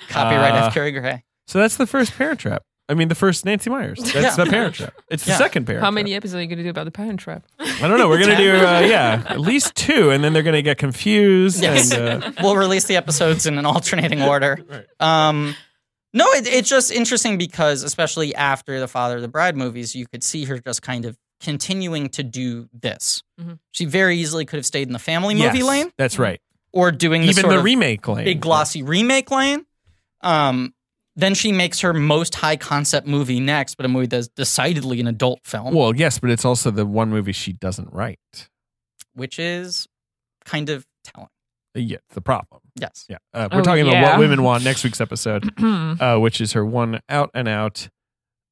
S2: Copyright
S3: Uh,
S2: F. Curry Gray.
S3: So that's the first Parent Trap. I mean, the first Nancy Myers. That's
S2: Yeah.
S3: the Parent
S4: (laughs)
S3: Trap. It's
S2: Yeah.
S3: the second Parent.
S4: How many episodes are you going to do about the parent trap? (clears throat)
S3: Trap. I don't know. We're gonna
S4: (laughs)
S3: do uh, yeah, at least two, and then they're gonna get confused.
S2: Yes.
S4: (laughs)
S3: And, uh,
S2: we'll release the episodes in an alternating order. Um, No, it, it's just interesting because, especially after the Father of the Bride movies, you could see her just kind of continuing to do this.
S4: Mhm.
S2: She very easily could have stayed in the family movie
S3: Yes,
S2: lane
S3: That's right.
S2: or doing the
S3: Even
S2: sort
S3: the
S2: of
S3: remake lane.
S2: big glossy remake lane. Um, then she makes her most high concept movie next, but a movie that's decidedly an adult film,
S3: Well, yes, but it's also the one movie she doesn't write. Uh,
S2: which is kind of telling.
S3: Yeah, it's the problem.
S2: Yes.
S3: Yeah, uh, we're
S4: Oh,
S3: talking about
S4: yeah.
S3: what women want next week's episode, uh, which is her one out and out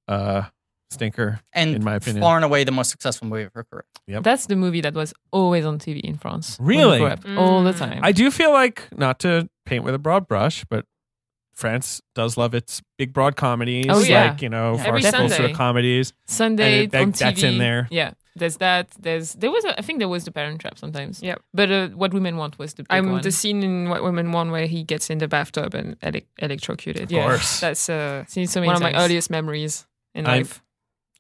S3: uh, stinker.
S2: And
S3: In my opinion.
S2: far and away the most successful movie of her career.
S4: That's the movie that was always on TV in France. when we
S3: Really?
S4: grew up, All the
S5: Mm.
S4: time.
S3: I do feel like not to paint with a broad brush, but France does love its big broad comedies,
S4: Oh, yeah.
S3: like you know,
S2: Yeah.
S3: yeah.
S4: Every
S3: sort
S4: Sunday.
S3: of comedies.
S4: Sunday
S3: And it- that-
S4: on TV.
S3: that's in there.
S4: Yeah. There's that. There's there was a, I think there was the Parent Trap sometimes.
S5: Yep.
S4: But uh, what women want was the big
S5: I'm
S4: one.
S5: the scene in What Women Want where he gets in the bathtub and elec electrocuted.
S3: Of course.
S5: that's uh,
S4: Seen so many
S5: one of my
S4: times.
S5: earliest memories in
S3: I'm-
S5: life.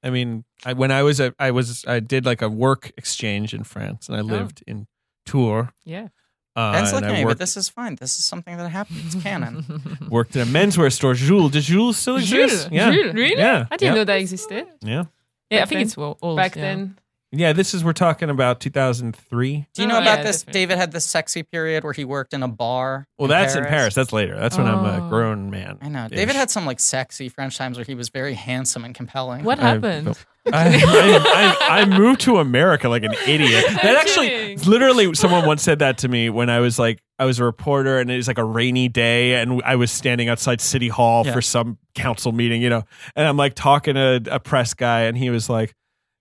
S3: I mean, I, when I was a, I was I did like a work exchange in France, and I lived in Tours.
S4: Oh. Yeah.
S3: Uh,
S2: Ben's
S3: and
S2: looking at
S3: I
S2: me, but
S3: worked,
S2: this is fine. This is something that happened. It's canon.
S3: worked in a menswear store. Jules, does Jules still exist?
S4: Oh, Jules?
S3: Yeah,
S4: Jules? Really?
S3: Yeah,
S4: I didn't
S3: yeah.
S4: know that existed.
S3: Yeah,
S4: Yeah, I think
S5: Back then.
S4: it's well, old
S5: Back
S4: yeah.
S5: then,
S3: yeah. This is we're talking about 2003.
S2: Do you know
S4: Oh,
S2: about
S4: yeah,
S2: this?
S4: definitely.
S2: David had this sexy period where he worked in a bar.
S3: Well, that's in Paris. That's later. That's when I'm a
S4: Oh.
S3: grown man.
S2: I know. David had some like sexy French times where he was very handsome and compelling.
S4: What
S3: I-
S4: happened?
S3: I, I, I, I moved to America like an idiot. That actually,
S4: kidding.
S3: literally, someone once said that to me when I was like, I was a reporter and it was like a rainy day and I was standing outside City Hall
S2: Yeah.
S3: for some council meeting, you know, and I'm like talking to a press guy and he was like,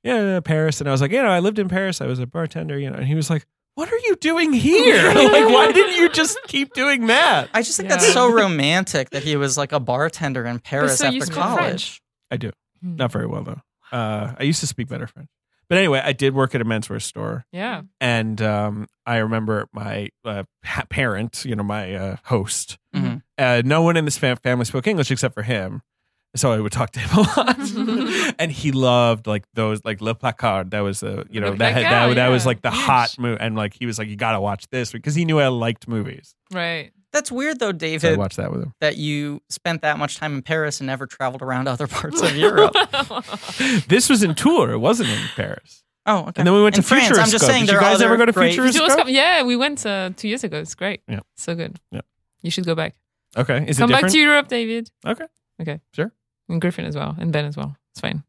S3: yeah, Paris. And I was like, you know, I lived in Paris. I was a bartender, you know, and he was like, what are you doing here? (laughs) like, why didn't you just keep doing that?
S2: I just think
S4: Yeah.
S2: that's
S4: (laughs)
S2: so romantic that he was like a bartender in Paris
S5: so you
S2: after
S5: spoke
S2: college.
S5: French.
S3: I do.
S4: Hmm.
S3: Not very well, though. Uh, I used to speak better French. But anyway, I did work at a menswear store.
S4: yeah.
S3: and um, I remember my uh, ha- parent, you know, my uh, host.
S4: Mm-hmm.
S2: Mhm.
S3: Uh, no one in this fam- family spoke English except for him, so I would talk to him (laughs) a
S2: (laughs)
S3: lot. and he loved like those, like Le Placard. That was the, you know,
S4: Le
S3: that, that
S4: Placard,
S3: that was
S4: yeah.
S3: like the
S4: Huge.
S3: hot movie, and like he was like, you gotta watch this because he knew I liked movies.
S4: Right.
S2: That's weird though,
S3: So I
S2: David,
S3: watched that with him.
S2: that you spent that much time in Paris and never traveled around (laughs) other parts of
S4: (laughs)
S2: Europe.
S3: This was in Tours. It wasn't in Paris.
S2: oh, okay.
S3: And then we went
S2: In
S3: to
S2: France, I'm
S3: Futuroscope.
S2: just saying
S3: Did
S2: there
S3: you
S2: are
S3: guys
S2: other
S3: ever go to
S2: great-
S3: Futuroscope?
S4: Jules Cop- yeah, we went uh, two years ago. It's great.
S3: Yeah.
S4: So good.
S3: Yeah.
S4: You should go back.
S3: Okay, is
S4: Come
S3: it
S4: back
S3: different?
S4: to Europe, David.
S3: Okay.
S4: Okay.
S3: Sure.
S4: And Griffin as well. And Ben as well. It's fine.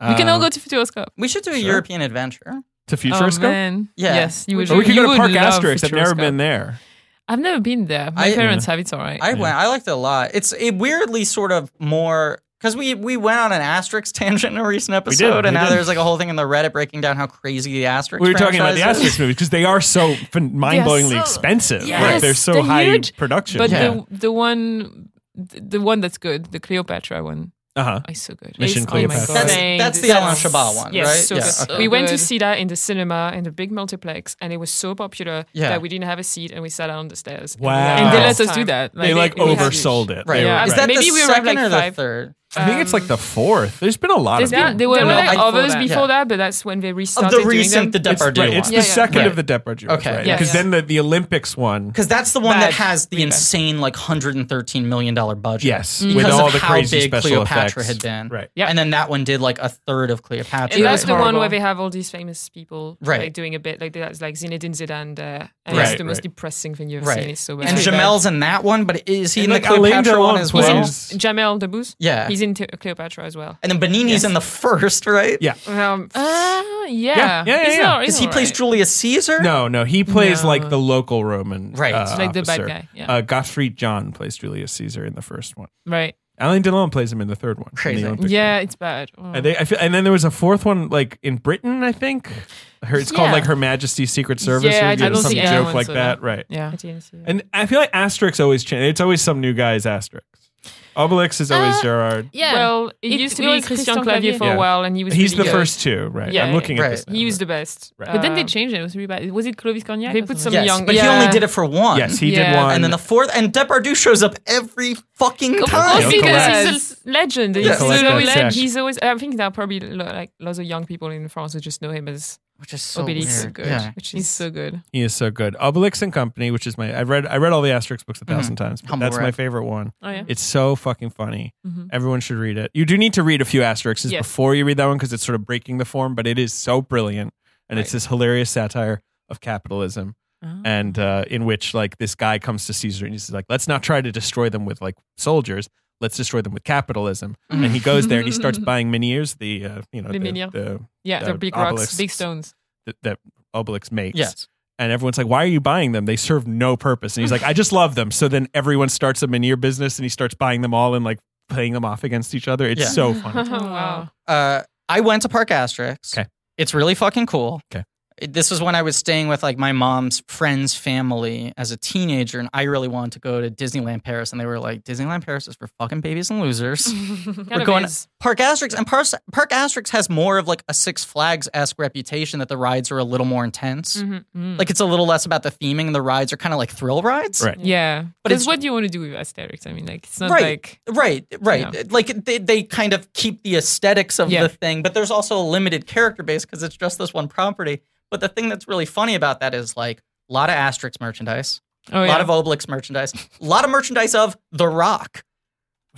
S4: We can all
S3: Uh,
S4: go to Futuroscope.
S2: We should do a
S3: Sure.
S2: European adventure.
S3: to
S4: Oh,
S3: Futuroscope.
S4: man.
S2: Yeah.
S4: Yes. You would,
S3: or we could go
S4: you
S3: to
S4: would
S3: Park
S4: love
S3: Asterix. I've never
S4: Futuroscope.
S3: been there.
S4: I've never been there. My
S2: I-
S4: parents have. It's all right.
S2: I went. I liked it a lot. It's it weirdly sort of more because we we went on an asterisk (laughs) tangent in a recent
S3: did,
S2: episode,
S3: we
S2: and now
S3: did.
S2: there's like a whole thing in the Reddit breaking down how crazy the asterisk.
S3: We were talking about the
S2: franchise is.
S3: Asterix movies because they are so fin- mind-blowingly
S4: so-
S3: expensive.
S4: Yes,
S3: like, they're so
S4: they're
S3: high
S4: huge,
S3: in production.
S4: But
S2: Yeah.
S4: the the one the the one that's good, the Cleopatra one,
S3: uh huh.
S4: oh, is so good.
S3: Mission
S4: It's- oh my
S3: Cleopatra.
S4: God.
S2: That's,
S5: Saying
S2: that's the
S5: this-
S2: Alan Shabbat one,
S5: Yes,
S2: right?
S5: so
S2: yeah.
S5: good.
S2: okay.
S5: we went to
S4: good.
S5: see that in the cinema in the big multiplex, and it was so popular
S2: Yeah.
S5: that we didn't have a seat, and we sat down on the stairs.
S3: Wow.
S4: And they
S3: Oh.
S4: let us do that.
S3: They like
S4: it was
S3: oversold
S4: huge.
S3: it.
S2: (laughs) Right.
S3: They were-
S5: Yeah.
S2: Is
S3: right.
S2: that
S5: Maybe
S2: the
S5: we were
S2: second
S5: like
S2: or
S5: five.
S2: the third?
S3: I think it's like the fourth. There's been a lot of
S4: There's
S3: them.
S4: been- there
S5: There
S4: were
S5: were
S2: No,
S4: like
S2: I-
S4: others
S2: yeah.
S4: before that, but
S5: but that's when they
S2: Of
S5: restarted
S2: the
S5: doing
S2: recent,
S5: them.
S2: the
S3: It's,
S2: Depardieu
S3: right, it's
S2: one.
S3: the
S5: Yeah, yeah.
S3: second
S2: Right.
S3: of the Depardieu.
S2: Okay.
S3: Because
S4: Yeah, yeah.
S3: then the, the Olympics one.
S2: Because that's the one
S5: Bad
S2: that has the
S4: remake.
S2: insane like hundred and thirteen million dollar budget.
S3: Yes.
S5: Mm-hmm.
S2: because
S3: With all
S2: of
S3: the
S2: how
S3: crazy
S2: big
S3: special
S2: Cleopatra
S3: effects.
S2: had been.
S3: Right.
S4: Yeah.
S2: and then that one did like a third of Cleopatra.
S5: And that's
S4: It's
S5: the one
S4: horrible.
S5: where they have all these famous people
S2: Right.
S5: like doing a bit like that's like Zinedine Zidane there, and
S3: Right,
S5: it's the most
S3: right.
S5: depressing thing you've
S2: Right.
S5: seen. It's so bad.
S2: and
S5: It's really
S2: Jamel's in that one, but is he
S3: And,
S2: in the
S3: like, Alain
S2: Cleopatra one
S3: Delon
S2: as
S5: bad.
S2: well?
S5: he's in Jamel Debbouze.
S2: yeah,
S5: He's in Te- Cleopatra as well.
S2: and then Benini's in the first, right?
S3: Yeah.
S5: Um,
S4: Uh, yeah.
S3: Yeah, yeah,
S4: He's
S3: yeah,
S4: not- he's
S2: because he
S4: all
S2: plays
S4: right.
S2: Julius Caesar.
S3: No, no. He plays
S4: No.
S3: like the local Roman.
S2: Right.
S3: uh,
S4: like the bad
S3: officer.
S4: guy. Yeah.
S3: Uh, Gottfried John plays Julius Caesar in the first one.
S4: right.
S3: Alain Delon plays him in the third one. in the
S2: Crazy.
S3: Olympic one.
S4: Yeah, it's bad. Oh.
S3: And, they, I feel, and then there was a fourth one, like in Britain, I think. Her, it's called
S4: Yeah.
S3: like Her Majesty's Secret Service
S4: Yeah,
S3: or
S4: I
S3: you know,
S4: don't
S3: some
S4: think
S3: joke
S4: anyone's
S3: like
S4: saw
S3: that.
S4: that.
S3: Right.
S4: yeah.
S5: I didn't see it.
S3: And I feel like Asterix always changes. It's always some new guy's Asterix. Obelix is always
S4: Uh,
S3: Gerard.
S4: Yeah.
S5: Well, it,
S4: It-
S5: used to
S4: it
S5: be
S4: was
S5: Christian
S4: Christian
S5: Clavier
S4: Clavier.
S5: for
S3: Yeah.
S5: a while, and he was
S3: He's
S5: really
S3: the
S5: good.
S3: first two, right?
S5: Yeah,
S3: I'm looking at
S2: right.
S3: this. now.
S5: He was the best.
S3: Right.
S4: but then they
S5: Um,
S4: changed it. It was really bad. Was it Clovis Cognac?
S5: They
S4: or
S5: put some
S4: something?
S2: yes,
S5: young-
S2: but
S5: yeah.
S2: he only did it for one.
S3: yes, he did
S4: Yeah.
S3: one.
S2: and then the fourth, and Depardieu shows up every fucking
S4: Of
S2: time.
S4: course he
S3: Nicolas.
S4: does.
S5: He's a legend. He's,
S2: Yeah.
S5: he's
S3: Nicolas
S5: always,
S3: Cage.
S5: he's always. I think there are probably lo- like lots of young people in France who just know him as
S2: which is so
S4: Obelix is
S2: weird.
S4: good.
S2: Yeah.
S4: Which is so good.
S3: He is so good. Obelix and Company, which is my I read I read all the Asterix books a 1000 times. But
S2: Humble
S3: that's my
S2: brag.
S3: favorite one.
S4: Oh yeah.
S3: It's so fucking funny. Everyone should read it. You do need to read a few Asterixes
S4: Mm-hmm. Yes.
S3: before you read that one because it's sort of breaking the form, but it is so brilliant, and it's this hilarious satire of capitalism,
S4: Uh-huh. Mm-hmm.
S3: and uh, in which like this guy comes to Caesar and he's like, "Let's not try to destroy them with like soldiers." Let's destroy them with capitalism, and he goes there and he
S4: (laughs)
S3: starts buying Meniers, the uh, you know
S4: The
S3: the,
S4: Menhir.
S3: the-
S4: Yeah,
S3: the
S4: they're big rocks,
S3: obelisks.
S4: big stones.
S3: that, that Obelix makes.
S2: Yes.
S3: And everyone's like, why are you buying them? They serve no purpose. And he's like, I just love them. So then everyone starts a Meneer business and he starts buying them all and like playing them off against each other. It's
S2: Yeah.
S3: so funny.
S4: Oh, wow.
S2: Uh, I went to Park Asterix.
S3: Okay.
S2: It's really fucking cool.
S3: 'Kay.
S2: It- This was when I was staying with like my mom's friend's family as a teenager, and I really wanted to go to Disneyland Paris, and they were like, "Disneyland Paris is for fucking babies and losers."
S4: Kind of
S2: going-
S4: is.
S2: Park Asterix and Park, Park Asterix has more of like a Six Flags esque reputation that the rides are a little more intense.
S4: Mm.
S2: Like it's a little less about the theming, and the rides are kind of like thrill rides.
S3: Right.
S4: yeah. But
S2: it's-
S4: it's what you want to do with Asterix. I mean, like it's not
S2: Right.
S4: like
S2: Right, right.
S4: Yeah.
S2: Like they, they kind of keep the aesthetics of
S4: Yeah.
S2: the thing, but there's also a limited character base because it's just this one property. But the thing that's really funny about that is like a lot of Asterix merchandise,
S4: oh
S2: a
S4: yeah.
S2: lot of Obelix merchandise, a lot of merchandise of The Rock.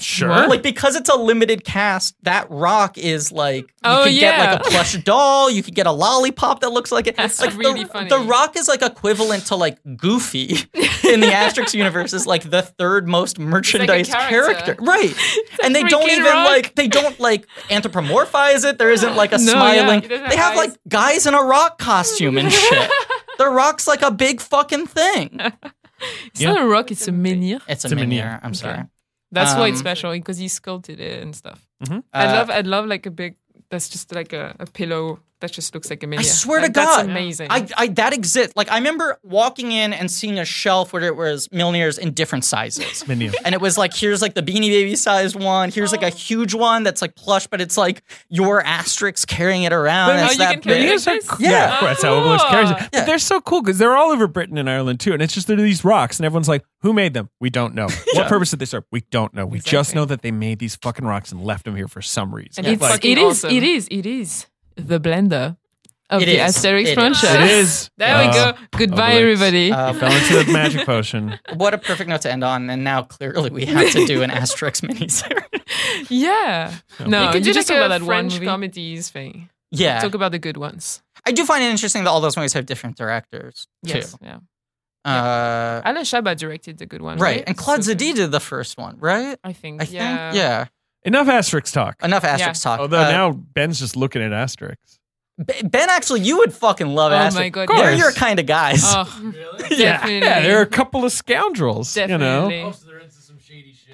S3: Sure.
S4: What?
S2: Like because it's a limited cast, that rock is like you
S4: Oh,
S2: could get
S4: yeah.
S2: like a
S4: (laughs)
S2: plush doll, you could get a lollipop that looks like it.
S4: That's
S2: like
S4: really
S2: the,
S4: funny.
S2: The rock is like equivalent to like Goofy
S4: (laughs)
S2: in the Asterix universe is like the third most merchandise
S4: character. (laughs)
S2: Right. and they don't
S4: freaking
S2: even
S4: rock.
S2: like they don't like anthropomorphize it. There isn't like a
S4: (gasps) No, yeah,
S2: smiling
S4: it doesn't
S2: they have
S4: have
S2: like guys in a rock costume and
S4: (laughs)
S2: shit. the rock's like a big fucking thing.
S4: It's not a rock. It's a menhir.
S2: It's a
S3: It's a
S2: miniature.
S3: miniature.
S2: I'm sorry.
S4: That's why it's
S2: Um,
S4: special because he sculpted it and stuff.
S2: Uh,
S4: I'd love, I'd love like a big. That's just like a, a pillow that just looks like a million.
S2: I swear to God,
S4: that's amazing.
S2: I, I that exists. Like I remember walking in and seeing a shelf where it was Milner's in different sizes,
S3: Meneer.
S2: and it was like here's like the Beanie Baby sized one, here's
S4: Oh.
S2: like a huge one that's like plush, but it's like your asterisk carrying it around. and
S4: oh,
S2: it's
S4: you
S2: that
S4: can carry
S2: big.
S4: it. Nice.
S2: (laughs)
S3: Yeah,
S2: Yeah.
S3: of course, that's how Obelix carries it.
S4: Ah.
S3: But they're so cool because they're all over Britain and Ireland too. And it's just they're these rocks, and everyone's like, "Who made them? We don't
S2: (laughs)
S3: know. What purpose did they serve? We don't know. We just
S4: Exactly.
S3: know that they made these fucking rocks and left them here for some reason."
S4: And it's, (laughs)
S3: Like,
S4: it
S5: fucking
S4: is,
S5: awesome.
S4: it is, it is the blender of
S2: It
S4: the
S2: is.
S4: Asterix
S2: It is.
S4: franchise.
S3: it is.
S4: (laughs) There we
S3: Uh,
S4: go. Goodbye,
S3: Obelix.
S4: everybody. (laughs)
S2: Uh,
S3: Fell into the magic potion.
S2: what a perfect note to end on. And now clearly we have to
S4: (laughs)
S2: do an asterisk miniseries.
S4: yeah. No,
S5: You could do
S4: just
S5: like
S4: talk
S5: a
S4: about that
S5: French
S4: one movie.
S5: comedies thing.
S2: yeah,
S4: Talk about the good ones.
S2: I do find it interesting that all those movies have different directors too.
S4: Yes. Yeah.
S2: Uh,
S4: Alan Chabat directed the good one.
S2: right.
S4: Right.
S2: and Claude
S4: So good.
S2: Zidi did the first one, right?
S4: I think.
S2: I think
S4: yeah.
S2: yeah.
S3: Enough asterisk talk.
S2: Enough asterisk
S4: Yeah.
S2: talk.
S3: Although
S2: Uh,
S3: now Ben's just looking at asterisks.
S2: B- Ben, actually, you would fucking love
S4: Oh
S2: Asterix.
S4: my God,
S2: They're
S4: yes.
S2: your kind of guys.
S4: Oh,
S3: Yeah, yeah, they're a couple of scoundrels.
S4: definitely.
S3: You know?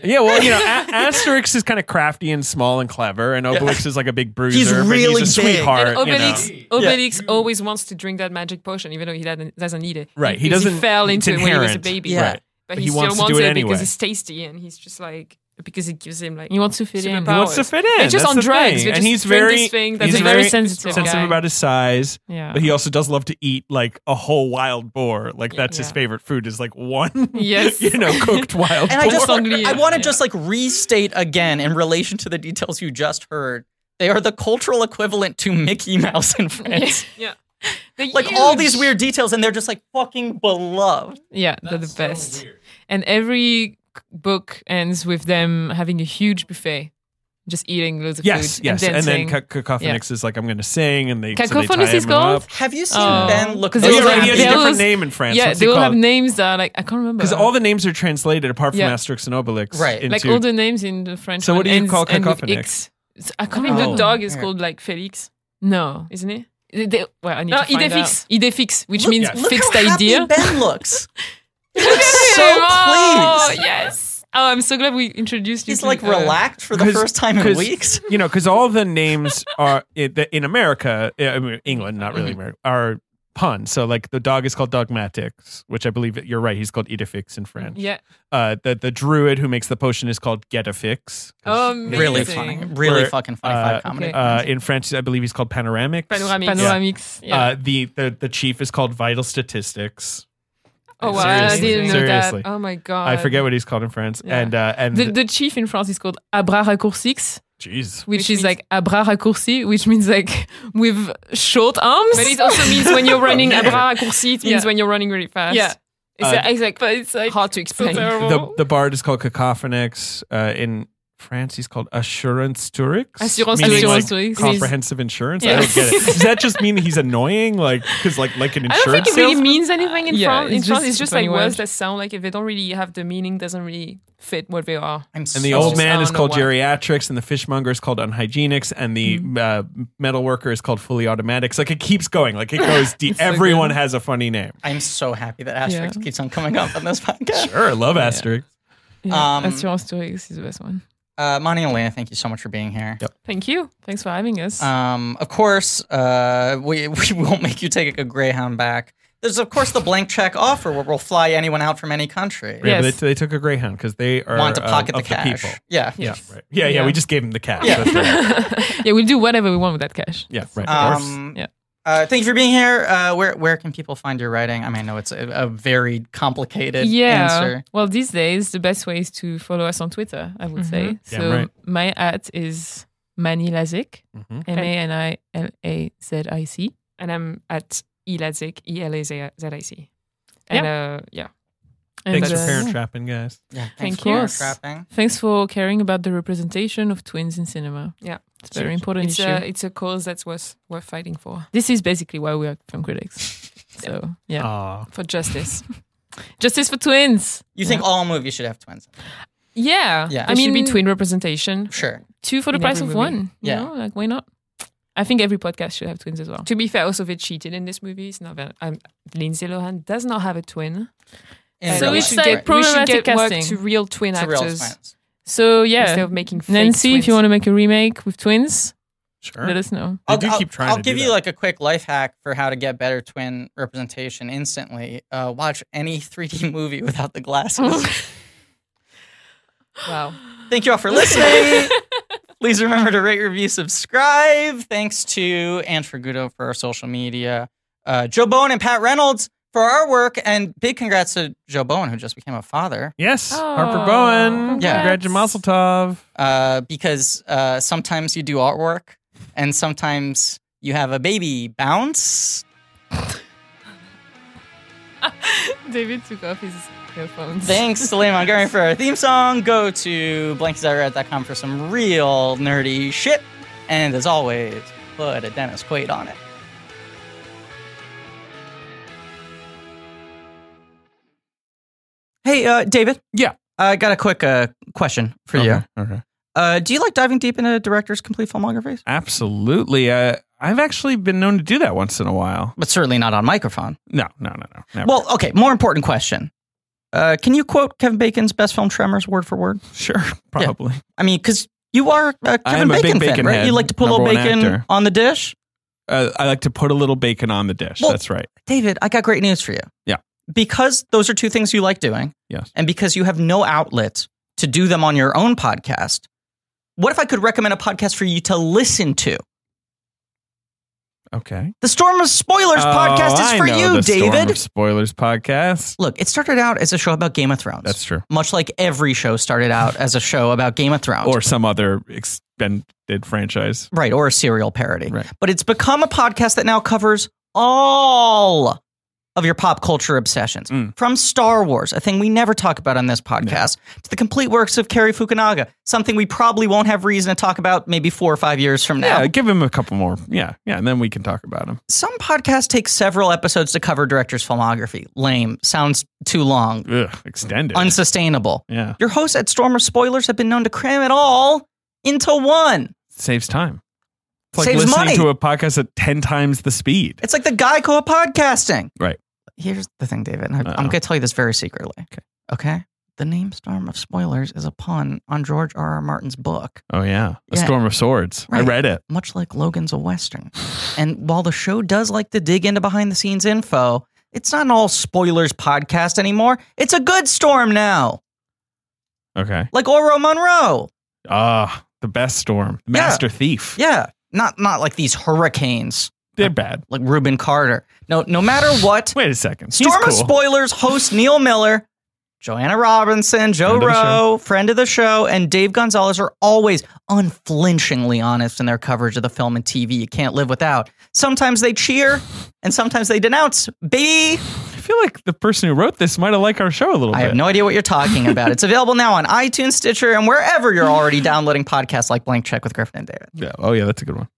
S3: Yeah, well, you know, a- Asterix is kind of crafty and small and clever, and Obelix is like a big bruiser. but
S2: really
S3: he's a
S2: big.
S3: sweetheart.
S4: And
S3: you know.
S4: Obelix, Obelix always wants to drink that magic potion, even though he doesn't, doesn't need it.
S3: Right, he
S4: Because
S3: doesn't.
S4: fell
S3: it's
S4: into it when he was a
S3: inherent.
S4: baby.
S2: Yeah.
S3: Right.
S4: But
S3: But
S4: he,
S3: he
S4: still
S3: wants
S4: wants,
S3: to do
S4: it,
S3: it anyway.
S4: because it's tasty and he's just like
S5: Because it gives him like
S4: he wants to fit in.
S5: in.
S3: He wants to fit in.
S4: They're just
S3: That's
S4: on
S3: the
S4: drugs.
S3: thing.
S4: They
S3: and
S4: just
S3: he's
S4: drink
S3: very
S4: this thing that's
S3: he's
S4: a very sensitive
S3: sensitive
S4: guy.
S3: about his size.
S4: Yeah.
S3: But he also does love to eat like a whole wild boar. Like that's his
S4: Yeah.
S3: favorite food is like one,
S4: Yes.
S3: (laughs) you know,
S4: (laughs)
S3: cooked
S2: (laughs)
S3: wild
S2: and
S3: boar.
S2: I just,
S4: Or Sanglier.
S2: I want to
S4: Yeah.
S2: just like restate again in relation to the details you just heard. They are the cultural equivalent to Mickey Mouse
S4: (laughs)
S2: in (laughs) France.
S4: They're
S2: Like all
S4: huge.
S2: these weird details, and they're just like fucking beloved.
S4: Yeah, they're the best. And every c- book ends with them having a huge buffet, just eating loads of
S3: yes,
S4: food.
S3: yes.
S4: and,
S3: And, then
S4: dancing.
S3: Ca- Cacophonix is like, I'm going to sing, and they so they
S4: Cacophonous
S3: tie
S4: is
S3: him up.
S4: called?
S2: Have you seen
S4: Oh.
S2: Ben look?
S4: 'Cause
S3: Oh,
S4: those
S3: you're
S4: are-
S3: right. He has a
S4: they
S3: different
S4: always-
S3: name in France.
S4: yeah,
S3: What's
S4: they
S3: it
S4: all have
S3: called?
S4: names that are like I can't remember.
S3: Because all the names are translated apart from
S4: Yeah.
S3: Asterix and Obelix.
S2: Right.
S3: Into,
S4: like all the names in the French.
S3: So what
S4: one
S3: do you
S4: ends-
S3: call
S4: end with
S3: cacophonic?
S4: X. It's- I can't
S5: I think
S4: remember.
S5: the
S2: Oh.
S5: dog is
S2: Yeah.
S5: called like Felix,
S4: No,
S5: isn't it?
S4: They- they- well, I need
S5: No,
S4: to find
S5: idéfix.
S4: out. Idéfix, which means
S3: yes.
S2: Look
S4: fixed
S2: how happy
S4: idea. (laughs)
S2: Ben looks. He looks so
S4: Oh,
S2: pleased.
S4: yes. Oh, I'm so glad we introduced you.
S2: He's
S4: to,
S2: like
S4: uh,
S2: relaxed for the
S3: 'cause-
S2: first time in
S3: 'cause,
S2: weeks.
S3: You know, because all the names are in, the- in America, uh, I mean, England, not really America, are pun. So like the dog is called Dogmatics, which I believe that you're right. He's called Edifix in French.
S4: Yeah.
S3: Uh, the the druid who makes the potion is called Getafix.
S4: Um,
S2: Really
S4: Amazing.
S2: funny. Really
S3: Where,
S2: fucking funny.
S3: uh,
S2: Five comedy.
S4: okay.
S3: Uh, in French, I believe he's called Panoramics.
S5: Panoramic.
S4: Panoramics. Yeah.
S3: Uh, the, the the chief is called Vital Statistics.
S4: oh, wow. I
S3: seriously.
S4: didn't know
S3: Seriously.
S4: that. Oh, my God.
S3: I forget what he's called in France.
S4: Yeah.
S3: And uh, and
S4: The, the chief in France is called Abra Raccourcix.
S3: Jeez.
S4: which,
S5: Which
S4: is
S5: means-
S4: like a bras raccourci, which means like with short arms.
S5: But it also means when you're
S4: (laughs)
S5: running a bras raccourci, it
S4: Yeah.
S5: means when you're running really fast.
S4: yeah, it's,
S3: Uh,
S4: it's like but it's like
S5: Hard to explain. (laughs)
S3: The
S4: Oh.
S3: the bard is called Cacophonix. Uh, in France, he's called Assurance Turix.
S4: Assurance
S3: meaning,
S4: Turix.
S3: like,
S4: Assurance Turix.
S3: Comprehensive insurance. I
S4: Yeah.
S3: don't get it. Does that just mean
S4: (laughs)
S3: he's annoying? Like, because like like an
S5: I don't
S3: insurance
S5: think it really
S3: salesman?
S5: means anything in
S4: Yeah,
S5: France. In
S4: it's
S5: France,
S4: just
S5: it's just
S4: funny
S5: like words
S4: word.
S5: that sound like if they don't really have the meaning, doesn't really fit what they are.
S2: I'm
S3: And the
S2: so
S3: old man
S5: I
S3: is
S5: don't
S3: called
S5: know why.
S3: geriatrics, and the fishmonger is called unhygienics, and the
S4: Mm-hmm.
S3: uh, metal worker is called fully automatics. Like it keeps going. Like it goes.
S4: (laughs)
S3: deep. everyone has a funny name.
S2: I'm so happy that Asterix keeps on coming up on this (laughs) podcast.
S3: Sure, I love Asterix.
S4: yeah,
S2: Um,
S4: Assurance Tourix is the best one.
S2: Uh, Monty and Elena, thank you so much for being here.
S4: Thank you. Thanks for having us. (laughs)
S2: Um, of course, uh, we, (laughs) we won't make you take a Greyhound back. There's, of course, the blank check offer where we'll fly anyone out from any country.
S3: Yeah, but
S4: Yes.
S3: they, they took a greyhound because they are
S2: Want to
S3: uh,
S2: pocket the
S3: of
S2: cash.
S3: people.
S2: yeah.
S3: Yeah, right. yeah, yeah,
S4: Yeah.
S3: We just gave him the cash.
S2: Yeah.
S3: That's right.
S4: yeah, we'll do whatever we want with that cash.
S3: yeah, right. Of course.
S2: Um,
S4: Yeah.
S2: uh, thank you for being here. Uh, where where can people find your writing? I mean, I know it's a, a very complicated
S4: yeah.
S2: answer.
S4: Well, these days the best way is to follow us on Twitter. I would say.
S5: Mm-hmm.
S3: Damn
S4: so
S3: right.
S4: my at is Mani Lazic.
S3: Mhm.
S4: M a n i l a z i c.
S5: And I'm at Elazic, E L A Z I C. And yeah. uh, yeah.
S4: And,
S3: Thanks for
S4: uh,
S3: parent trapping, guys.
S2: Yeah,
S4: Thank
S2: for
S4: you.
S2: scrapping.
S4: Thanks for caring about the representation of twins in cinema.
S5: Yeah.
S4: it's a very important
S5: It's uh,
S4: issue.
S5: a, it's a cause that's worth, worth fighting for,
S4: this is basically why we are film
S5: (laughs)
S4: critics. So yeah,
S3: Aw.
S5: for justice.
S4: (laughs) justice for twins.
S2: You think all movies should have twins?
S4: Yeah,
S2: Yeah.
S4: I
S5: I mean,
S4: mean,
S5: should be twin representation.
S2: Sure.
S4: two for the
S5: in
S4: price of
S5: every movie.
S4: one.
S2: Yeah.
S4: Yeah, you know? like why not? I think every podcast should have twins as well.
S5: To be fair, also they cheated in this movie. It's not very, um, Lindsay Lohan does not have a twin.
S2: In
S5: And
S4: So
S2: real
S4: it's
S2: life,
S5: should
S4: like
S5: get- we should get
S4: problematic
S5: work
S4: casting.
S5: to real twin
S2: to real
S5: actors
S2: twins.
S4: So
S5: instead
S4: yeah,
S5: of making fake
S4: Nancy, if you
S5: twins.
S4: want to make a remake with twins,
S3: Sure.
S4: let us know.
S3: They do keep trying
S2: I'll
S3: to do
S2: give you
S3: that.
S2: like a quick life hack for how to get better twin representation instantly. Uh, watch any 3D (laughs) movie without the glasses.
S5: Wow.
S2: Thank you all for listening. (laughs) Please remember to rate, review, subscribe. Thanks to Anne Fergudo for our social media, uh, Joe Bowen and Pat Reynolds for our work, and big congrats to Joe Bowen who just became a father.
S3: Yes, Harper
S4: Aw,
S3: Bowen.
S2: Yeah.
S3: Congrats, Mazel Tov.
S2: Uh, because uh, sometimes you do artwork, and sometimes you have a baby bounce.
S4: David took off his earphones.
S2: Thanks to Liam Montgomery for our theme song. Go to blankdesired.com for some real nerdy shit. And as always, put a Dennis Quaid on it. Hey, uh, David.
S3: Yeah.
S2: I got a quick uh, question for you.
S3: Okay, okay.
S2: Uh, do you like diving deep into directors' complete filmographies?
S3: Absolutely. Uh, I've actually been known to do that once in a while.
S2: But certainly not on microphone.
S3: No, no, no, no. Never.
S2: Well, okay, more important question. Uh, can you quote Kevin Bacon's best film, Tremors, word for word?
S3: (laughs) sure, probably.
S2: I mean, because you are a
S3: I
S2: Kevin
S3: am a big
S2: Bacon, fan,
S3: bacon
S2: right?
S3: head,
S2: you like to put a
S3: number
S2: little
S3: one
S2: bacon
S3: actor.
S2: on the dish.
S3: Uh, I like to put a little bacon on the dish.
S2: Well-
S3: That's right.
S2: David, I got great news for you.
S3: Yeah.
S2: Because those are two things you like doing,
S3: Yes.
S2: and because you have no outlet to do them on your own podcast, what if I could recommend a podcast for you to listen to?
S3: Okay.
S2: The Storm of Spoilers
S3: Oh,
S2: podcast is
S3: I
S2: for
S3: know
S2: you,
S3: the Storm
S2: David.
S3: of Spoilers podcast.
S2: Look, it started out as a show about Game of Thrones.
S3: That's true.
S2: much like every show started out as a show about Game of Thrones.
S3: Or some other extended franchise.
S2: Right, or a serial parody.
S3: Right.
S2: But it's become a podcast that now covers all of your pop culture obsessions.
S3: Mm.
S2: From Star Wars, a thing we never talk about on this podcast, to the complete works of Kerry Fukunaga, something we probably won't have reason to talk about maybe four or five years from now.
S3: Yeah, give him a couple more. Yeah, yeah, and then we can talk about him.
S2: Some podcasts take several episodes to cover director's filmography. Lame. Sounds too long.
S3: Ugh, extended.
S2: Unsustainable.
S3: yeah,
S2: Your hosts at Stormer Spoilers have been known to cram it all into one.
S3: saves time. It's like
S2: Saves
S3: listening
S2: money.
S3: to a podcast at ten times the speed.
S2: It's like the Geico of podcasting.
S3: Right.
S2: Here's the thing, David. and I-
S3: Uh-oh.
S2: I'm going to tell you this very secretly.
S3: Okay.
S2: Okay. The name Storm of Spoilers is a pun on George R. R. Martin's book,
S3: Oh yeah, a
S2: Yeah.
S3: storm of swords. I
S2: Right.
S3: read it.
S2: much like Logan's a
S3: (sighs)
S2: Western. and while the show does like to dig into behind the scenes info, it's not an all spoilers podcast anymore. It's a good storm now,
S3: Okay.
S2: like Oro Monroe.
S3: Ah, the best storm, master thief.
S2: Yeah. Not, not like these hurricanes
S3: They're bad.
S2: like Reuben Carter. No, no matter what,
S3: Wait a second. He's
S2: Storm of
S3: cool.
S2: Spoilers host Neil Miller Joanna Robinson, Joe
S3: Friend of the
S2: Rowe, friend of the show, and Dave Gonzalez are always unflinchingly honest in their coverage of the film and TV you can't live without. Sometimes they cheer and sometimes they denounce. B.
S3: I feel like the person who wrote this might have liked our show a little
S2: I
S3: bit.
S2: have no idea what you're talking about.
S3: (laughs)
S2: it's available now on iTunes, Stitcher, and wherever you're already downloading podcasts like Blank Check with Griffin and David.
S3: Yeah. Oh yeah, that's a good one.